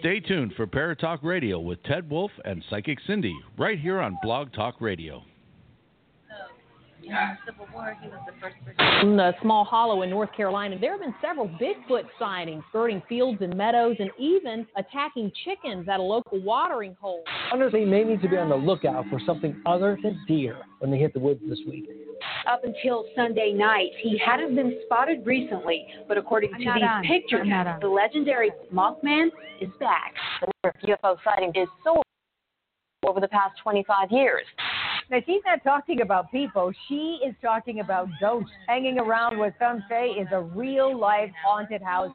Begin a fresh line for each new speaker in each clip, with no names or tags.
Stay tuned for Paratalk Radio with Ted Wolf and Psychic Cindy right here on Blog Talk Radio.
During the Civil War, he was the first person.
In the small hollow in North Carolina, there have been several Bigfoot sightings, skirting fields and meadows, and even attacking chickens at a local watering hole.
Hunters they may need to be on the lookout for something other than deer when they hit the woods this week.
up until Sunday night. He hadn't been spotted recently, but according
I'm
to
not
these
on.
pictures,
I'm not on.
the legendary Mothman is back.
The number of UFO sightings is soaring over the past 25 years.
Now, she's not talking about people. She is talking about ghosts hanging around what some say is a real life haunted house.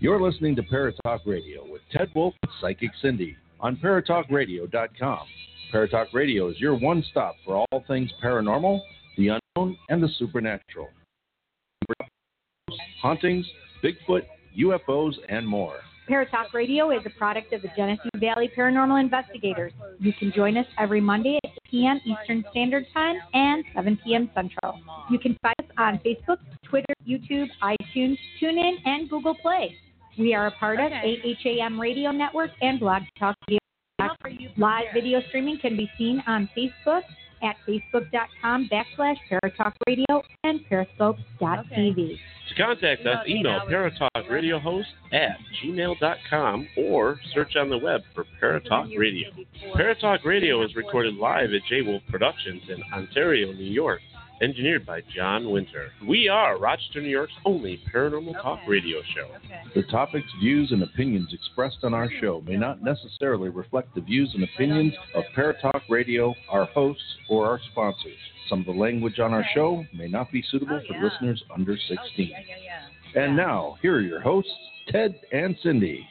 You're listening to Paratalk Radio with Ted Wolf and Psychic Cindy on paratalkradio.com. Paratalk Radio is your one stop for all things paranormal, the unknown, and the supernatural. Hauntings, Bigfoot, UFOs, and more.
Paratalk Radio is a product of the Genesee Valley Paranormal Investigators. You can join us every Monday at 8 p.m. Eastern Standard Time and 7 p.m. Central. You can find us on Facebook, Twitter, YouTube, iTunes, TuneIn, and Google Play. We are a part of AHAM Radio Network and Blog Talk Radio. Live video streaming can be seen on Facebook at facebook.com backslash Paratalk Radio and periscope.tv.
To contact us, email paratalkradiohost at gmail.com or search on the web for Paratalk Radio. Paratalk Radio is recorded live at J Wolf Productions in Ontario, New York, engineered by John Winter. We are Rochester, New York's only paranormal talk radio show.
The topics, views, and opinions expressed on our show may not necessarily reflect the views and opinions of Paratalk Radio, our hosts, or our sponsors. Some of the language on our show may not be suitable
Oh,
for
yeah.
listeners under 16.
Yeah, yeah, yeah.
And now, here are your hosts, Ted and Cindy.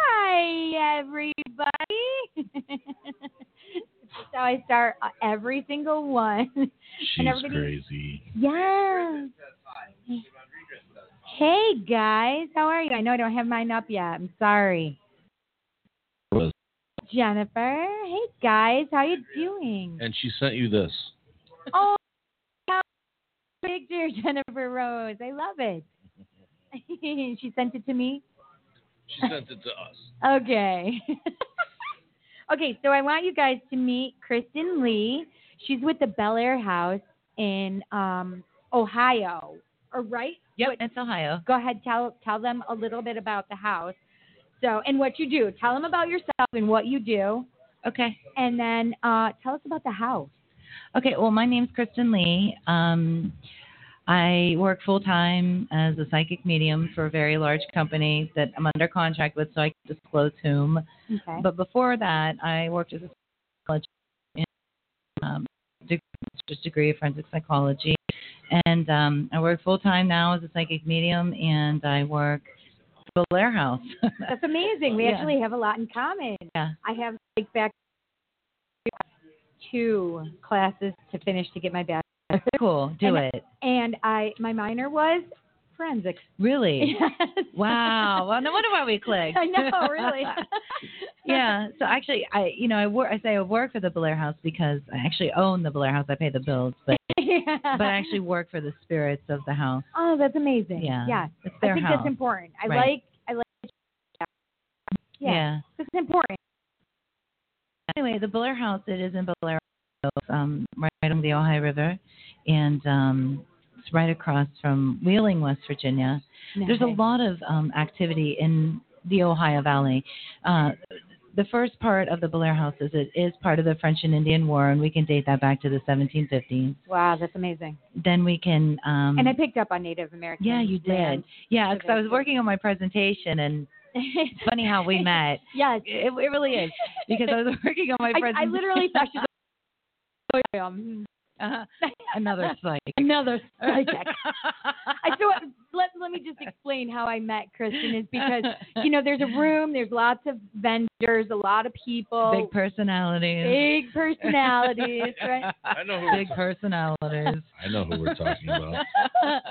Hi, everybody. That's how I start uh, every single one. And everybody-
crazy.
Yeah. Hey, guys. How are you? I know I don't have mine up yet. I'm sorry.
Was-
Jennifer. Hey, guys. How you doing?
And she sent you this.
Oh, my God. picture, Jennifer Rose. I love it. she sent it to me.
She sent it to us.
Okay. okay, so I want you guys to meet Kristen Lee. She's with the Bel Air House in um, Ohio. All right?
Yep,
What-
it's Ohio.
go ahead, tell tell them a little bit about the house. So, and what you do. Tell them about yourself and what you do,
Okay.
and then uh, tell us about the house.
Okay, well, my name's Kristen Lee. Um, I work full time as a psychic medium for a very large company that I'm under contract with, so I can disclose whom.
Okay.
But before that, I worked as a psychologist in um, de- master's degree of forensic psychology, and um, I work full time now as a psychic medium, and I work at the Lair House.
That's amazing. We
Yeah.
actually have a lot in common.
Yeah.
I have like back two classes to finish to get my bachelor's,
cool. Do
And-
it.
and I my minor was forensics.
Really?
Yes.
Wow. Well, no wonder why we clicked.
I know, really.
yeah. So actually, I you know I work I say I work for the Blair House because I actually own the Blair House. I pay the bills, but
yeah.
but I actually work for the spirits of the house.
Oh, that's amazing.
Yeah.
Yeah.
It's
I
their
think
house.
that's important. I
Right.
like I like yeah. It's important.
Anyway, the Blair House. It is in Blair, um, right on the Ohio River, and um, it's right across from Wheeling, West Virginia. There's a
Nice.
lot of um, activity in the Ohio Valley. Uh, the first part of the Blair House is it is part of the French and Indian War, and we can date that back to the 1750s.
Wow, that's amazing.
Then we can. Um,
And I picked up on Native American.
yeah, you did.
land.
Yeah,
So
'cause I was
that's-
working on my presentation, and it's funny how we met.
yes.
It, it really is because I was working on my
I, I
presentation.
literally thought she
Oh,
was um,
uh, another psychic.
another psychic. I so let let me just explain how I met Kristen is because you know there's a room, there's lots of vendors, a lot of people,
big personalities.
big personalities, right?
I know
Big personalities.
I know who we're talking about.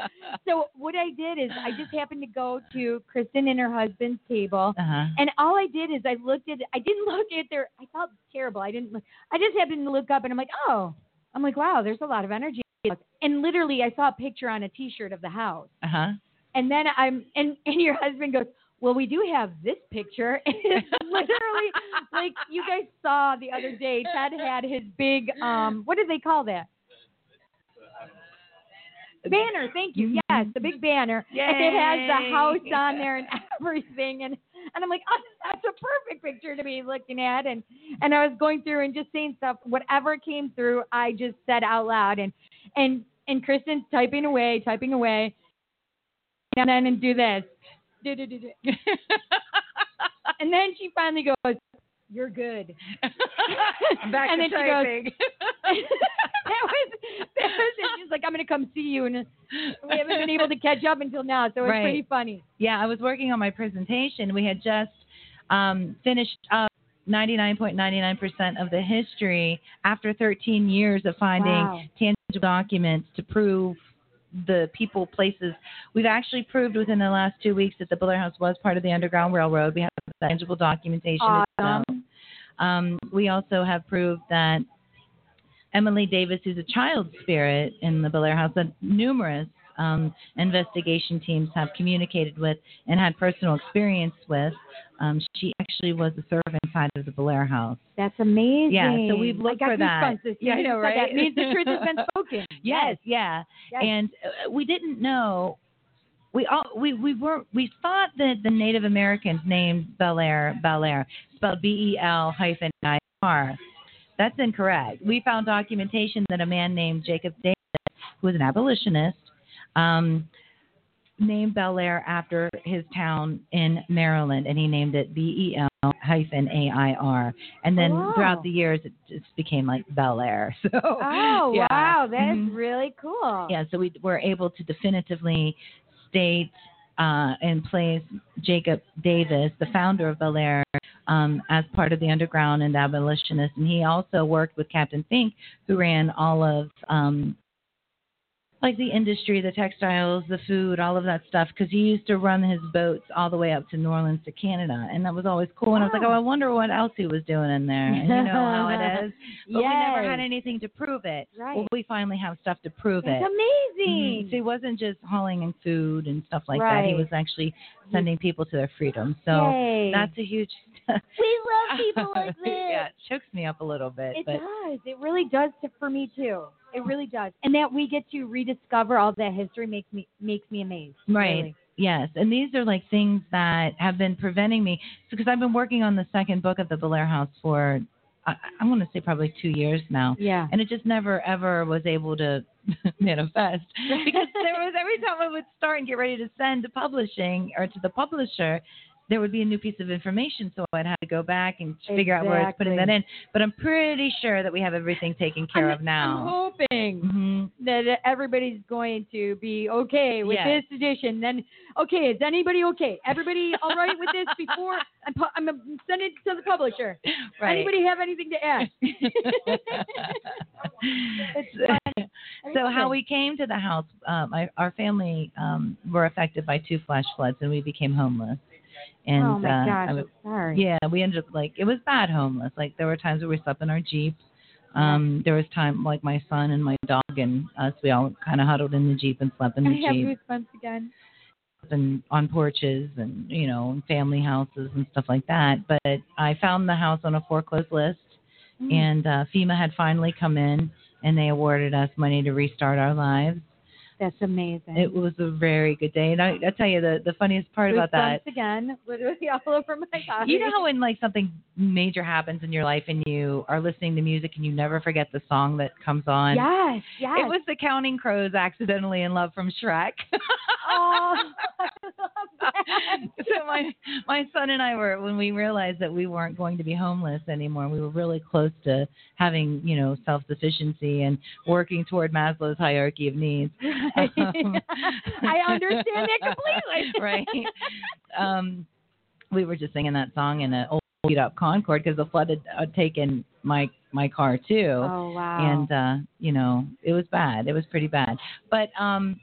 So what I did is I just happened to go to Kristen and her husband's table.
Uh-huh.
And all I did is I looked at I didn't look at their I felt terrible. I didn't look I just happened to look up and I'm like, "Oh, I'm like, wow, there's a lot of energy. And literally, I saw a picture on a T-shirt of the house.
Uh huh.
And then I'm and and your husband goes, "Well, we do have this picture." And it's literally like you guys saw the other day, Ted had his big um what do they call that? Banner, thank you. Yes, the big banner. And it has the house on there and everything and and I'm like, "Oh, that's a perfect picture to be looking at." And and I was going through and just saying stuff whatever came through, I just said out loud and and and Kristen's typing away, typing away and then and do this. Do, do, do, do. and then she finally goes, You're good.
Back
and
to
then she
typing.
goes, that was, that was it. She's like, I'm going to come see you. And we haven't been able to catch up until now. So it's
Right.
pretty funny.
Yeah, I was working on my presentation. We had just um, finished up 99.99% of the history after 13 years of finding
Wow.
tangible documents to prove the people, places. We've actually proved within the last two weeks that the Blair House was part of the Underground Railroad. We have tangible documentation.
Awesome.
Um, we also have proved that Emily Davis, who's a child spirit in the Belair House, that numerous um, investigation teams have communicated with and had personal experience with. Um, she actually was a servant inside of the Belair House.
That's amazing.
Yeah, so we've looked
I got
for that.
goosebumps as soon
Yeah, I
as you
know,
said
right?
That means the truth has been spoken.
Yes, yeah.
Yes.
And uh, we didn't know. We all we we were we thought that the Native Americans named Belair Belair spelled B E L hyphen I R. That's incorrect. We found documentation that a man named Jacob Davis, who was an abolitionist, um, named Belair after his town in Maryland, and he named it B E L hyphen A I R. And then
Oh, Wow.
throughout the years, it just became like Bel Air. So
Oh,
yeah.
wow. That's
Mhm.
really cool.
Yeah, so we were able to definitively state uh, and place Jacob Davis, the founder of Bel Air, um, as part of the underground and abolitionist. And he also worked with Captain Fink, who ran all of um, like the industry, the textiles, the food, all of that stuff, because he used to run his boats all the way up to New Orleans to Canada, and that was always cool. And I was like, oh, I wonder what else he was doing in there. And you know how it is, but we never had
Yes.
anything to prove it.
Right.
Well, we finally have stuff to prove it.
That's amazing.
Mhm. So he wasn't just hauling in food and stuff like that. He
Right.
was actually sending people to their freedom. So
Yay.
that's a huge.
we love people like this.
yeah, it chokes me up a little bit,
It
but
does. It really does to, for me too. It really does. And that we get to rediscover all that history makes me makes me amazed.
Right.
really.
Yes, and these are like things that have been preventing me because I've been working on the second book of the Belair House for I, I want to say probably two years now,
Yeah.
and it just never ever was able to manifest because there was every time I would start and get ready to send to publishing or to the publisher, there would be a new piece of information, so I'd have to go back and figure out where it's putting that
Exactly.
in. But I'm pretty sure that we have everything taken care
I'm,
of now.
I'm hoping
hmm
that everybody's going to be okay with
Yes.
this edition. Then, okay, is anybody okay? Everybody all right with this before I'm, pu- I'm I'm sending it to the publisher?
Right.
Anybody have anything to add?
so, so how we came to the house, um, I, our family um, were affected by two flash floods, and we became homeless. And
oh my
uh,
gosh,
I
I'm
was-
sorry.
yeah, we ended up like it was bad homeless. Like there were times where we slept in our jeep. Um, there was time like my son and my dog and us, we all kind of huddled in the jeep and slept in the
I have
jeep
goosebumps again.
and on porches and you know and family houses and stuff like that. But I found the house on a foreclosed list,
Mm.
and uh, FEMA had finally come in and they awarded us money to restart our lives.
That's amazing.
It was a very good day, and I, I tell you the the funniest part about that.
Goosebumps Again, literally all over my body.
You know how when like something major happens in your life and you are listening to music and you never forget the song that comes on.
Yes, yes.
It was the Counting Crows accidentally in love from Shrek.
Oh, I love that.
so my my son and I were when we realized that we weren't going to be homeless anymore. We were really close to having you know self sufficiency and working toward Maslow's hierarchy of needs. Um,
I understand that completely.
right. Um, we were just singing that song in an old beat up Concord because the flood had, had taken my my car too
Oh wow.
and uh, you know it was bad. It was pretty bad. But um,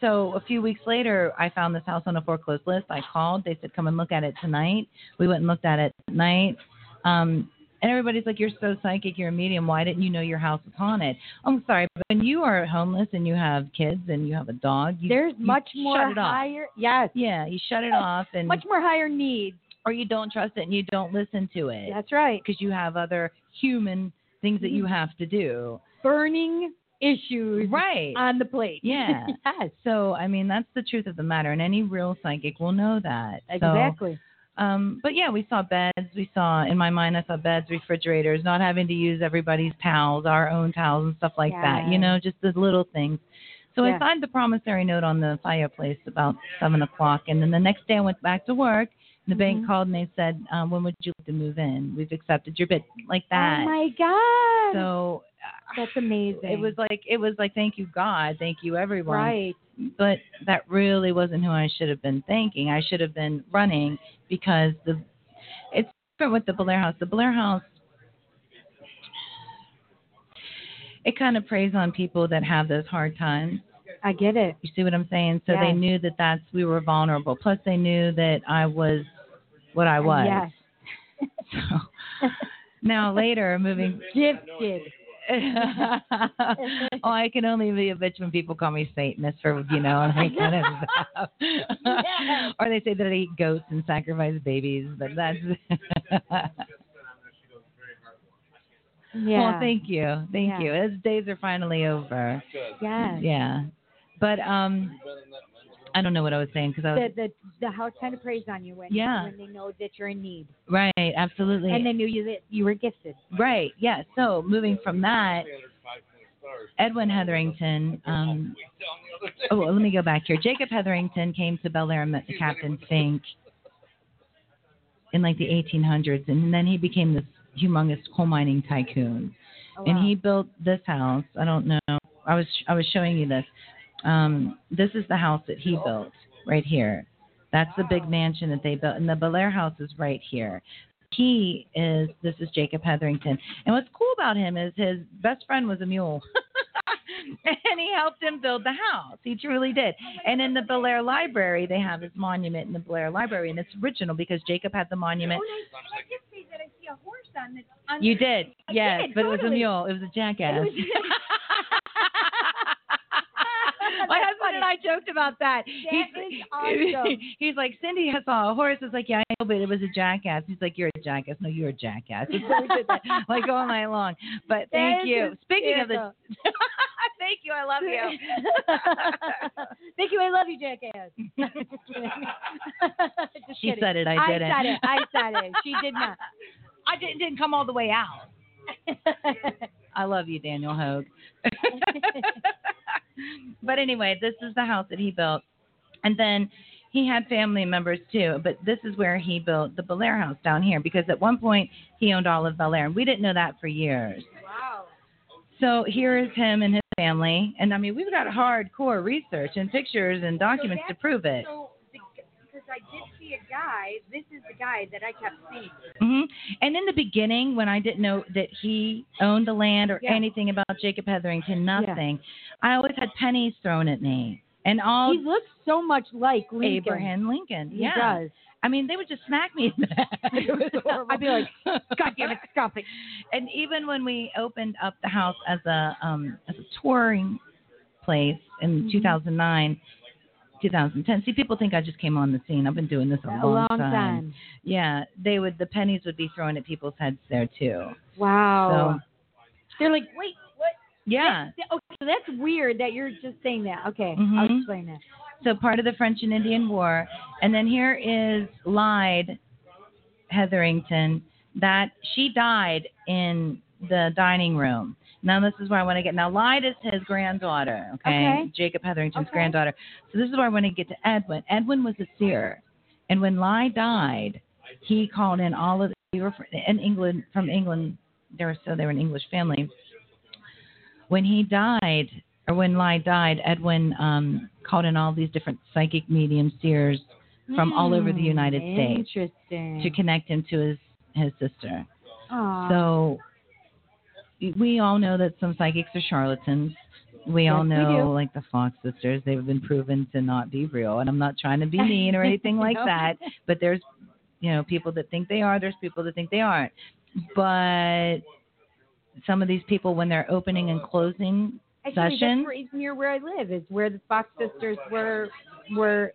so a few weeks later, I found this house on a foreclosed list. I called. They said, "Come and look at it tonight." We went and looked at it tonight. Um, And everybody's like, You're so psychic, you're a medium. Why didn't you know your house was haunted? I'm sorry, but when you are homeless and you have kids and you have a dog, you,
There's
you
much more
shut it off.
higher. Yes.
Yeah, you shut it off and
Much more higher needs.
or you don't trust it and you don't listen to it
That's right. Mm-hmm.
because you have other human things that you have to do.
Burning issues
Right.
on the plate.
Yeah.
yes.
So, I mean, that's the truth of the matter, and any real psychic will know that. So,
Exactly.
um, but yeah, we saw beds. We saw, in my mind, I saw beds, refrigerators, not having to use everybody's towels, our own towels, and stuff like that. You
Yes.
know, just the little things. So
Yeah.
I signed the promissory note on the fireplace about seven o'clock, and then the next day I went back to work. And the
Mm-hmm.
bank called and they said, um, "When would you like to move in? We've accepted your bid." Like that.
Oh my God.
so
That's amazing.
it was like it was like thank you God, thank you everyone
right.
but that really wasn't who I should have been thanking. I should have been running because the it's different with the Blair House. The Blair House it kind of preys on people that have those hard times.
I get it.
You see what I'm saying? So they
Yes.
knew that that's we were vulnerable. Plus they knew that I was what I was.
Yes.
So now later moving
Gifted.
oh, I can only be a bitch when people call me Satanist for you know, and that kind of stuff. or they say that I eat goats and sacrifice babies, but that's.
Yeah.
Well, thank you, thank
Yeah.
you. Those days are finally over.
yes.
Yeah, but um, I don't know what I was saying because I was
The, the the house kind of preys on you when
Yeah.
when they know that you're in need
right, absolutely,
and they knew you that you were gifted.
right, yeah. So moving from that, Edwin Hetherington. Um, oh, well, let me go back here. Jacob Hetherington came to Bel Air and met the Captain Fink in like the 1800s, and then he became this humongous coal mining tycoon.
Oh,
Oh,
And he built this house. I don't know. I was I was showing you this. Um, this is the house that he built right here. That's the big mansion that they built, and the Bel Air house is right here. He is. This is Jacob Hetherington, and what's cool about him is his best friend was a mule. and he helped him build the house. He truly did.
Oh,
And in the Blair Library, they have his monument in the Blair Library, and it's original because Jacob had the monument.
Oh, I just see that I see a horse on the on
You did,
I
yes,
did,
but it was a
totally.
mule. It was a jackass.
It was-
My
That's
husband and I joked about that.
That is awesome.
He's like, Cindy, I saw a horse. It's like, yeah, I know, but it was a jackass. He's like, you're a jackass. No, you're a jackass. It's so we did that, like all night long. But thank
is
you. Speaking of the,
hysterical.
thank you. I love you.
Thank you. I love you, jackass. Just
She
kidding.
said it. I
I
didn't.
said it. I said it. She did not.
I didn't, didn't come all the way out. I love you, Daniel Hogue. but anyway, this is the house that he built. And then he had family members too, but this is where he built the Belair house down here because at one point he owned all of Belair, and we didn't know that for years. So here is him and his family, and I mean we've got hardcore research and pictures and documents to prove it.
So, because I did see a guy, this is the guy that I kept seeing.
hmm And in the beginning, when I didn't know that he owned the land or
Yeah.
anything about Jacob Hetherington, nothing, I always had pennies thrown at me. And all
He looks so much like Lincoln.
Abraham Lincoln.
He
yeah.
does.
I mean, they would just smack me in the back. It was horrible.
I'd be like, God damn it, stop it.
And even when we opened up the house as a um, as a touring place in
Mm-hmm.
2009, 2010. See, people think I just came on the scene. I've been doing this a,
A long time.
Yeah, they would. The pennies would be thrown at people's heads there too.
Wow.
So
They're like, wait, what?
yeah.
Okay, so that's weird that you're just saying that. Okay, I'll
Mhm.
explain that.
So part of the French and Indian War, and then here is Lyde Hetherington. That she died in the dining room. Now this is where I want to get. Now Lyde is his granddaughter. Okay.
Okay.
Jacob Hetherington's
Okay.
granddaughter. So this is where I want to get to Edwin. Edwin was a seer, and when Lyde died, he called in all of the, they were fr- in England from England. They were so they were an English family. When he died, or when Lai died, Edwin um, called in all these different psychic medium seers from all over the
Hmm,
United States
Interesting.
to connect him to his his sister.
Aw,
So we all know that some psychics are charlatans. We all
Yes, we
know,
do.
like the Fox sisters, they've been proven to not be real. And I'm not trying to be mean or anything like
No.
that, but there's, you know, people that think they are. There's people that think they aren't. but some of these people, when they're opening and closing
Actually,
sessions,
that's where, is near where I live is where the Fox sisters were were their-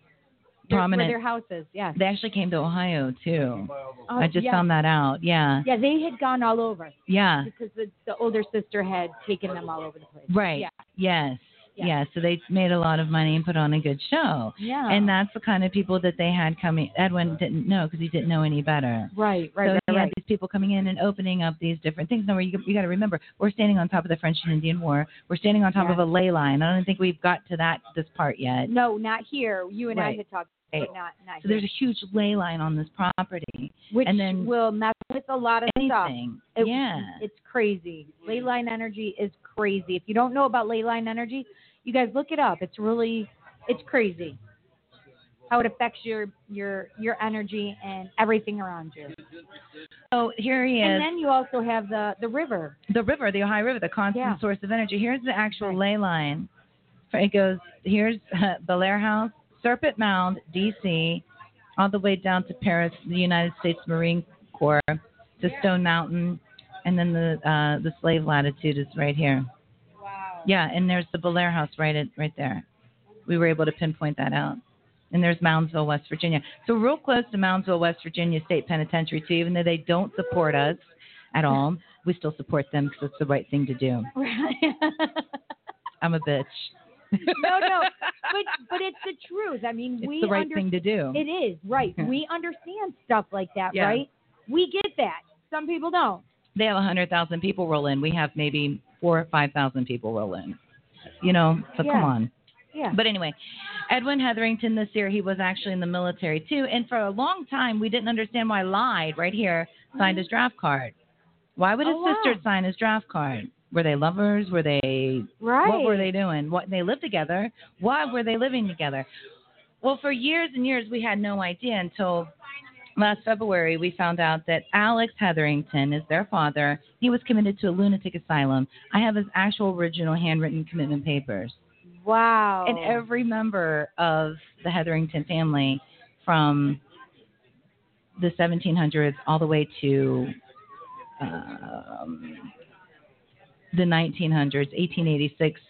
Prominent.
Where their houses, yes.
they actually came to Ohio too.
Oh,
I just
yeah.
found that out. Yeah.
Yeah, they had gone all over
Yeah.
because the, the older sister had taken them all over the place.
Right.
Yeah.
Yes.
Yeah.
yeah. So they made a lot of money and put on a good show.
Yeah.
And that's the kind of people that they had coming. Edwin didn't know because he didn't know any better.
right, right,
so
right,
he had
right.
these people coming in and opening up these different things. Now, where you, you got to remember, we're standing on top of the French and Indian War. We're standing on top
Yeah.
of a ley line. I don't think we've got to that this part yet.
No, not here. You and
Right.
I had talked, but
Right.
not not
So
here.
there's a huge ley line on this property.
Which
and then-
will mess with a lot of stuff.
Anything.
It-
yeah.
It's crazy. Ley line energy is crazy. If you don't know about ley line energy, you guys look it up. It's really it's crazy. How it affects your your your energy and everything around you.
So here he
And
is.
then you also have the the river.
the river, the Ohio River, the constant
Yeah.
source of energy. Here's the actual ley line. It goes here's uh, Belair House, Serpent Mound, D.C., all the way down to Paris, the United States Marine Corps, to Stone Mountain, and then the uh, the slave latitude is right here. Wow. Yeah, and there's the Belair House right at, right there. We were able to pinpoint that out. And there's Moundsville, West Virginia. So real close to Moundsville, West Virginia State Penitentiary too, even though they don't support us at all we still support them because it's the right thing to do. I'm a bitch.
no, no. But but it's the truth. I mean,
It's
we
the right
under-
thing to do.
It is, right.
Yeah.
We understand stuff like that,
Yeah.
right? We get that. Some people don't.
they have 100,000 people roll in. We have maybe four or 5,000 people roll in. You know, so
Yeah.
come on.
Yeah.
But anyway, Edwin Hetherington this year, he was actually in the military too. And for a long time, we didn't understand why Lyde, right here, signed his draft card. Why would his
Oh, wow.
sister sign his draft card? Were they lovers? Were they
Right.
What were they doing? What they lived together? Why were they living together? Well, for years and years we had no idea until last February we found out that Alex Hetherington is their father. He was committed to a lunatic asylum. I have his actual original handwritten commitment papers.
Wow.
And every member of the Hetherington family from the 1700s all the way to um, the 1900s, 1886,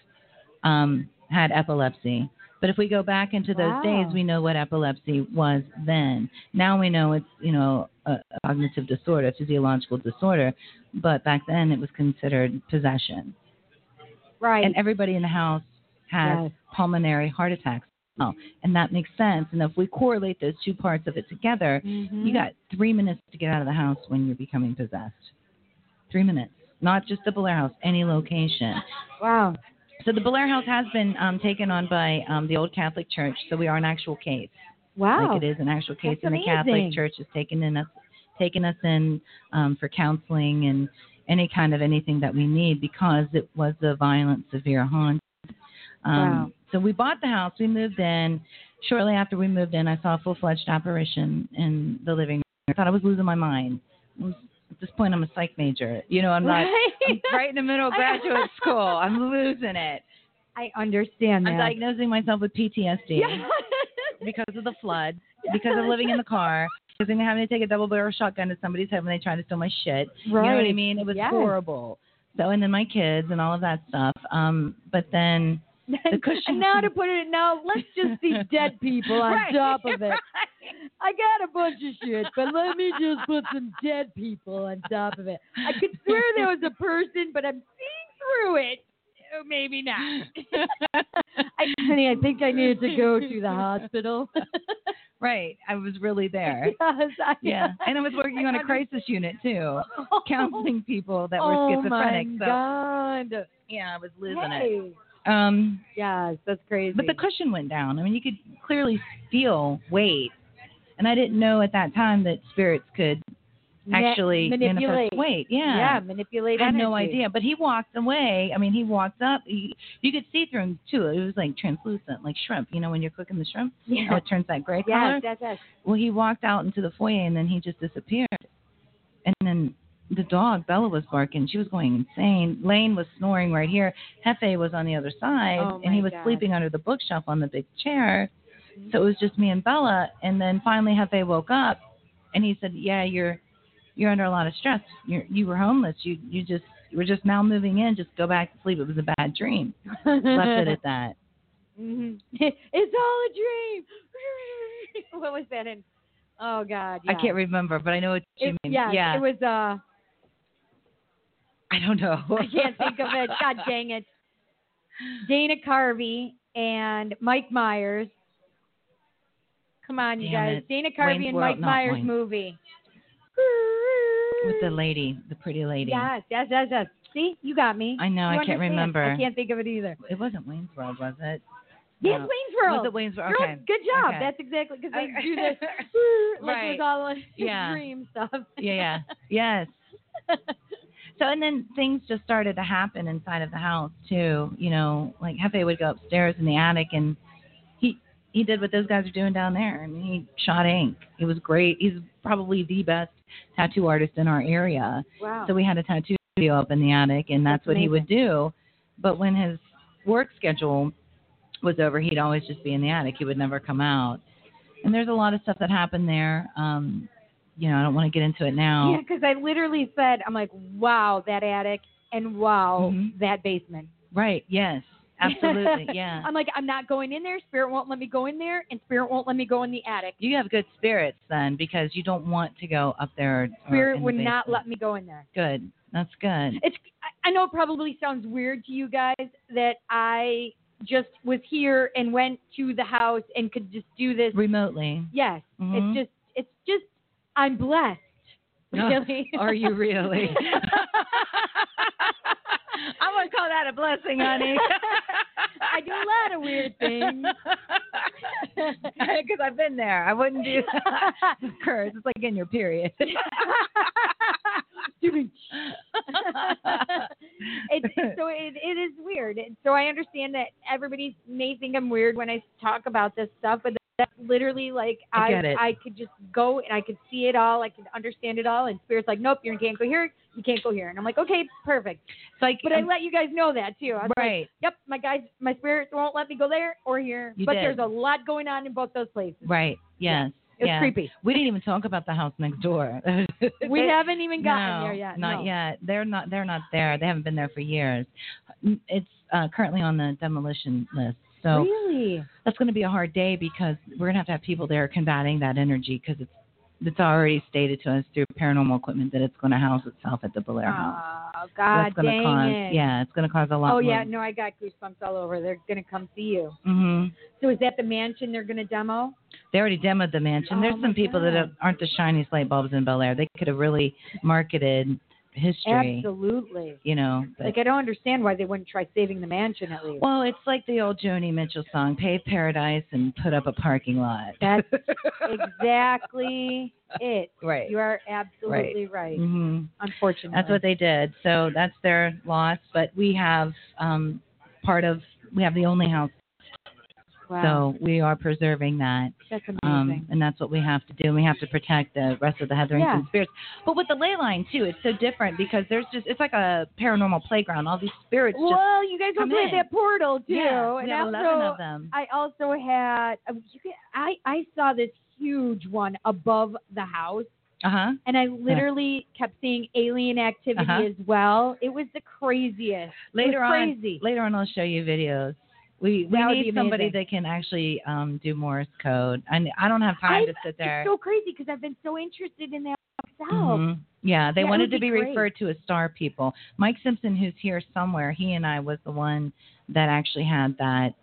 um, had epilepsy. But if we go back into those
Wow.
days, we know what epilepsy was then. Now we know it's, you know, a a cognitive disorder, physiological disorder, but back then it was considered possession
right.
and everybody in the house has
Yes.
pulmonary heart attacks. Oh, and that makes sense. And if we correlate those two parts of it together,
Mhm.
you got three minutes to get out of the house when you're becoming possessed. Three minutes, not just the Blair House, any location.
wow.
So the Blair House has been um, taken on by um, the Old Catholic Church, so we are an actual case
Wow.
like it is an actual case,
That's
and the Catholic
amazing.
Church has taken in us, taken us in um, for counseling and any kind of anything that we need because it was a violent, severe haunt. Um,
Wow.
So we bought the house, we moved in. Shortly after we moved in, I saw a full-fledged apparition in the living room. I thought I was losing my mind. I was- at this point, I'm a psych major. You know, I'm not. I'm right in the middle of graduate school. I'm losing it.
I understand that.
I'm diagnosing myself with PTSD because of the flood, because of living in the car, because I'm having to take a double barrel shotgun to somebody's head when they try to steal my shit.
right.
You know what I mean? It was
Yes.
horrible. So and then my kids and all of that stuff. Um, but then The cushion.
And now to put it now, let's just see dead people on
Right,
top of it.
right.
I got a bunch of shit, but let me just put some dead people on top of it. I could swear there was a person, but I'm seeing through it. Oh, maybe not. I, honey, I think I needed to go to the hospital.
right, I was really there.
Yes, I-
Yeah, and I was working on a crisis unit too, counseling people that were
oh
schizophrenic.
My
so
God.
yeah, I was losing it.
Hey.
Um,
Yes, that's crazy.
But the cushion went down. I mean, you could clearly feel weight. And I didn't know at that time that spirits could
Ma-
actually
manipulate.
manifest weight.
Yeah,
Yeah.
manipulate.
I had no
energy.
idea. But he walked away. I mean, he walked up. He, you could see through him, too. It was like translucent, like shrimp. You know, when you're cooking the shrimp, how
Yeah.
it turns that gray color?
Yes, yes, yes.
Well, he walked out into the foyer and then he just disappeared. And then the dog, Bella, was barking. She was going insane. Lane was snoring right here. Hefe was on the other side
Oh,
and he
my
was
God.
sleeping under the bookshelf on the big chair. So it was just me and Bella. And then finally, Hefe woke up and he said, Yeah, your you're under a lot of stress. You you were homeless. You you just you were just now moving in. Just go back to sleep. It was a bad dream. Left it at that.
Mm-hmm. it's all a dream. what was that in? Oh God, yeah.
I can't remember, but I know what you
It,
mean.
yes,
yeah.
it was. Uh,
I don't know.
I can't think of it. God dang it. Dana Carvey and Mike Myers. Come on, you
Damn
guys.
it.
Dana Carvey
Wayne's
and
World-
Mike
not
Myers
Wayne.
movie.
With the lady, the pretty lady.
Yes, yes, yes, yes. See, you got me.
I know,
You
I can't
understand.
remember.
I can't think of it either.
It wasn't Wayne's World, was it?
Yes,
No.
Wayne's World.
Was it Wayne's World?
Good,
Okay.
good job.
Okay.
That's exactly because they
Okay.
do this like it was
Right.
all a
Yeah.
dream stuff.
yeah, yeah. Yes. So and then things just started to happen inside of the house too. You know, like Hefe would go upstairs in the attic and he he did what those guys are doing down there. I mean, he shot ink. He was great. He's probably the best tattoo artist in our area.
Wow.
So we had a tattoo studio up in the attic, and that's, what he would do. But when his work schedule was over, he'd always just be in the attic. He would never come out. And there's a lot of stuff that happened there. Um, you know, I don't want to get into it now.
Yeah, because I literally said, I'm like, wow, that attic and wow,
Mm-hmm.
that basement.
Right. Yes. Absolutely. Yeah.
I'm like, I'm not going in there. Spirit won't let me go in there, and Spirit won't let me go in the attic.
You have good spirits then, because you don't want to go up there. or- or
Spirit
in the
would not
basement.
let me go in there.
Good. That's good.
It's I- I know it probably sounds weird to you guys that I just was here and went to the house and could just do this.
Remotely.
Yes,
Mhm.
it's just it's just I'm blessed. Really?
Are you really? I would call that a blessing, honey.
I do a lot of weird things.
Because I've been there. I wouldn't do that. Curse. It's like getting your period.
it, so it, it is weird. And So I understand that everybody may think I'm weird when I talk about this stuff, but that's literally like
I
I
get it.
I could just go and I could see it all, I could understand it all, and spirit's like, nope, you can't go here, you can't go here, and I'm like, okay, perfect.
It's like, um,
but I let you guys know that too. I was like,
Right.
yep, my guys, my spirit won't let me go there or here,
You
but
did.
there's a lot going on in both those places.
Right. Yes.
It was
yeah.
creepy.
We didn't even talk about the house next door.
We haven't even gotten
no,
there yet.
Not
no.
yet. They're not. They're not there. They haven't been there for years. It's uh, currently on the demolition list. So
really,
that's going to be a hard day because we're going to have to have people there combating that energy because it's it's already stated to us through paranormal equipment that it's going to house itself at the Blair House.
Oh
So
God,
that's going
dang
to cause
it.
yeah, it's going to cause a lot.
Oh
more.
yeah, no, I got goosebumps all over. They're gonna come see you.
hmm
So is that the mansion they're gonna demo?
They already demoed the mansion.
Oh
There's some people that have, aren't the shiniest light bulbs in Bel Air. They could have really marketed history.
Absolutely.
You know, but-
Like I don't understand why they wouldn't try saving the mansion at least.
Well, it's like the old Joni Mitchell song, "Pave Paradise and Put Up a Parking Lot."
That's exactly it.
Right.
You are absolutely right.
hmm
Unfortunately.
That's what they did. So that's their loss. But we have um, part of we have the only house,
Wow.
so we are preserving that.
That's amazing.
Um, and that's what we have to do. And we have to protect the rest of the Hetherington
Yeah.
spirits. But with the ley line too, it's so different because there's just it's like a paranormal playground. All these spirits. just-
well, you guys
come
opened
in.
that portal too.
Yeah, we
and
have
also,
11 of them.
I also had um, you can, I I saw this huge one above the house.
Uh huh.
And I literally kept seeing alien activity
Uh-huh.
as well. It was the craziest.
Later
it was
on,
crazy.
later on, I'll show you videos. We we
That would be
need somebody
amazing.
that can actually um, do Morse code. I I don't have time
I-
to sit there.
It's so crazy because I've been so interested in that myself.
Mhm. Yeah, they
Yeah, it
wanted
would
to
be
be
great.
referred to as star people. Mike Simpson, who's here somewhere, he and I was the one that actually had that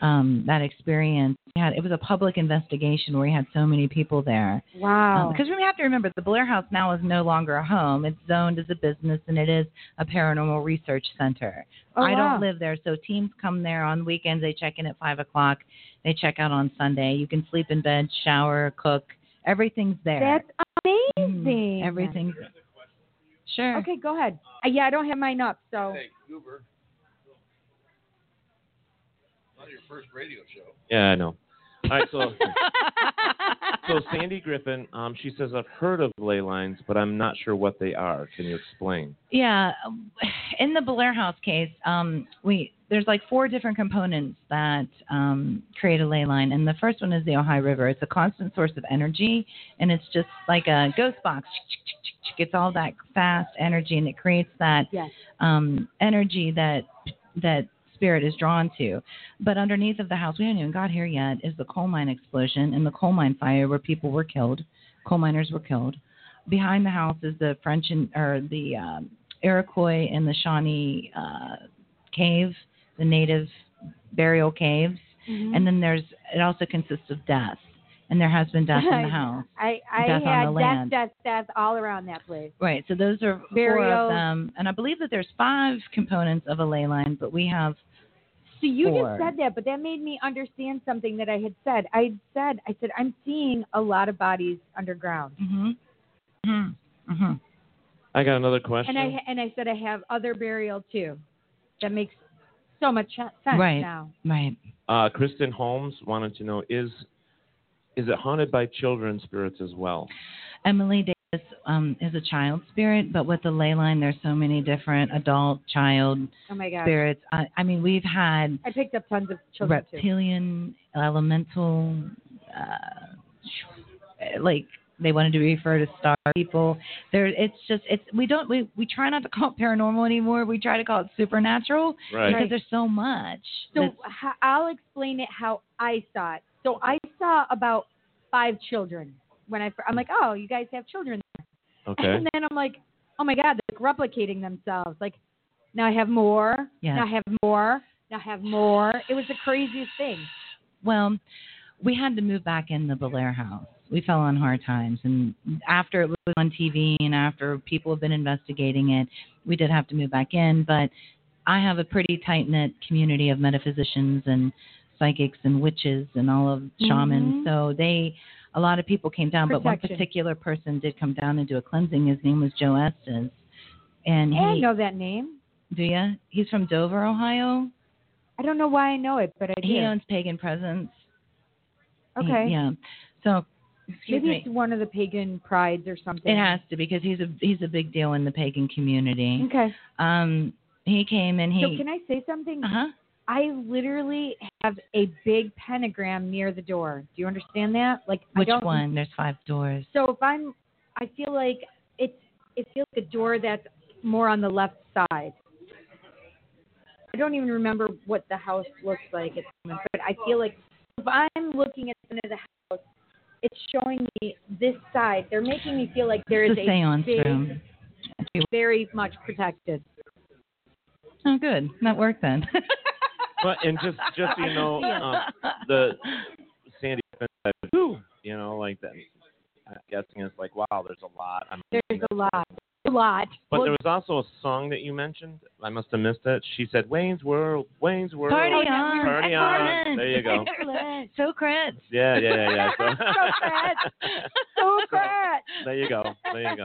um, that experience. We had it was a public investigation where we had so many people there. Um,
Wow.
Because we have to remember the Blair House now is no longer a home. It's zoned as a business and it is a paranormal research center.
Oh,
I
wow.
don't live there, so teams come there on weekends. They check in at five o'clock. They check out on Sunday. You can sleep in bed, shower, cook. Everything's there.
That's amazing.
Everything's Sure.
Okay, go ahead. Uh, yeah, I don't have mine up, so.
Goober. Not your first radio show.
Yeah, I know. All right, so so Sandy Griffin, um, she says I've heard of ley lines, but I'm not sure what they are. Can you explain?
Yeah, in the Blair House case, um, we there's like four different components that um, create a ley line, and the first one is the Ohio River. It's a constant source of energy, and it's just like a ghost box. It's all that fast energy, and it creates that
Yes.
um, energy that that spirit is drawn to. But underneath of the house, we haven't even got here yet, is the coal mine explosion and the coal mine fire where people were killed, coal miners were killed. Behind the house is the French and or the um, Iroquois and the Shawnee uh, cave, the native burial caves,
Mm-hmm.
and then there's it also consists of death, and there has been death in the house.
I, I
Death on
had
the
death,
land.
death, death all around that place.
Right. So those are four
Burial.
of them, and I believe that there's five components of a ley line, but we have
So you
Or-
just said that, but that made me understand something that I had said. I said, I said, I'm seeing a lot of bodies underground.
Mm-hmm. Mm-hmm. Mm-hmm.
I got another question.
And I and I said I have other burial too. That makes so much sense
Right.
now.
Right.
uh, Kristen Holmes wanted to know is is it haunted by children spirits as well?
Emily Davis um, is a child spirit, but with the ley line, there's so many different adult, child
Oh my gosh.
spirits. I, I mean, we've had
I picked up tons of children too.
reptilian, elemental, uh, like they wanted to refer to star people. There, it's just it's we don't we, we try not to call it paranormal anymore. We try to call it supernatural
Right.
because
Right.
there's so much.
So
that's-
ho- I'll explain it how I saw it. So I saw about five children when I fir- I'm like, oh, you guys have children.
Okay.
And then I'm like, oh my God, they're like replicating themselves. Like, now I have more.
Yes.
Now I have more. Now I have more. It was the craziest thing.
Well, we had to move back in the Belair house. We fell on hard times, and after it was on TV, and after people have been investigating it, we did have to move back in. But I have a pretty tight knit community of metaphysicians and psychics and witches and all of
Mhm.
shamans. So they, a lot of people came down, but one
Protection.
particular person did come down and do a cleansing. His name was Joe Estes, and
And
he,
I know that name.
do ya? He's from Dover, Ohio.
I don't know why I know it, but I do.
He owns Pagan Presence. He-
okay.
yeah. So excuse
Maybe
me.
it's one of the pagan prides or something.
It has to because he's a he's a big deal in the pagan community.
Okay.
Um, he came and he.
so can I say something?
Uh-huh.
I literally have a big pentagram near the door. Do you understand that? Like I
which
don't-
one? There's five doors.
So if I'm, I feel like it's it feels like a door that's more on the left side. I don't even remember what the house looks like at the moment, but I feel like if I'm looking at the front of the house, it's showing me this side. They're making me feel like there is
it's a seance
big,
room.
very much protected.
Oh, good. That worked then.
But and just just so you know, um, the Sandy, you know, like that. I'm guessing it's like wow, there's a lot. I'm
There's a lot, a lot.
But there was also a song that you mentioned. I must have missed it. She said Wayne's World, Wayne's World.
Party on,
Party on. There you go.
so creds.
Yeah, yeah, yeah, yeah. So-
So creds.
there you go. There you go.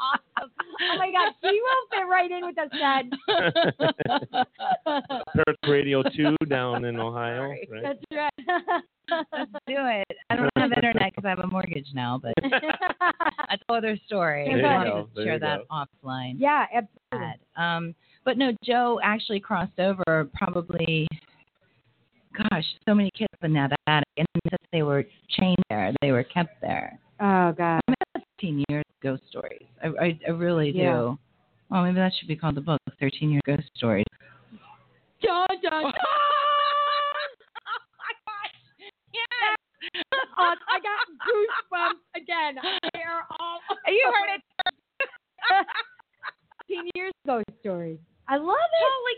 Awesome. Oh my God, she will fit right in with us, Dad.
Parrot Radio 2 down in Ohio. Right?
That's right.
Let's do it. I don't have internet because I have a mortgage now, but that's another story.
There you
I
go,
wanted to
there
share
you
that
go.
offline.
Yeah, absolutely.
that. Um, but no, Joe actually crossed over probably, gosh, so many kids up in that attic, and since they were chained there, they were kept there.
Oh God.
I mean, that's 13 years ghost stories. I, I, I really do.
Yeah.
Well, maybe that should be called the book, 13 Year Ghost Stories.
Dun, dun, dun.
Oh Yes.
Oh, I got goosebumps again. They are all.
You heard it.
Teen years ago stories. I love it.
Holy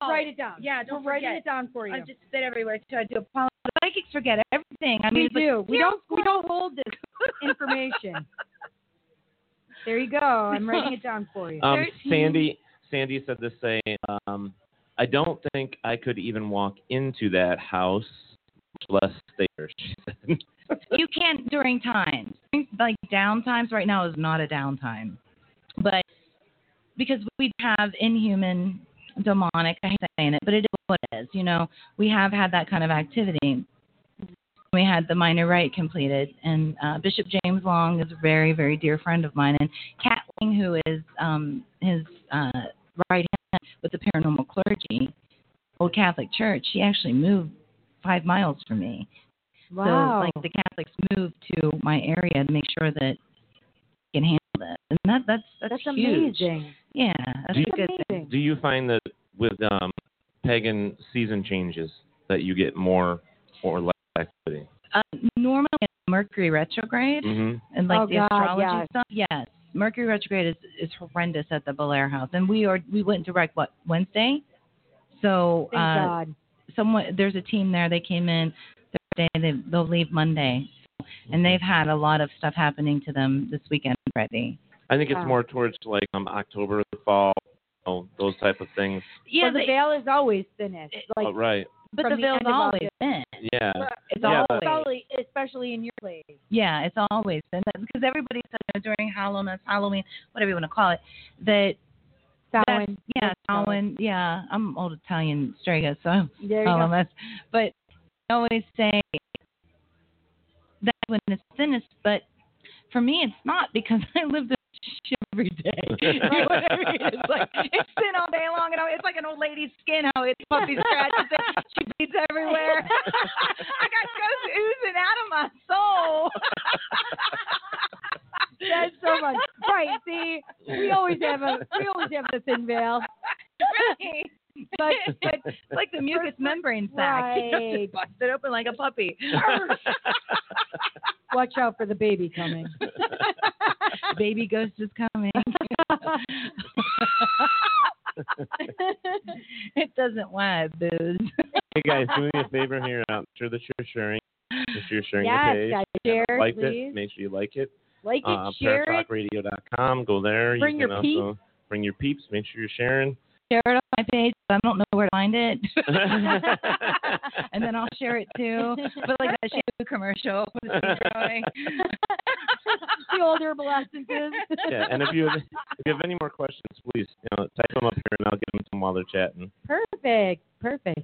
cow.
Write it down.
Yeah,
We're
don't
writing
forget.
it down for you.
I've just spit everywhere, so I do apologize. Psychics forget everything. I mean,
we
it's like,
do. we
yeah,
don't. We don't hold this information. there you go. I'm writing it down for you.
Um, Sandy, Sandy said the same. Um, I don't think I could even walk into that house, much less stay there. She said.
you can't during times like down times right now is not a downtime but because we have inhuman demonic i hate saying it but it is what it is you know we have had that kind of activity we had the minor rite completed and uh, bishop james long is a very very dear friend of mine and cat wing who is um, his uh, right hand with the paranormal clergy Catholic church. She actually moved five miles from me.
Wow.
So like the Catholics moved to my area to make sure that we can handle this, and that that's that's,
That's
huge.
amazing.
Yeah, that's
do
a
you,
good thing.
Do you find that with um, pagan season changes that you get more or less activity?
Uh, normally Mercury retrograde
Mhm.
and like
Oh,
the
God,
astrology
yes.
stuff. Yes, Mercury retrograde is is horrendous at the Belair House, and we are we went direct what Wednesday, so
Thank
uh,
God.
someone there's a team there. They came in Thursday. They they'll leave Monday, so, and they've had a lot of stuff happening to them this weekend already.
I think it's
Wow.
more towards like um, October, the fall, you know, those type of things.
Yeah,
the veil is always thinnest. Like,
oh, right.
But
from
the veil's
end of
always
August.
thin.
Yeah.
It's
yeah,
always-
but-
Especially, especially in your place.
Yeah, it's always been that because everybody says you know, during Halloween, Halloween, whatever you want to call it, that that's-
Samhain.
yeah, Samhain, yeah. I'm old Italian strega, so I'm
There you go.
LMS. But I always say that's when it's thinnest. But for me, it's not because I live this shit every day. you know what I mean? It's like it's thin all day long, and I- it's like an old lady's skin. How it's puffy scratches it, she bleeds everywhere. I got ghosts oozing out of my soul.
That's so much. Right. See, we always have a we always have the thin veil.
Really?
But but
It's like the mucous membrane sac. You know,
Right.
just bust it open like a puppy.
watch out for the baby coming.
Baby ghost is coming. it doesn't want booze.
Hey guys, do me a favor here. I'm sure that you're sharing. If you're sharing
Yes,
the page,
guys,
and
share it,
like
please.
it. Make sure you like it.
Like it,
uh,
share it.
paratalkradio.com. Go there.
Bring
you
your
can also bring your peeps. Make sure you're sharing.
Share it on my page. but I don't know where to find it. and then I'll share it too. But like that shampoo commercial. Put a speaker on it.
the older blessings.
Yeah, and if you have, if you have any more questions, please you know, type them up here, and I'll give them to them while they're chatting.
Perfect. Perfect.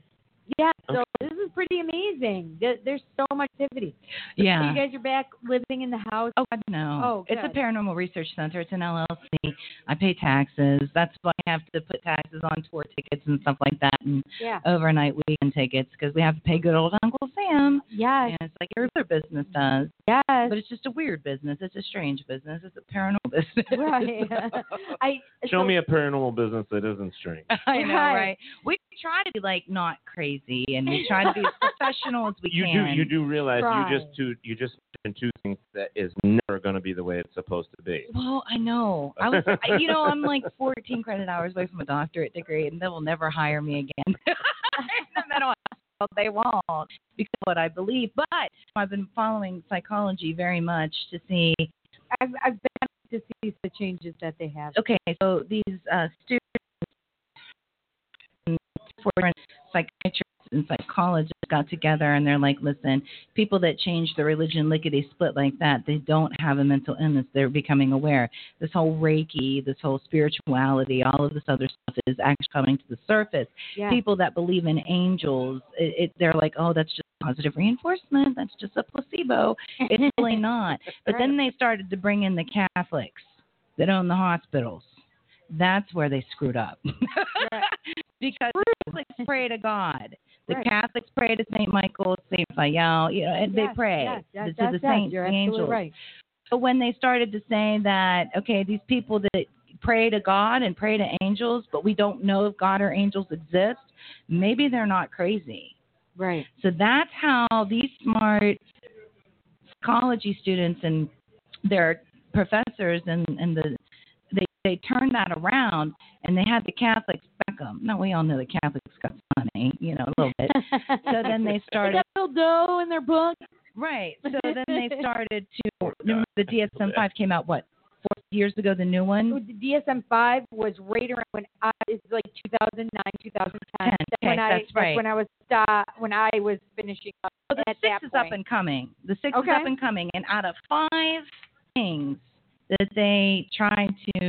Yeah, so
Okay.
this is pretty amazing. There- There's so much activity.
Yeah.
So you guys are back living in the house.
Oh, No.
Oh,
it's a
good.
paranormal research center. It's an LLC. I pay taxes. That's why I have to put taxes on tour tickets and stuff like that, and
Yeah.
overnight weekend tickets because we have to pay good old Uncle Sam.
Yes.
And it's like every other business does.
Yes.
But it's just a weird business. It's a strange business. It's a paranormal business.
Right. I
Show
so-
me a paranormal business that isn't strange.
I know,
Right.
right? We try to be like not crazy, and we try to be as professional as we
you
can.
do you do realize
Right.
you just two you just mentioned two things that is never going to be the way it's supposed to be.
Well, I know. I was, I- you know, I'm like 14 credit hours away from a doctorate degree, and they will never hire me again. no matter what, they won't because of what I believe. But I've been following psychology very much to see.
I've, I've been to see the changes that they have.
Okay, so these uh, students, and different psychiatrists and psychologists got together, and they're like, "Listen, people that change their religion lickety split like that, they don't have a mental illness. They're becoming aware. This whole Reiki, this whole spirituality, all of this other stuff is actually coming to the surface.
Yeah.
People that believe in angels, it, it, they're like, oh, that's just positive reinforcement. That's just a placebo. It's really not. But then they started to bring in the Catholics that own the hospitals. That's where they screwed up. because Catholics pray to God. The
Right.
Catholics pray to Saint Michael, Saint Fayal, you know, and they
Yes,
pray
yes, yes,
to the
yes, yes,
saints,
you're
the
absolutely
angels.
right.
But when they started to say that, okay, these people that pray to God and pray to angels, but we don't know if God or angels exist, maybe they're not crazy.
Right.
So that's how these smart psychology students and their professors and, and the they they turned that around and they had the Catholics back them. Now we all know the Catholics got money, you know, a little bit. so then they started
They got little dough in their book.
Right. So then they started to remember the DSM five came out what four years ago, the new
Well,
one.
The DSM five was right around when I it's like 2009, 2010.
Ten,
That's when
okay,
I,
that's right.
when I was uh, when I was finishing up.
Well, the
at
six
that
is
point.
up and coming. The six
Okay.
is up and coming, and out of five things that they try to,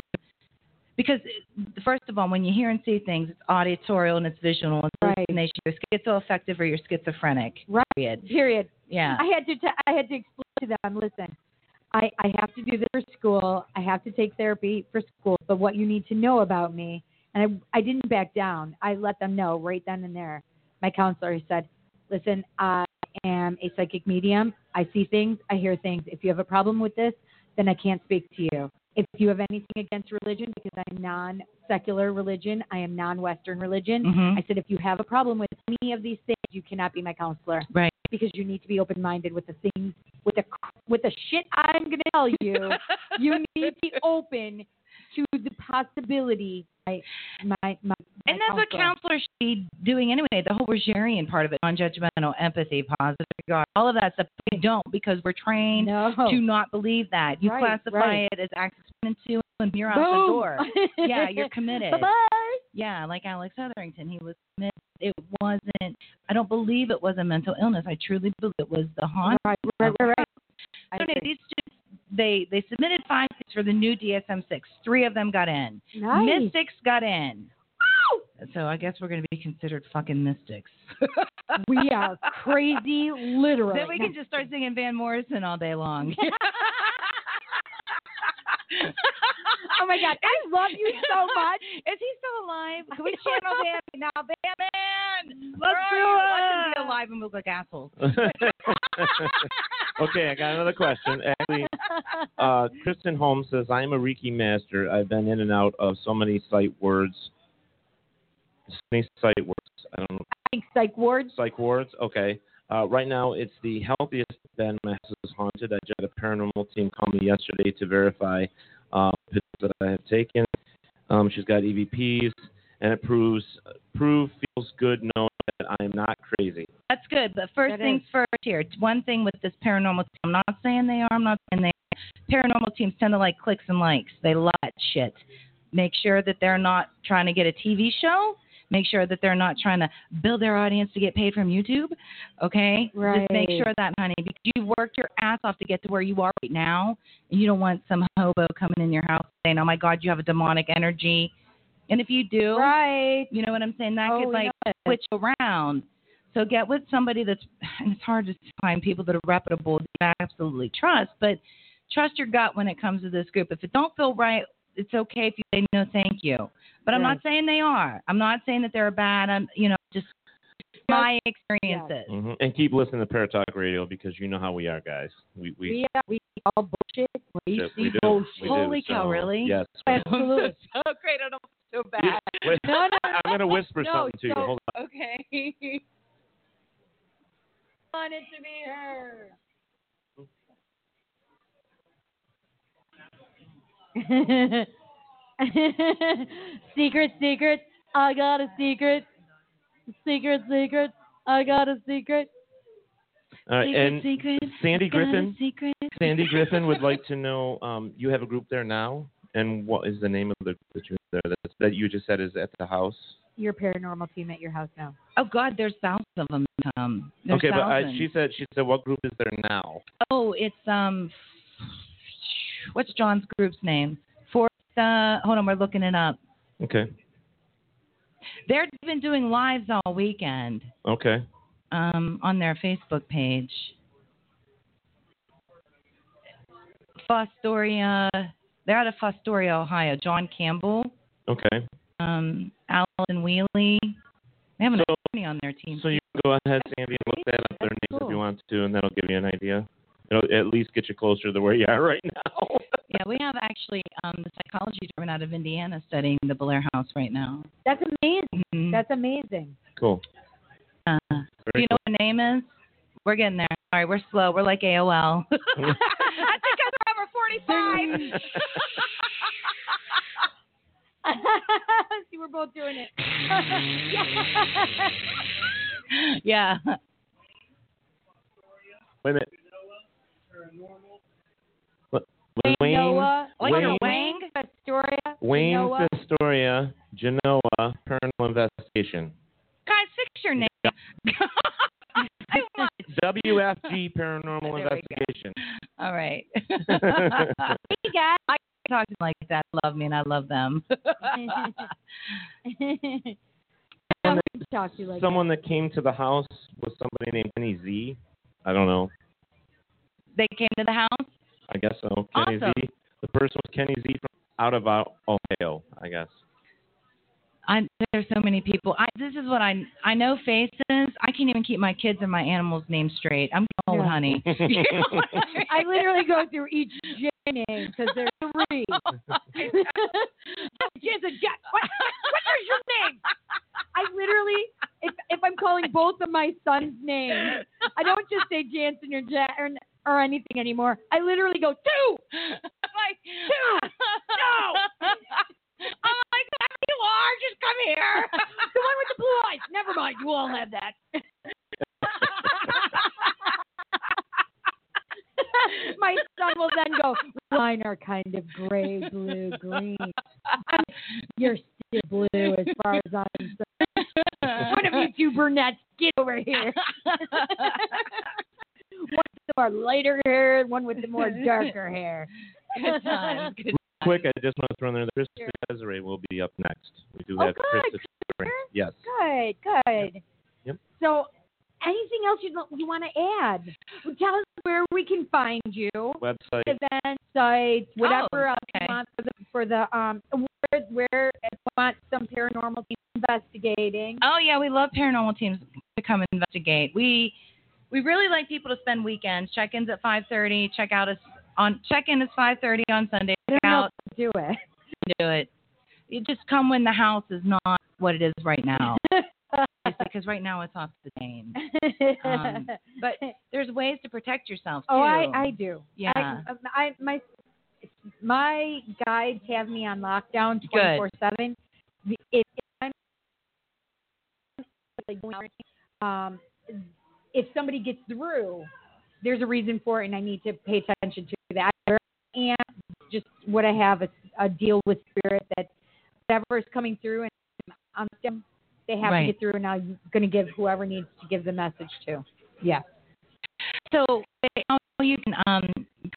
because it- first of all, when you hear and see things, it's auditorial and it's visual and it's hallucination. You're schizoaffective or you're schizophrenic.
Right.
Period.
Period.
Yeah.
I had to t- I had to explain to them. Listen, I I have to do this for school. I have to take therapy for school. But what you need to know about me, and I I didn't back down. I let them know right then and there. my counselor said, "Listen, I am a psychic medium. I see things, I hear things. If you have a problem with this, then I can't speak to you. If you have anything against religion, because I am non-secular religion, I am non-Western religion.
Mhm.
I said, if you have a problem with any of these things, you cannot be my counselor,
Right.
Because you need to be open-minded with the things, with the cr- with the shit I'm gonna tell you. you need to be open to the possibility. My my my. my
And that's what
counselor.
counselors should be doing anyway. The whole Rogerian part of it, non-judgmental, empathy, positive regard, all of that stuff. We don't because we're trained to not believe that. You
Right,
classify
right.
it as acts one and two, and you're out
Boom.
the door. yeah, you're committed.
Bye-bye.
Yeah, like Alex Etherington, he was committed. It wasn't. I don't believe it was a mental illness. I truly believe it was the haunt.
Right, right, right, right.
So anyway, these students, they they submitted five things for the new DSM six. Three of them got in.
Nice.
Mystics got in. So I guess we're going to be considered fucking mystics.
we are crazy, literally.
Then we can just start singing Van Morrison all day long.
oh my God, I love you so much.
Is he still alive? Can we channel Van now?
Let's
Batman,
do
Let's
it.
be alive and we look like assholes.
okay, I got another question. Actually, uh, Kristen Holmes says, I am a Reiki master. I've been in and out of so many sight words. So many sight words. I don't
think psych wards.
Psych wards, okay. Uh, right now, it's the healthiest it's been. My house is haunted. I just had a paranormal team call me yesterday to verify uh, pictures that I have taken. Um, she's got EVPs, and it proves proof feels good knowing that I am not crazy.
That's good. But first things first here. One thing with this paranormal team, I'm not saying they are, I'm not saying they are. Paranormal teams tend to like clicks and likes. They love that shit. Make sure that they're not trying to get a TV show. Make sure that they're not trying to build their audience to get paid from YouTube. Okay?
Right.
Just make sure of that, honey, because you've worked your ass off to get to where you are right now. And you don't want some hobo coming in your house saying, Oh my God, you have a demonic energy. And if you do,
right.
you know what I'm saying? That
Oh,
could
we
like
know it.
switch around. So get with somebody that's, and it's hard to find people that are reputable that you absolutely trust, but trust your gut when it comes to this group. If it don't feel right, it's okay if you say no, thank you. But I'm
Right.
not saying they are. I'm not saying that they're bad. I'm, you know, just my experiences.
hmm And keep listening to Paratalk Radio because you know how we are, guys. We we,
We are we all bullshit,
we,
crazy
do.
bullshit.
We do. So, Yes.
Absolutely.
so great. I don't feel
bad. Wait,
No, no,
I'm gonna whisper
no,
something to you.
so-
Hold on.
Okay.
want it to be her.
secret, secret. I got a secret. Secret, secret. I got a secret.
All right,
Secret,
and
secret.
Sandy
I got a
Griffin.
secret.
Sandy Griffin would like to know. Um, you have a group there now, and what is the name of the group that you there that, that you just said is at the house?
Your paranormal team at your house now.
Oh God, there's thousands of them. Um, there's
okay, but I,
thousands.
she said she said what group is there now?
Oh, it's um, what's John's group's name? For uh, hold on, we're looking it up.
Okay,
They've been doing lives all weekend
okay.
um, on their Facebook page. Fostoria, they're out of Fostoria, Ohio. John Campbell,
Okay.
um, Allison Wheely. They have an attorney on their team.
So you can go ahead, Sandy, and look that up their names if you want to, and that'll give you an idea. It'll at least get you closer to where you are right now.
yeah, we have actually um, the psychology department out of Indiana studying the Blair House right now.
That's amazing. That's amazing.
Cool.
Mm-hmm. Uh, do you know what her name is? We're getting there. Sorry, we're slow. We're like AOL.
I think I'm number 45. See, we're both doing it.
yeah.
Wait a minute. What- Wayne,
Noah,
Wayne,
Wayne, Astoria,
Wayne
Noah.
Astoria, Genoa, Paranormal Investigation.
Guys, fix your name.
WFG Paranormal Investigation.
All right. hey guys, I talk like that. Love me and I love them.
Someone that,
someone that came to the house was somebody named Kenny Z. I don't know.
they came to the house.
I guess so. Kenny
Awesome.
Z. The person was Kenny Z from out of uh, Ohio, I guess.
I there's so many people. I this is what I I know faces. I can't even keep my kids and my animals' names straight. I'm old,
Yeah.
honey. You know what I mean?
I literally go through each J name because there's three.
Jen's a Jet. What? What is your name?
I literally, if if I'm calling both of my sons' names, I don't just say Jansen or Jan or, or anything anymore. I literally go two.
like, no. I'm like, whoever you are, just come here.
the one with the blue eyes. Never mind. You all have that.
my son will then go, mine are kind of gray, blue, green. You're still blue as far as I'm concerned. One of you two brunettes, get over here. one with the more lighter hair and one with the more darker hair.
Good times, good
Quick, I just want to throw in there that Chris Desiree will be up next. We do
Oh,
have Chris
good,
Desiree. Yes.
Good, good.
Yep.
So, anything else you you want to add? Tell us where we can find you.
Website.
Events, sites, whatever
Oh,
else
okay.
you want for the for the um where where if you want some paranormal people investigating.
Oh yeah, we love paranormal teams to come investigate. We we really like people to spend weekends. Check-ins at 5:30. Check out us on check-in is 5:30 on Sunday. Check out
do it.
Do it. You just come when the house is not what it is right now. It's because right now it's off the chain. Um, but there's ways to protect yourself too.
Oh, I I do.
Yeah.
I, um, I my my guides have me on lockdown
Good.
twenty four seven. If if I'm like, going out, um, if somebody gets through, there's a reason for it, and I need to pay attention to that. And just what I have a, a deal with spirit that whatever is coming through and on them, they have
Right.
to get through, and I'm going to give whoever needs to give the message to. Yeah.
So how you can um,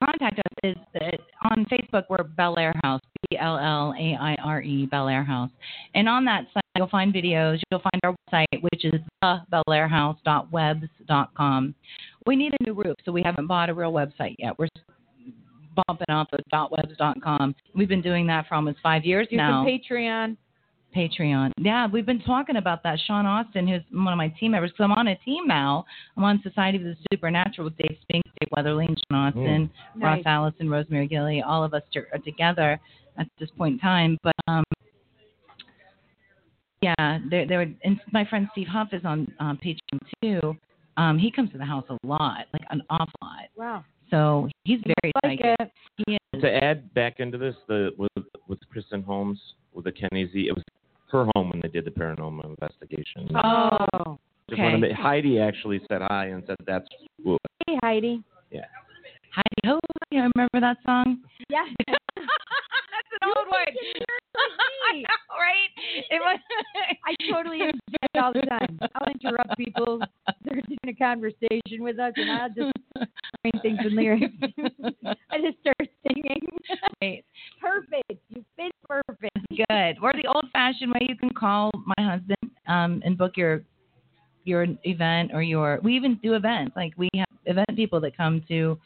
contact us is that on Facebook we're Bel Air House, B L L A I R E Bel Air House, and on that site you'll find videos. You'll find our website, which is thebelairhouse.webs.com. We need a new roof, so we haven't bought a real website yet. We're bumping off of .webs.com. We've been doing that for almost five years
Use
now.
the Patreon.
Patreon. Yeah, we've been talking about that. Sean Austin, who's one of my team members, 'cause I'm on a team now. I'm on Society of the Supernatural with Dave Spinks, Dave Weatherly, and Sean Austin,
Mm.
Ross
Nice.
Allison, Rosemary Gilly. All of us t- are together at this point in time. But um, yeah, there, there. would- And my friend Steve Huff is on um, Patreon too. Um, he comes to the house a lot, like an awful lot.
Wow.
So he's very
Like
psychic.
it.
He is.
To add back into this, the with with Kristen Holmes with the Kennedy, it was her home when they did the paranormal investigation.
Oh.
Just wanna make- Heidi actually said hi and said that's cool.
Hey, Heidi.
Yeah.
Heidi Ho. You remember that song?
Yeah.
That's an old one. I know, right? It was.
I totally interrupt all the time. I'll interrupt people. They're just in a conversation with us, and I'll just bring things and lyrics. I just start singing.
Right.
Perfect. You fit perfect.
Good. Or the old-fashioned way you can call my husband um, and book your your event or your. We even do events. Like we have event people that come to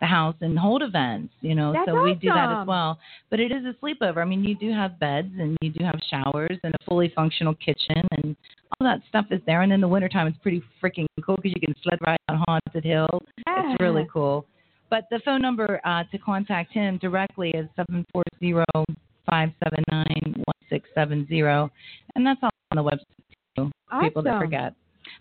the house and hold events. You know,
That's
so we do that as
awesome.
well. But it is a sleepover. I mean, you do have beds and you do have showers and a fully functional kitchen and all that stuff is there. And in the wintertime, it's pretty freaking cool because you can sled ride on Haunted Hill. It's really
Yeah.
cool. But the phone number uh, to contact him directly is 740-579-1670. And that's all on the website, too, for people that
Awesome.
forget.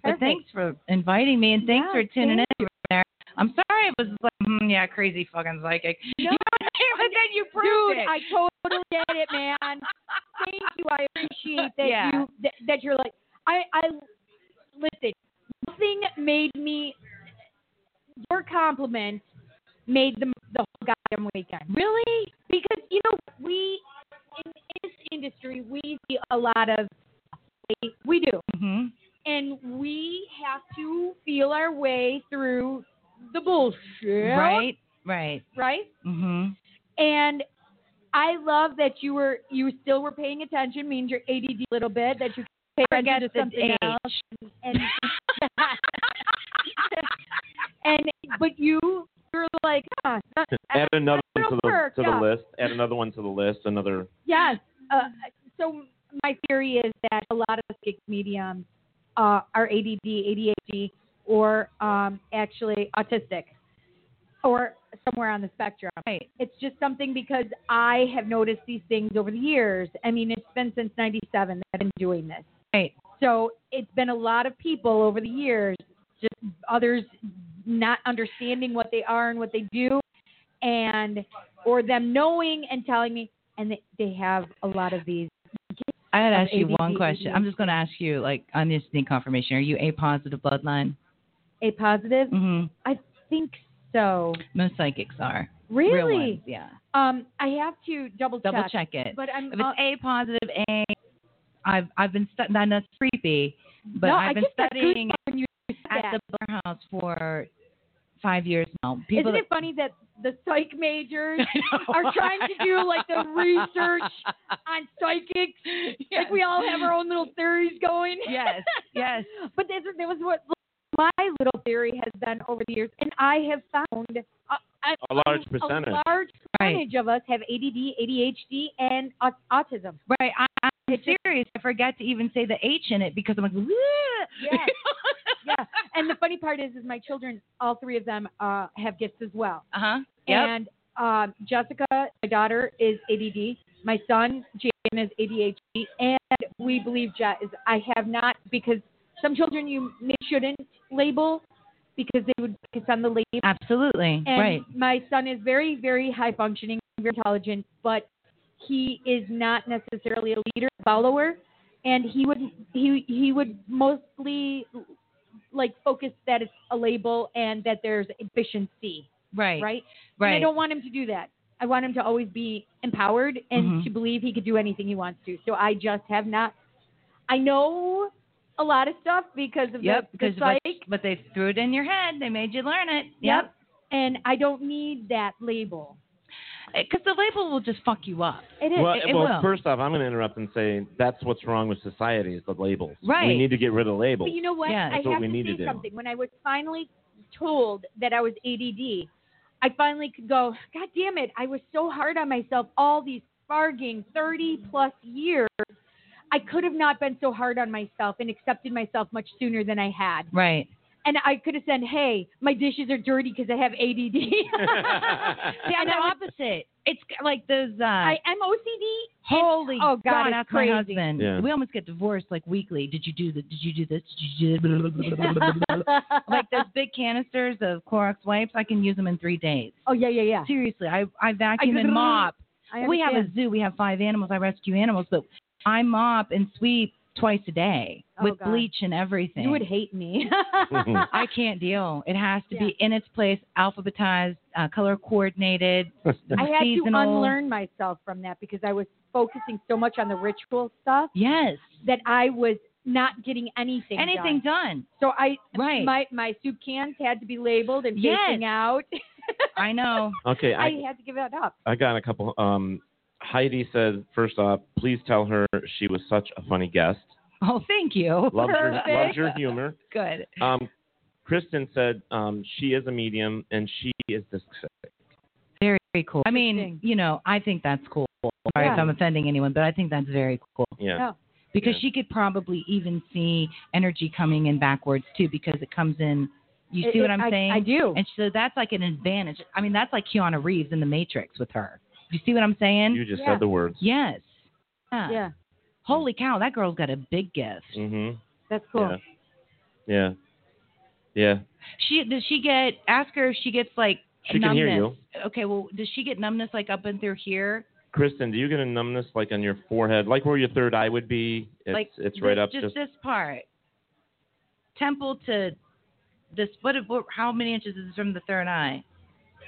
But
Perfect.
thanks for inviting me, and thanks
Yeah,
for tuning
thank
in there. I'm sorry it was like, mm, yeah, crazy fucking psychic. You know what I mean? But then you proved
Dude,
it.
I totally get it, man. Thank you. I appreciate that
Yeah.
you that, that you're like I I listen. Nothing made me your compliment made the the whole goddamn weekend. Really? Because you know we in, in this industry we see a lot of we do,
mm-hmm.
and we have to feel our way through the bullshit.
Right? Right.
Right.
hmm
And I love that you were you still were paying attention. Means you're ADD a little bit that you pay
Forget
attention to
the
something
age.
else. And, and but you you're like huh, not-
Add another one
that'll
to the
work,
to the
yeah.
list. Add another one to the list. Another
yes. Uh, so my theory is that a lot of psychic mediums uh, are ADD, ADHD, or um, actually autistic, or somewhere on the spectrum.
Right.
It's just something because I have noticed these things over the years. I mean, it's been since '97 that I've been doing this.
Right.
So it's been a lot of people over the years, just others not understanding what they are and what they do, and or them knowing and telling me, and they, they have a lot of these.
I had to
of
ask you one
ADD,
question. I'm just going to ask you, like, on this need confirmation, are you A positive bloodline?
A positive?
Mm-hmm.
I think so.
Most psychics are.
Really?
Real ones, yeah.
Um, I have to double check.
Double check it.
But I'm
if it's
uh,
A positive, A, I've I've been studying. I know it's creepy, but
No, I
I've been
just got
studying
goosebumps when you said
at
that.
the Blair House for five years now. People
Isn't
that-
it funny that the psych majors
know.
are trying to do like the research on psychics? Like we all have our own little theories going.
Yes, yes.
but this, that was what my little theory has been over the years, and I have found uh,
A
a,
large percentage.
A large
Right.
percentage of us have ADD, ADHD, and au- autism.
Right. I, I'm serious. I forgot to even say the H in it because I'm like,
Yes. yeah. And the funny part is, is my children, all three of them, uh, have gifts as well.
Uh huh. Yep.
And um, Jessica, my daughter, is ADD. My son, Jaden, is ADHD, and we believe Jet is. I have not because some children you may- shouldn't label because they would focus on the label.
Absolutely.
And
right.
my son is very, very high functioning, very intelligent, but he is not necessarily a leader follower, and he would he he would mostly like focus that it's a label and that there's efficiency,
Right.
right? And I
Right.
don't want him to do that. I want him to always be empowered and
Mhm.
to believe he could do anything he wants to. So I just have not. I know a lot of stuff because of
Yep.
the,
Because
the
but,
psych.
but they threw it in your head. They made you learn it.
Yep. And I don't need that label.
Because Eh, the label will just fuck you up.
It
Well,
It, it
well
will.
first off, I'm going to interrupt and say that's what's wrong with society is the labels.
Right.
We need to get rid of labels.
But you know what?
Yeah.
I
That's what
have
we
to
need
say
to do.
something. When I was finally told that I was ADD, I finally could go, God damn it, I was so hard on myself all these farging 30 plus years. I could have not been so hard on myself and accepted myself much sooner than I had.
Right.
And I could have said, hey, my dishes are dirty because I have ADD.
See, I'm the opposite. It's like those. Uh,
I am OCD.
holy
oh, God, it's
that's
crazy.
my husband.
Yeah.
We almost get divorced like weekly. Did you do the? Did you do this? Did you do this? like those big canisters of Clorox wipes. I can use them in three days.
Oh, yeah, yeah, yeah.
Seriously, I I vacuum and mop.
I
We have a
understand.
zoo. We have five animals. I rescue animals, but I mop and sweep twice a day
Oh,
with
God.
bleach and everything.
You would hate me.
I can't deal. It has to
Yeah.
be in its place, alphabetized, uh, color coordinated.
I had
seasonal.
to unlearn myself from that because I was focusing so much on the ritual stuff
Yes.
that I was not getting anything
Anything
done.
done.
So I
Right.
my my soup cans had to be labeled and
Yes.
facing out.
I know.
okay, I,
I had to give that up.
I got a couple. Um, Heidi said, first off, please tell her she was such a funny guest.
Oh, thank you.
Loves your, loves
Perfect.
your humor.
Good.
Um, Kristen said um, she is a medium and she is dyslexic.
Very, very cool. I mean,
Interesting.
you know, I think that's cool. Sorry
Yeah.
if I'm offending anyone, but I think that's very cool
Yeah.
No.
because
Yeah.
she could probably even see energy coming in backwards too because it comes in. You
It-
see what
it-
I'm
I-
saying?
I do.
And so that's like an advantage. I mean, that's like Keanu Reeves in The Matrix with her. You see what I'm saying?
You just
Yeah.
said the words.
yes. Yeah.
Yeah.
Holy cow, that girl's got a big gift.
Mm-hmm.
That's cool.
Yeah. Yeah. Yeah.
She does she get? Ask her if she gets like
She can
numbness.
hear
Okay, well, does she get numbness like up and through here?
Kristen, do you get a numbness like on your forehead, like where your third eye would be? It's,
like
it's right
this-
up.
Just, this part, temple to this. What, what? How many inches is from the third eye?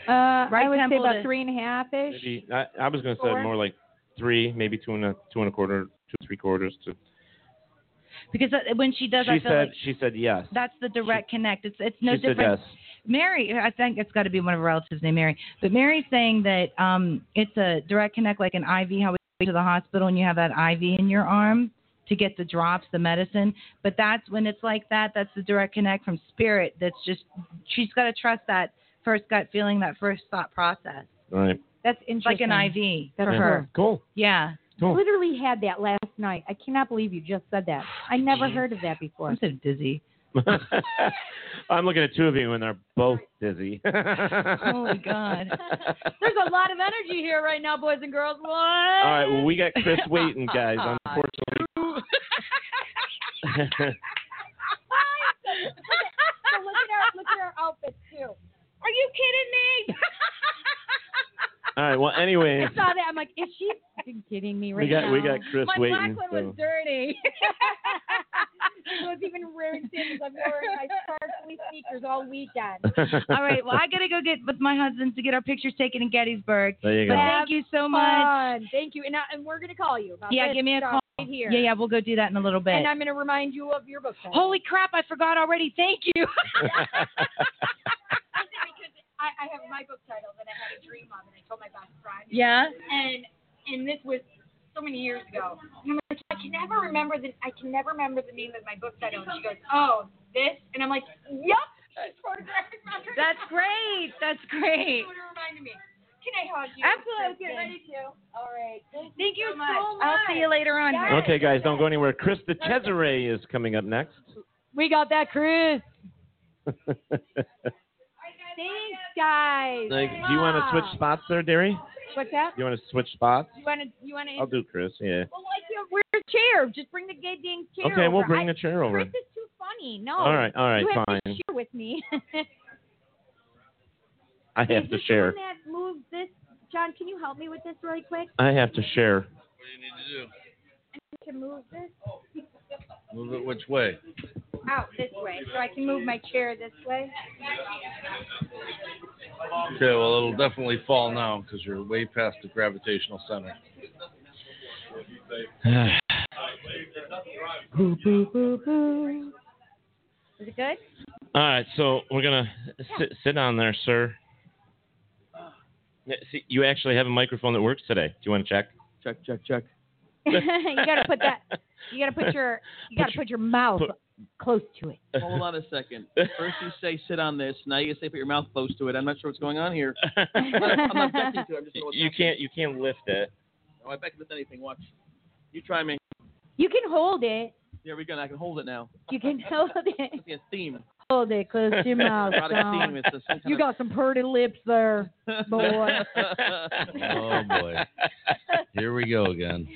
Uh,
Right
I would say
temple
about
to-
three and a half ish.
maybe, I, I was going to say
Four.
more like three, maybe two and a two and a quarter, two three quarters. To,
Because that- when she does,
she
I
said
feel like
she said yes.
that's the direct connect. It's it's no
she said
different.
yes.
Mary, I think it's got to be one of her relatives named Mary. But Mary's saying that um, it's a direct connect, like an IV, how we go to the hospital and you have that IV in your arm to get the drops, the medicine. But that's when it's like that. That's the direct connect from spirit. That's just she's got to trust that first gut feeling, that first thought process.
All right.
That's
It's like
interesting.
an IV
That's
for
Yeah.
her.
Cool.
Yeah.
Cool.
Literally had that last last night. I cannot believe you just said that. I never heard of that before. I'm
so dizzy.
I'm looking at two of you and they're both dizzy. oh
my God.
There's a lot of energy here right now, boys and girls. What? All
All right, well we got Chris waiting, guys. Unfortunately.
so look at our look at our outfits too. Are you kidding me?
All right, well anyways.
I saw that. I'm like, is she fucking kidding me right
We got-
now?
we got Chris
My
waiting,
black one was
so-
dirty. it was even wearing sandals. I'm wearing my sparkly sneakers all weekend.
All right. Well, I gotta go get with my husband to get our pictures taken in Gettysburg.
There you
But
go.
thank you so much.
Fun. Thank you. And, I, and we're gonna call you. About
Yeah,
this
give me a
stuff
call.
right here.
Yeah, yeah, we'll go do that in a little bit.
And I'm gonna remind you of your book. club.
Holy crap! I forgot already. Thank you.
I think because I, I have my book title that I had a dream of, and I told my best friend.
Yeah.
And and this was so many years ago. And I'm like, I can never remember the I can never remember the name of my book title. And she goes, Oh, this. And I'm like, Yup. She's photographic memory.
That's great. That's great.
She would have reminded me. Can I hug you?
Absolutely. Let's get
Kristen?
ready
All right. Thank,
Thank
you
you
so
so
much.
I'll see you later on.
Yes.
Okay guys, don't go anywhere. Chris the Cesare is coming up next.
We got that, Chris.
Thanks, guys.
Like, do you want to switch spots there, Derry?
What's that?
Do you want to switch spots?
You want to? You want to?
I'll do Chris, yeah.
Well, like you wear a chair. Just bring the good dang chair.
Okay, we'll
over.
bring
I-
the chair over.
Chris is too funny. No.
All right, all right,
you have To
fine.
share with me.
I have to share.
That moves this. John, can you help me with this really quick?
I have to share.
What do you need to
I need to move this
do? Move it which way?
out this way, so I can move my chair this way.
Okay, well, it'll definitely fall now because you're way past the gravitational center.
Is it good?
All right, so we're gonna sit, sit on there, sir. Yeah, See, you actually have a microphone that works today. Do you want to check? Check, check, check.
Oh,
you gotta put that. You gotta put your. You gotta put your mouth close to it.
Hold on a second. First you say sit on this. Now you say put your mouth close to it. I'm not sure what's going on here. I'm not, I'm not objecting to it. I'm just
You can't, you can't lift it.
oh, I bet with anything. Watch. You try me.
You can hold it.
There we go. I can hold it now.
You can hold it.
It's a theme.
Hold it close to your mouth.
Not a
John.
theme, it's a- some kind
you
of-
got some pretty lips there, boy.
Oh boy, here we go again.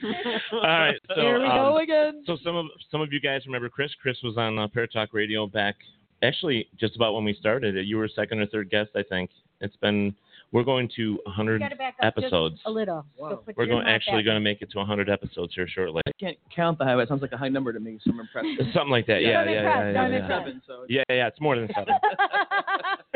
All right, so
Here we go
um,
again.
So some of some of you guys remember Chris. Chris was on uh, Pair Talk Radio back, actually, just about when we started. You were second or third guest, I think. It's been we're going to 100
gotta back up just
episodes.
a little. So put
We're
your
going
mouth
actually
back.
going to make it to 100 episodes here shortly.
I can't count the high. It sounds like a high number to me, so I'm impressed.
Something like that. Yeah,
Seven
yeah,
crabs,
yeah, yeah,
seven
yeah.
crabs. Seven, so-
yeah, yeah. It's more than seven.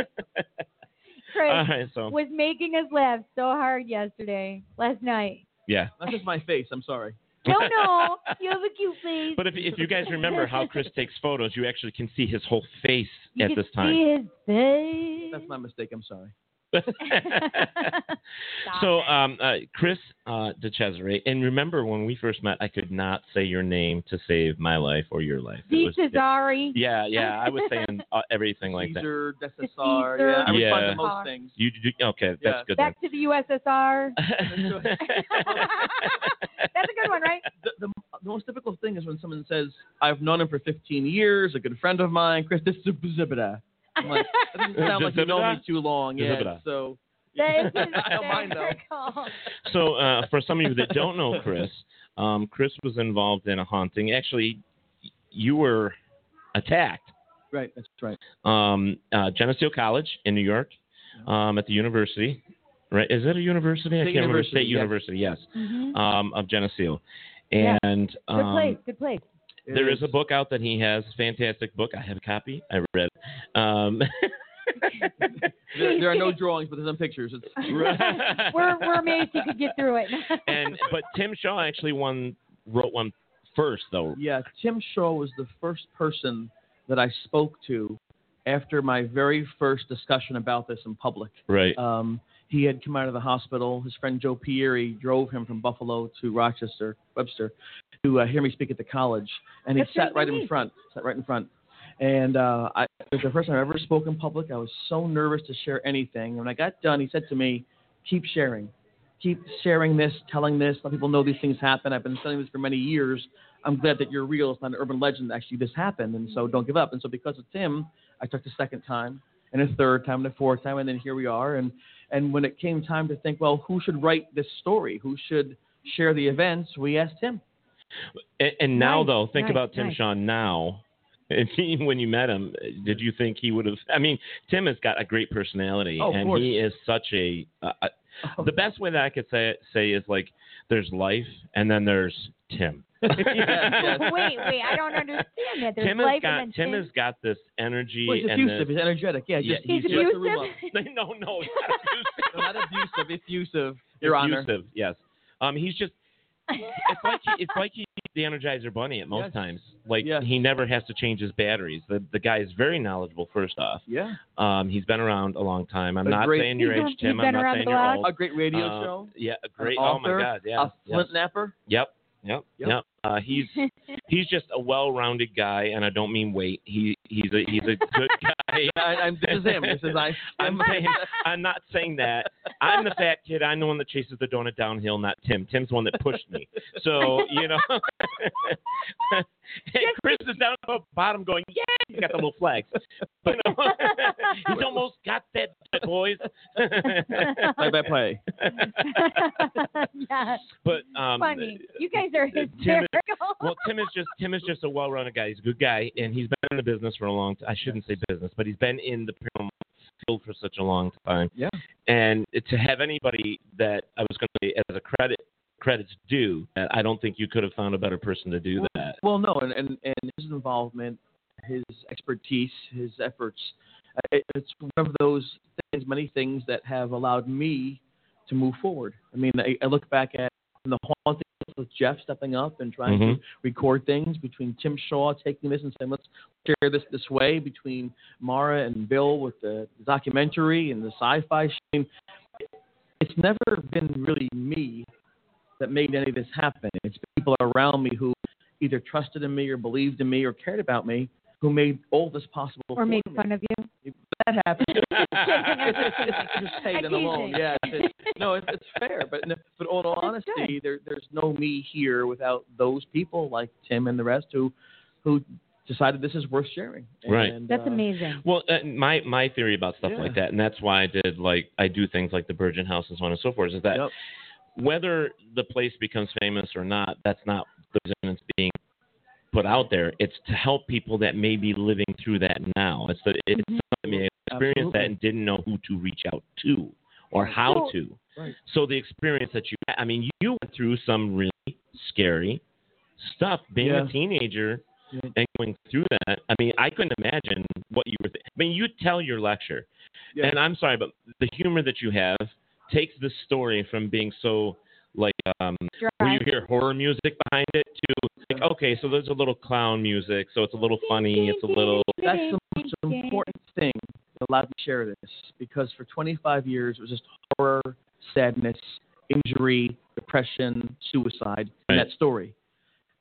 Chris
All right, so-
was making us laugh so hard yesterday, last night.
Yeah.
That's just my face. I'm sorry.
No, no, you have a cute face.
But if if you guys remember how Chris takes photos, you actually can see his whole face
You
at
can
this time.
see his face.
That's my mistake. I'm sorry.
So, um, uh, Chris uh, DeCesare, and remember when we first met, I could not say your name to save my life or your life. It
D.
was-
Cesare.
yeah, yeah, I was saying uh, everything like that.
Caesar, Desasar.
Caesar.
Yeah, I respond
yeah,
to most things.
You, you- okay, that's good.
Back to the USSR.
then.
That's a good one, right?
the, the, the most difficult thing is when someone says, I've known him for 15 years, a good friend of mine, Chris, this is a bzibida. I'm like, that doesn't sound like you know me
Bzibida?
too long. Yeah,
Bzibida.
so.
That is
I don't mind though.
so, uh, for some of you that don't know Chris, um, Chris was involved in a haunting. Actually, you were attacked
Right, that's right.
um, uh, Geneseo College in New York, um, at the university. Right? Is it a university? I
State
can't remember.
University,
State
yes. Mm-hmm.
University, yes,
Mhm.
um, of Geneseo.
Yeah.
And
Good
um,
place. Good place.
there is a book out that he has, fantastic book. I have a copy. I read it. Um,
There, there are no drawings, but there's some pictures. It's
we're we're amazed he could get through it.
and but Tim Shaw actually won wrote one first though.
Yeah, Tim Shaw was the first person that I spoke to after my very first discussion about this in public.
Right.
Um, he had come out of the hospital. His friend Joe Pieri drove him from Buffalo to Rochester, Webster, to uh, hear me speak at the college, and he
That's
sat
right,
right in
right.
front. Sat right in front. And uh, I, it was the first time I ever spoke in public. I was so nervous to share anything. When I got done, he said to me, "Keep sharing, keep sharing this, telling this, let people know these things happen. I've been selling this for many years. I'm glad that you're real. It's not an urban legend. Actually, this happened, and so don't give up. And so because it's him, I took the second time, and a third time, and a fourth time, and then here we are. And and when it came time to think, well, who should write this story? Who should share the events? We asked him.
And, and now,
Nice,
though, think
nice,
about Tim
nice.
Sean now. If he, when you met him, did you think he would have? I mean, Tim has got a great personality,
Oh, of
and
course.
he is such a. Uh, uh,
Oh.
The best way that I could say it, say is like there's life, and then there's Tim.
wait, wait, I don't understand that. There's
Tim has
life
got
and then
Tim has got this energy
Well, he's
and
effusive.
this,
He's energetic. Yeah, just,
Yeah,
he's,
he's
just the room up.
no, no,
not abusive. Effusive, Your Honor.
effusive, Yes. Um, he's just. It's like he, it's like he's the Energizer Bunny at most
Yes.
times. Like he never has to change his batteries. The the guy is very knowledgeable. First off,
Yeah.
um, he's been around a long time. I'm
A
not
great-
saying your
He's
age,
been-
Tim.
he's
I'm
been
not
around
saying
the
you're
block.
old.
A great radio
Uh,
show,
Yeah, a
an
great. oh
author,
my God. Yeah.
a
yes.
flintnapper.
Yep. Yep.
Yep.
Yep. Uh, he's he's just a well-rounded guy, and I don't mean weight. He he's a he's a good guy.
I, I'm, this is him. This is I.
I'm saying I'm not saying that. I'm the fat kid. I'm the one that chases the donut downhill, not Tim. Tim's the one that pushed me. So you know. and Chris is down at the bottom going, yeah, he's got the little flags. You know? he's almost got that, boys.
play by play.
yes.
But um,
Funny. You guys are
Tim
hysterical.
is, well, Tim is just Tim is just a well-run guy. He's a good guy, and he's been in the business for a long. time. I shouldn't say business, but he's been in the paranormal field for such a long time.
Yeah.
And to have anybody that I was going to say as a credit credits due, that I don't think you could have found a better person to do that.
Well, no, and and, and his involvement, his expertise, his efforts, uh, it, it's one of those things, many things that have allowed me to move forward. I mean, I, I look back at the haunting with Jeff stepping up and trying
Mhm.
to record things between Tim Shaw taking this and saying let's share this this way between Mara and Bill with the documentary and the sci-fi. Show. I mean, it's never been really me that made any of this happen. It's people around me who either trusted in me or believed in me or cared about me who made all this possible.
or make fun of you.
that happen. it's, it's, it's just
I'm
taken alone.
teasing.
Yeah. It's, it's- no, it's, it's fair, but no- but all in all
That's good.
honesty, there, there's no me here without those people like Tim and the rest who who decided this is worth sharing.
Right.
And,
That's
uh,
amazing.
Well, uh, my my theory about stuff like
Yeah.
that, and that's why I did like I do things like the Virgin House and so on and so forth, is that whether the place becomes famous or not, that's not the reason it's being put out there. It's to help people that may be living through that now. It's that it's
Mhm.
I mean, experience that and didn't know who to reach out to or how
Well-
to. So the experience that you, had- I mean, you went through some really scary stuff being
Yeah.
a teenager and going through that. I mean, I couldn't imagine what you were. Th- I mean, you tell your lecture,
Yeah.
and I'm sorry, but the humor that you have takes the story from being so like um where you hear horror music behind it to like okay so there's a little clown music so it's a little funny it's a little
That's the most important thing that allowed me to share this because for 25 years it was just horror, sadness, injury, depression, suicide, and that story.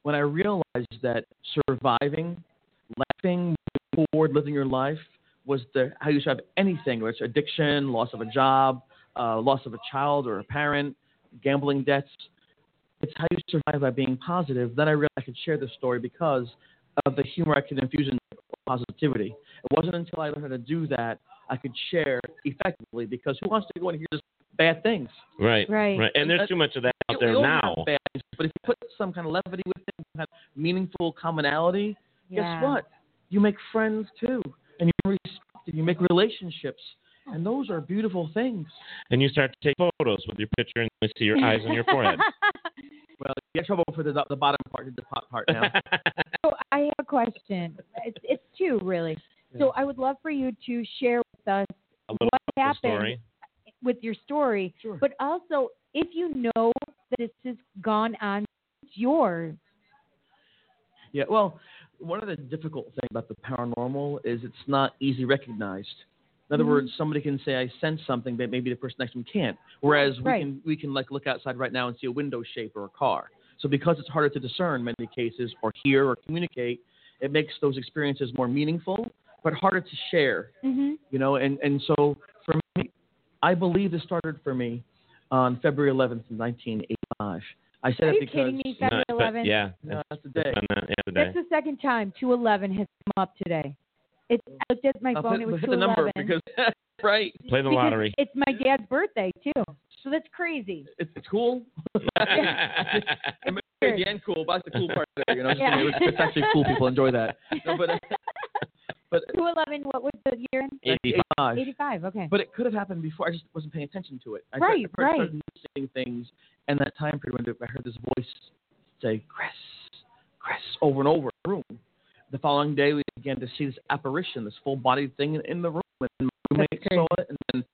When I realized that surviving, laughing, moving forward, living your life was the how you survive anything, whether it's addiction, loss of a job, uh, loss of a child or a parent, gambling debts. It's how you survive by being positive. Then I realized I could share this story because of the humor I could infuse into it, positivity. It wasn't until I learned how to do that I could share effectively because who wants to go and hear just bad things?
right
Right.
right and there's
That-
too much of that out
We
there
all
now
have bad things, but if you put some kind of levity with it, some kind of meaningful commonality,
Yeah.
guess what? You make friends too, and you make respect and you make relationships, and those are beautiful things.
and you start to take photos with your picture and they see your eyes on your forehead
Well, you get trouble for the, the bottom part, the top part now.
So I have a question. It's, it's two, really. So I would love for you to share with us
A
what happened
story.
with your story, but also if you know that this has gone on, it's yours.
Yeah, well, one of the difficult things about the paranormal is it's not easy recognized. In other
Mm-hmm.
Mhm.
words, somebody can say I sense something, but maybe the person next to them can't. Whereas we can we can like look outside right now and see a window shape or a car. So because it's harder to discern in many cases or hear or communicate, it makes those experiences more meaningful but harder to share
Mm-hmm.
you know and and so for me i believe this started for me on February 11th, 1985. I said
Are
it
you
because
kidding me? February 11th?
No, that's the day.
Uh,
That's the second time 211 has come up today. It's, I looked at my
I'll
phone.
hit,
it was
hit the number
211.
because right.
Play the
Because
lottery.
It's my dad's birthday too, so that's crazy.
It's cool. it may be and cool, but that's the cool part there. You know,
Yeah.
it's, it's actually cool. People enjoy that. No, but uh, but
211. What was the year?
85.
85. Okay.
But it could have happened before. I just wasn't paying attention to it. I started,
Right,
I started
right.
noticing things, and that time period when I heard this voice say "Chris, Chris" over and over in the room. The following day, we began to see this apparition, this full-bodied thing in, in the room, and then my roommate saw it, and then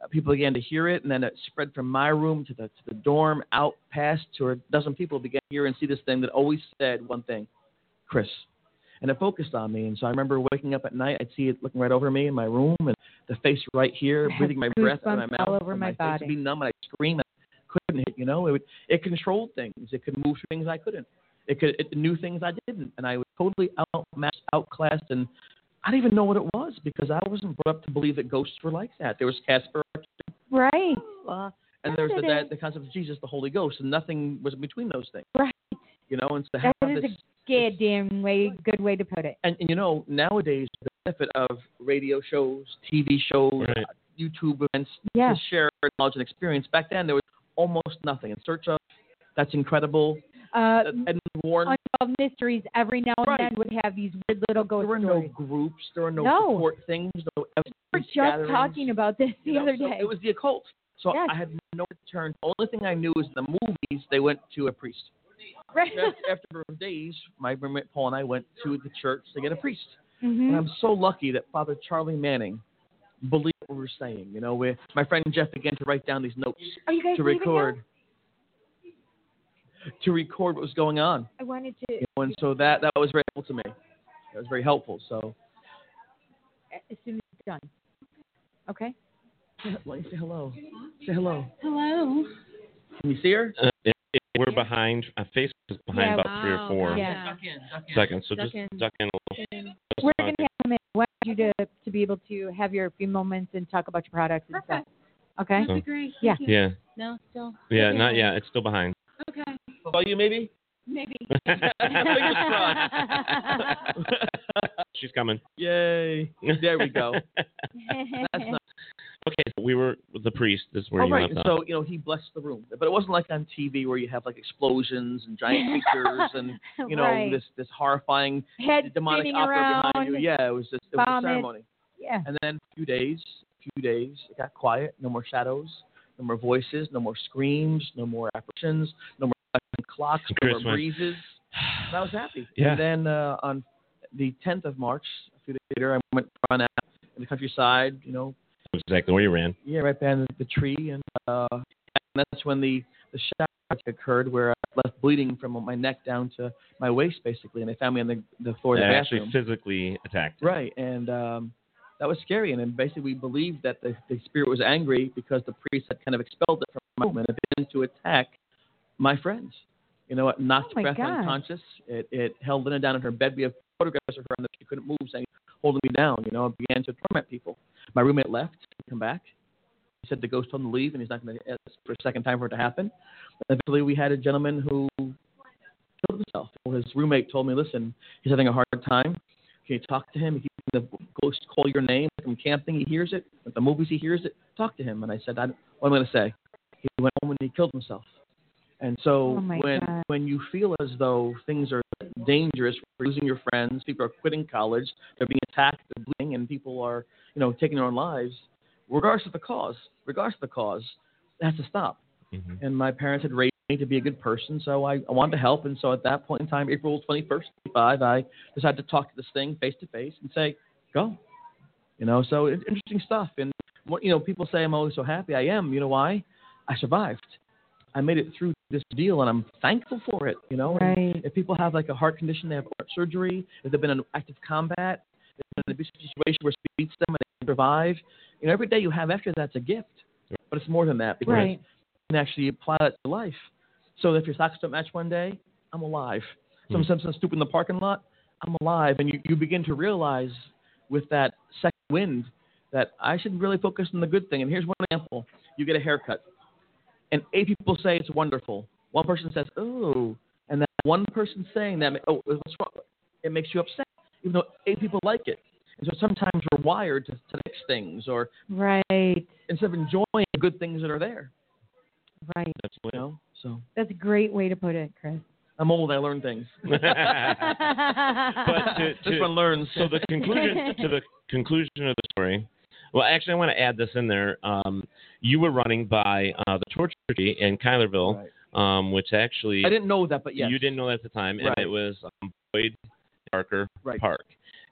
uh, people began to hear it, and then it spread from my room to the to the dorm, out past to a dozen people began to hear and see this thing that always said one thing, Chris. And it focused on me, and so I remember waking up at night. I'd see it looking right over me in my room, and the face right here,
have
breathing my breath out of my
goosebumps
mouth,
all over
and
my
face
body.
would be numb, and I'd scream. And I couldn't, you know. It would, it controlled things. It could move things I couldn't. It could it knew things I didn't, and I was totally outmatched, outclassed, and I didn't even know what it was because I wasn't brought up to believe that ghosts were like that. There was Casper,
Right.
and there was the,
That's
that, the concept of Jesus, the Holy Ghost, and nothing was in between those things.
Right.
You know, and so to
That
have
is
this,
a goddamn way good way to put it.
and, and you know, nowadays the benefit of radio shows, TV shows,
Right.
YouTube events
Yeah.
to share knowledge and experience. Back then, there was almost nothing. In search of, that's incredible.
Uh,
Edmund Warren.
Unsolved mysteries every now and
Right.
then would have these weird little ghost
there were
stories.
no groups. There were no,
No.
support things. No
we were just talking about this the
you know,
other
so
day.
it was the occult. So I had no return. The only thing I knew is the movies they went to a priest.
Right.
After, after days, my roommate Paul and I went to the church to get a priest.
Mhm.
And I'm so lucky that Father Charlie Manning believed what we were saying. You know, where my friend Jeff began to write down these notes
Are you guys
to
leaving now?
record to record what was going on.
I wanted to.
You know, and so that that was very helpful to me. That was very helpful. So
uh, As soon as it's done. Okay.
Why say hello? Say hello.
Hello.
Can you see her?
Uh, yeah, yeah, we're behind. Uh, Facebook is behind
Yeah,
about three or four
Yeah.
seconds. So
Duck
just
in.
duck in a little.
We're going to have him in. I want you to, to be able to have your few moments and talk about your products and stuff. Okay?
So-
Yeah.
Yeah.
No, still.
Yeah, not yet. It's still behind.
Okay.
Call you maybe?
Maybe.
Fingers crossed.
She's coming.
Yay. There we go. That's not
Okay, so we were the priest. This is where
oh,
you
right.
left off.
So, you know, he blessed the room. But it wasn't like on TV where you have like explosions and giant creatures and, you know,
Right.
this this horrifying
Head
demonic
spinning
opera behind you.
around.
Yeah, it was just it was a
Vomit.
ceremony.
Yeah.
And then a few days, a few days, it got quiet. No more shadows, no more voices, no more screams, no more apparitions, no more clacking clocks, no
Chris
more
went,
breezes. And I was happy.
Yeah.
And then uh, on the 10th of March, a few days later, I went run out in the countryside, you know,
That's exactly where you ran.
yeah, right behind the tree, and uh, and that's when the the shock attack occurred, where I left bleeding from my neck down to my waist, basically, and they found me on the the floor of
They
the
actually
bathroom.
physically attacked.
Right, and um, that was scary, and then basically we believed that the, the spirit was angry because the priest had kind of expelled it from my home and it began to attack my friends. You know, it knocked
my
Beth
God.
unconscious. It, it held Linda down in her bed. We have photographs of her that she couldn't move, saying, holding me down. You know, it began to torment people. My roommate left, didn't come back. He said the ghost told him to leave, and he's not going to ask for a second time for it to happen. Eventually, we had a gentleman who killed himself. Well, his roommate told me, listen, he's having a hard time. Can you talk to him? He, the ghost call your name from camping. He hears it. At the movies, he hears it. Talk to him. And I said, I, what am I going to say? He went home and he killed himself. And so
Oh, my
when
God.
when you feel as though things are dangerous, we're losing your friends, people are quitting college, they're being attacked, they're bleeding, and people are you know taking their own lives, regardless of the cause, regardless of the cause, it has to stop. And my parents had raised me to be a good person, so I, I wanted to help. And so at that point in time, April 21st, 25, I decided to talk to this thing face to face and say, go. You know, so it's interesting stuff. And, what- you know, people say I'm always so happy. I am. You know why? I survived. I made it through this deal and I'm thankful for it. You know, And
Right.
if people have like a heart condition, they have heart surgery, if they've been in active combat, if they've been in an abusive situation where it beats them and they survive, you know, every day you have after that's a gift. But it's more than that because
Right.
you can actually apply that to life. So if your socks don't match one day, I'm alive. Some
Hmm.
something stupid in the parking lot, I'm alive. And you, you begin to realize with that second wind that I should really focus on the good thing. And here's one example. You get a haircut and eight people say it's wonderful. One person says, "Ooh," and that one person saying that, "Oh, what's wrong?" It makes you upset, even though eight people like it. And so sometimes we're wired to, to fix things, or
right
instead of enjoying the good things that are there.
Right.
You know? So
That's a great way to put it, Chris.
I'm old. I learn things.
but to,
This
to-
one learns.
So the conclusion to the conclusion of the story. Well, actually, I want to add this in there. Um, you were running by uh, the torture tree in Kylerville, um, which actually
I didn't know that, but yes.
you didn't know that at the time,
Right.
and it was um, Boyd Parker
Right.
Park,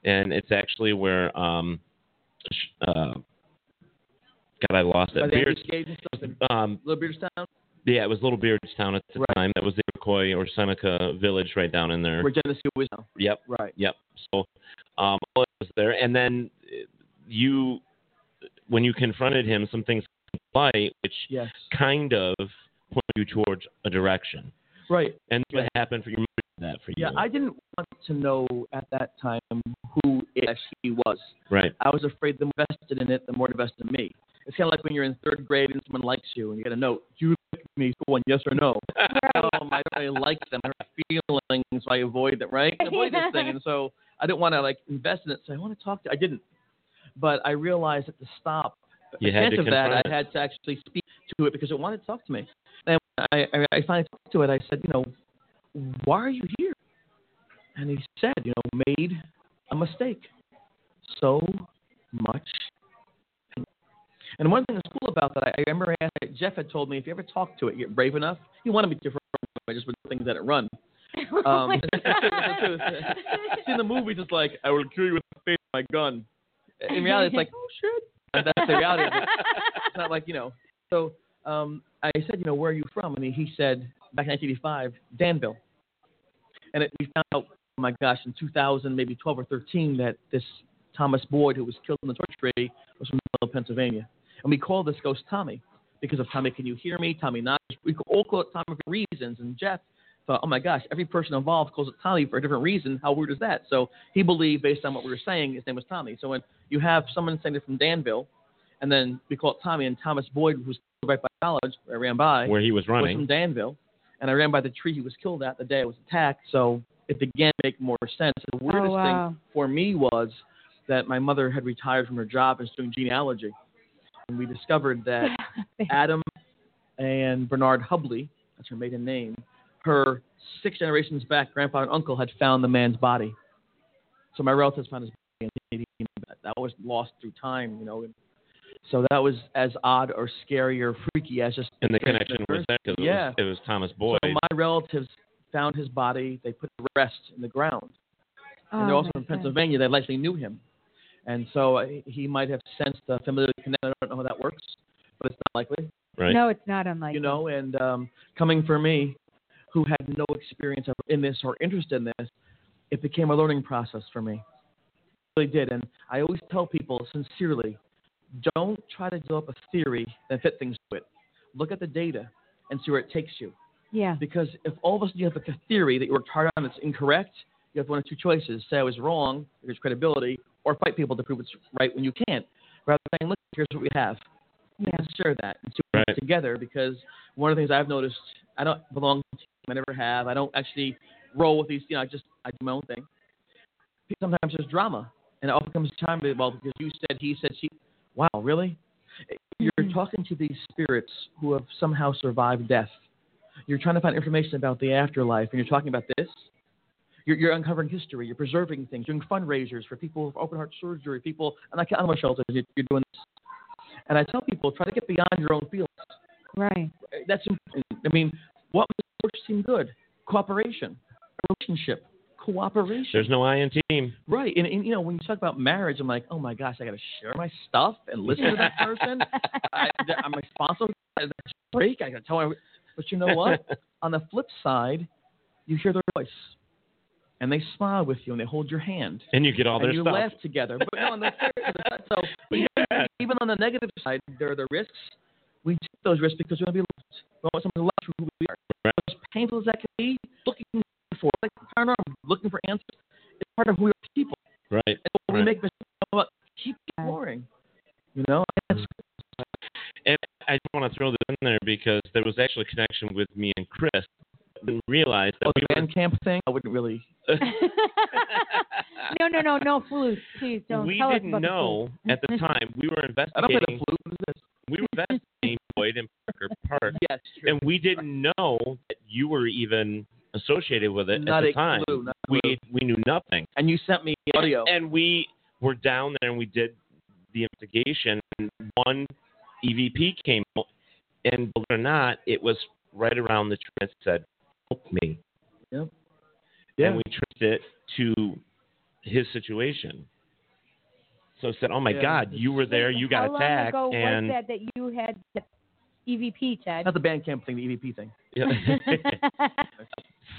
and it's actually where um, sh- uh, God, I lost
By
it.
the
Beards-
Andy Skate and stuff in
um,
Little Beardstown,
yeah, it was Little Beardstown at the time. That was the Iroquois or Seneca village right down in there.
where Genesee was now.
Yep.
Right.
Yep. So um, all that was there, and then uh, you, when you confronted him, some things came to light, which
Yes.
kind of point you towards a direction.
Right.
And that's what happened for your mother did that for
Yeah,
you.
I didn't want to know at that time who it actually was.
Right.
I was afraid the more invested in it, the more it invested in me. It's kind of like when you're in third grade and someone likes you and you get a note. Do you like me for one, yes or no? um, I don't really like them. I don't have feelings, so I avoid them, right? I avoid this thing. And so I didn't want to like invest in it, so I want to talk to I didn't. But I realized that to stop
You
the
had
chance
to
of that,
confront
I
it.
had to actually speak to it because it wanted to talk to me. And I, I, I finally talked to it. I said, you know, why are you here? And he said, you know, made a mistake. So much. And one thing that's cool about that, I, I remember asking, Jeff had told me if you ever talk to it, you're brave enough. He wanted me to run, I just would do things that it run. Um, see, in the movie, just like, I will kill you with the face of my gun. In reality, it's like, oh, shit. And that's the reality of it. It's not like, you know. So um, I said, you know, where are you from? And he, he said, back in 1985, Danville. And it, we found out, oh my gosh, in 2000, maybe 12 or 13, that this Thomas Boyd, who was killed in the torture tree, was from Danville, Pennsylvania. And we call this ghost Tommy because of Tommy Can You Hear Me, Tommy Knox. We all call it Tommy for reasons. And Jeff thought, oh my gosh, every person involved calls it Tommy for a different reason. How weird is that? So he believed, based on what we were saying, his name was Tommy. So when you have someone saying they're from Danville, and then we call it Tommy, and Thomas Boyd, who's right by college, where I ran by,
Where he was running.
from Danville, and I ran by the tree he was killed at the day I was attacked. So it began to make more sense. The weirdest
Oh,
wow.
thing for me was that my mother had retired from her job and was doing genealogy, and we discovered that Adam and Bernard Hubley, that's her maiden name, her six generations back, grandpa and uncle had found the man's body. So my relatives found his body in 1880. That- That was lost through time, you know. So that was as odd or scary or freaky as just.
and the connection was there because
Yeah.
it, was, it was Thomas Boyd.
So my relatives found his body. They put the rest in the ground. and
Oh,
they're also from Pennsylvania. They likely knew him. And so uh, he might have sensed a familiar connection. I don't know how that works, but it's not likely.
Right.
No, it's not unlikely.
You know, and um, coming from me, who had no experience of- in this or interest in this, it became a learning process for me. It really did. And I always tell people sincerely don't try to develop a theory and fit things to it. Look at the data and see where it takes you.
Yeah.
Because if all of a sudden you have a theory that you worked hard on that's incorrect, you have one of two choices: say I was wrong, there's credibility, or fight people to prove it's right when you can't. Rather than saying, look, here's what we have,
Yeah.
let's share that and see what we get together. Because one of the things I've noticed, I don't belong to a team, I never have. I don't actually roll with these. You know, I just I do my own thing. Sometimes there's drama, and it often comes time to well because you said he said she. Wow, really? You're talking to these spirits who have somehow survived death you're trying to find information about the afterlife and you're talking about this you're, you're uncovering history you're preserving things doing fundraisers for people with open heart surgery people and like animal shelters you're, you're doing this and i tell people try to get beyond your own feelings
Right.
that's important i mean what makes seem good cooperation relationship cooperation
There's no I in team.
Right, and, and you know when you talk about marriage, I'm like, oh my gosh, I got to share my stuff and listen to that person. I, I'm responsible for that break. I got to tell her. But you know what? On the flip side, you hear their voice, and they smile with you, and they hold your hand,
And you get all their
and you
stuff.
laugh together. But no, on the fair- so even, even on the negative side, there are the risks. We take those risks because we want to be loved. We want someone to love us for who we are. As painful as that can be, looking for like paranormal, looking for answers, it's part of who we are as people.
Right.
And when we make mistakes, you know what? keep exploring. You know,
And I just want to throw this in there because
because there was actually a connection with me and Chris. I didn't realize that
Oh,
we
the band camp thing? I wouldn't really.
no, no, no, no flute. Please don't
we
tell us
didn't
about the
know
flute.
at the time we were
I don't play
investigating.
the flute. What is this?
We were investigating Boyd and Parker Park,
Yes,
and we didn't know that you were even associated with it
Not
at
a
the time.
clue, not a
we
clue.
we knew nothing.
And you sent me audio.
And we were down there and we did the investigation. And one EVP came, out, and believe it or not, it was right around the tree that said, "Help me."
Yep. Yeah.
And we traced it to his situation. So it said, "Oh my
Yeah.
God, you were there. You got
How
attacked."
long ago
and
was that that you had the E EVP, Ted?
Not the band camp thing, the EVP thing.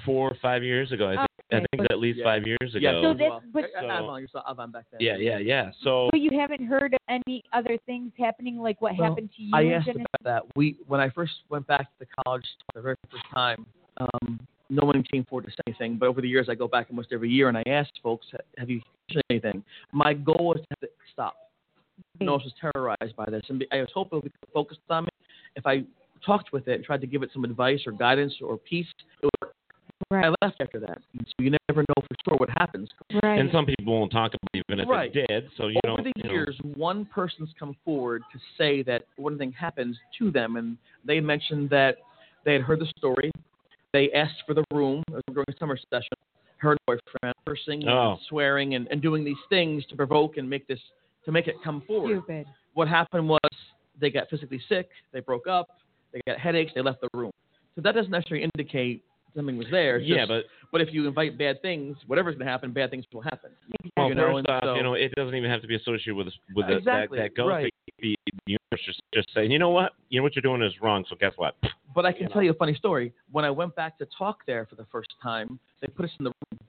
four or five years ago, I think. I
Okay.
think it was at least five years ago.
Yeah,
So this, but,
I- I'm on your side. I'm back then.
yeah, yeah, yeah. So
but you haven't heard of any other things happening, like what
Well,
happened to you?
I
in
asked
Genesee?
about that. We when I first went back to college the very first time, um, no one came forward to say anything. But over the years, I go back almost every year and I ask folks, "Have you seen anything?" My goal was to have it stop. No one else was terrorized by this, and be- I was hoping we could focus on it. If I talked with it and tried to give it some advice or guidance or peace, it would work. I left after that, so you never know for sure what happens.
and some people won't talk about it even if
Right.
they did. So you
Over
don't.
the
you know.
years, one person's come forward to say that one thing happens to them, and they mentioned that they had heard the story. They asked for the room it was during a summer session. Her and boyfriend cursing,
Oh.
and swearing, and, and doing these things to provoke and make this to make it come forward.
Stupid.
What happened was they got physically sick. They broke up. They got headaches. They left the room. So that doesn't necessarily indicate something was there. It's
Yeah,
just-
but-
but if you invite bad things, whatever's going to happen, bad things will happen.
Well,
you know,
first
and
off,
so-
you know, it doesn't even have to be associated with with the,
Exactly,
that, that ghost.
right.
It could be the universe just just saying, you know what, you know what you're doing is wrong. So guess what?
But I can tell you a funny story. When I went back to talk there for the first time, they put us in the room,